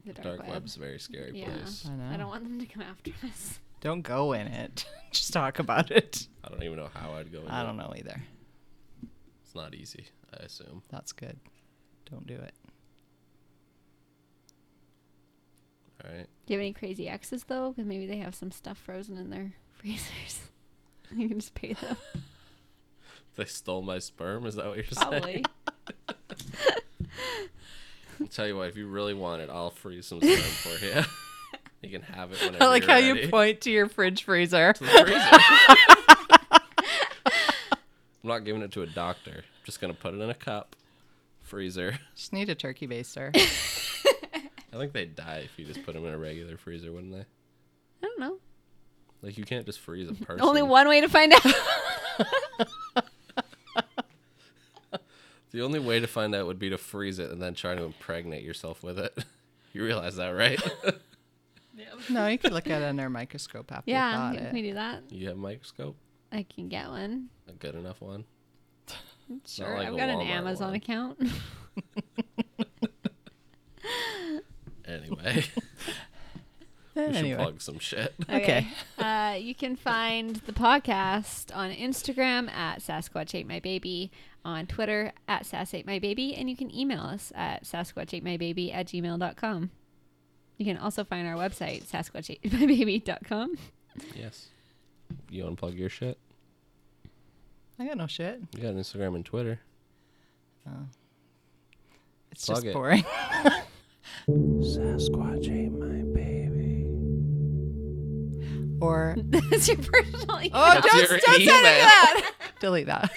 Speaker 2: the dark,
Speaker 1: Dark
Speaker 2: web.
Speaker 1: web's a very scary
Speaker 2: Yeah,
Speaker 1: place.
Speaker 3: I know.
Speaker 2: I don't want them to come after us.
Speaker 3: Don't go in it. Just talk about it.
Speaker 1: I don't even know how I'd go. In
Speaker 3: I
Speaker 1: it.
Speaker 3: don't know either.
Speaker 1: It's not easy. I assume.
Speaker 3: That's good. Don't do it.
Speaker 1: All right.
Speaker 2: Do you have any crazy exes though? Because maybe they have some stuff frozen in their freezers. you can just pay them.
Speaker 1: They stole my sperm. Is that what you're saying?
Speaker 2: Probably.
Speaker 1: I'll tell you what. If you really want it, I'll freeze some sperm for you. you can have it whenever.
Speaker 3: I like
Speaker 1: you're
Speaker 3: how
Speaker 1: ready.
Speaker 3: you point to your fridge freezer.
Speaker 1: to the freezer. I'm not giving it to a doctor. I'm just gonna put it in a cup, freezer.
Speaker 3: Just need a turkey baster.
Speaker 1: I think they'd die if you just put them in a regular freezer, wouldn't they?
Speaker 2: I don't know.
Speaker 1: Like you can't just freeze a person.
Speaker 2: Only one way to find out.
Speaker 1: The only way to find out would be to freeze it and then try to impregnate yourself with it. You realize that, right?
Speaker 3: no, you could look at it under a microscope after
Speaker 2: yeah,
Speaker 3: you
Speaker 2: can
Speaker 3: got
Speaker 2: we
Speaker 3: it.
Speaker 2: do that?
Speaker 1: you have a microscope,
Speaker 2: I can get one.
Speaker 1: a good enough one.
Speaker 2: Sure,
Speaker 1: like
Speaker 2: I've
Speaker 1: a
Speaker 2: got an
Speaker 1: Walmart
Speaker 2: Amazon
Speaker 1: one.
Speaker 2: account.
Speaker 1: Anyway, we should
Speaker 3: Anyway,
Speaker 1: plug some shit.
Speaker 3: Okay.
Speaker 2: Uh, you can find the podcast on Instagram at Sasquatch Ate My Baby, on Twitter at Sass Ate My Baby, and you can email us at Sasquatch Ate My Baby at gmail.com. You can also find our website, sasquatchatemybaby.com.
Speaker 1: Yes. You unplug your shit.
Speaker 3: I got no shit.
Speaker 1: You got Instagram and Twitter.
Speaker 3: It's
Speaker 1: Plug
Speaker 3: just
Speaker 1: it.
Speaker 3: boring.
Speaker 4: Sasquatch ate my baby.
Speaker 3: Or
Speaker 2: That's your personal email.
Speaker 3: oh,
Speaker 1: That's
Speaker 3: don't,
Speaker 1: your
Speaker 3: don't say
Speaker 1: email.
Speaker 3: that. Delete that.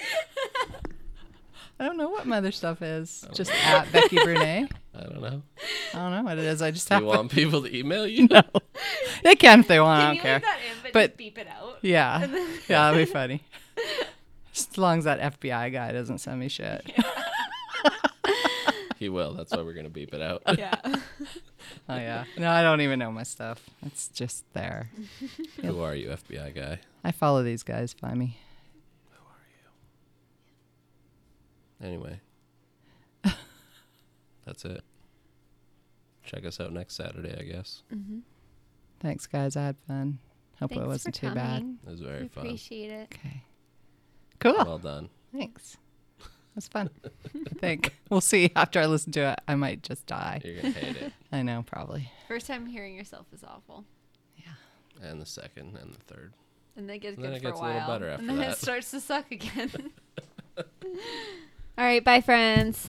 Speaker 3: I don't know what my other stuff is. Just at Becky Brunet.
Speaker 1: I don't know.
Speaker 3: I don't know what it is. I just
Speaker 1: Do
Speaker 3: have.
Speaker 1: you
Speaker 3: it.
Speaker 1: want people to email you?
Speaker 3: They can if they
Speaker 2: Can
Speaker 3: want. Oh, I
Speaker 2: you
Speaker 3: don't care.
Speaker 2: leave that in, but,
Speaker 3: But-
Speaker 2: just beep it out?
Speaker 3: Yeah. Yeah, that'd be funny. As long as that FBI guy doesn't send me shit.
Speaker 1: He will. That's why we're gonna beep it out.
Speaker 2: Yeah.
Speaker 3: Oh yeah. No, I don't even know my stuff. It's just there.
Speaker 1: Who are you, FBI guy?
Speaker 3: I follow these guys, find me.
Speaker 1: Anyway, that's it. Check us out next Saturday, I guess.
Speaker 3: Thanks guys, I had fun. Hope
Speaker 2: Thanks
Speaker 3: it wasn't
Speaker 2: for
Speaker 3: too bad.
Speaker 2: coming.
Speaker 1: It was
Speaker 2: We
Speaker 1: very fun.
Speaker 2: appreciate it.
Speaker 3: Okay. Cool.
Speaker 1: Well done.
Speaker 3: Thanks. was fun. I think we'll see after I listen to it. I might just die.
Speaker 1: You're gonna hate it.
Speaker 3: I know, probably.
Speaker 2: First time hearing yourself is awful.
Speaker 1: And the second and the third.
Speaker 2: And then it gets
Speaker 1: And then
Speaker 2: good
Speaker 1: it
Speaker 2: for
Speaker 1: gets
Speaker 2: a
Speaker 1: a little
Speaker 2: while.
Speaker 1: better after
Speaker 2: and then
Speaker 1: that.
Speaker 2: it starts to suck again. All right, bye friends.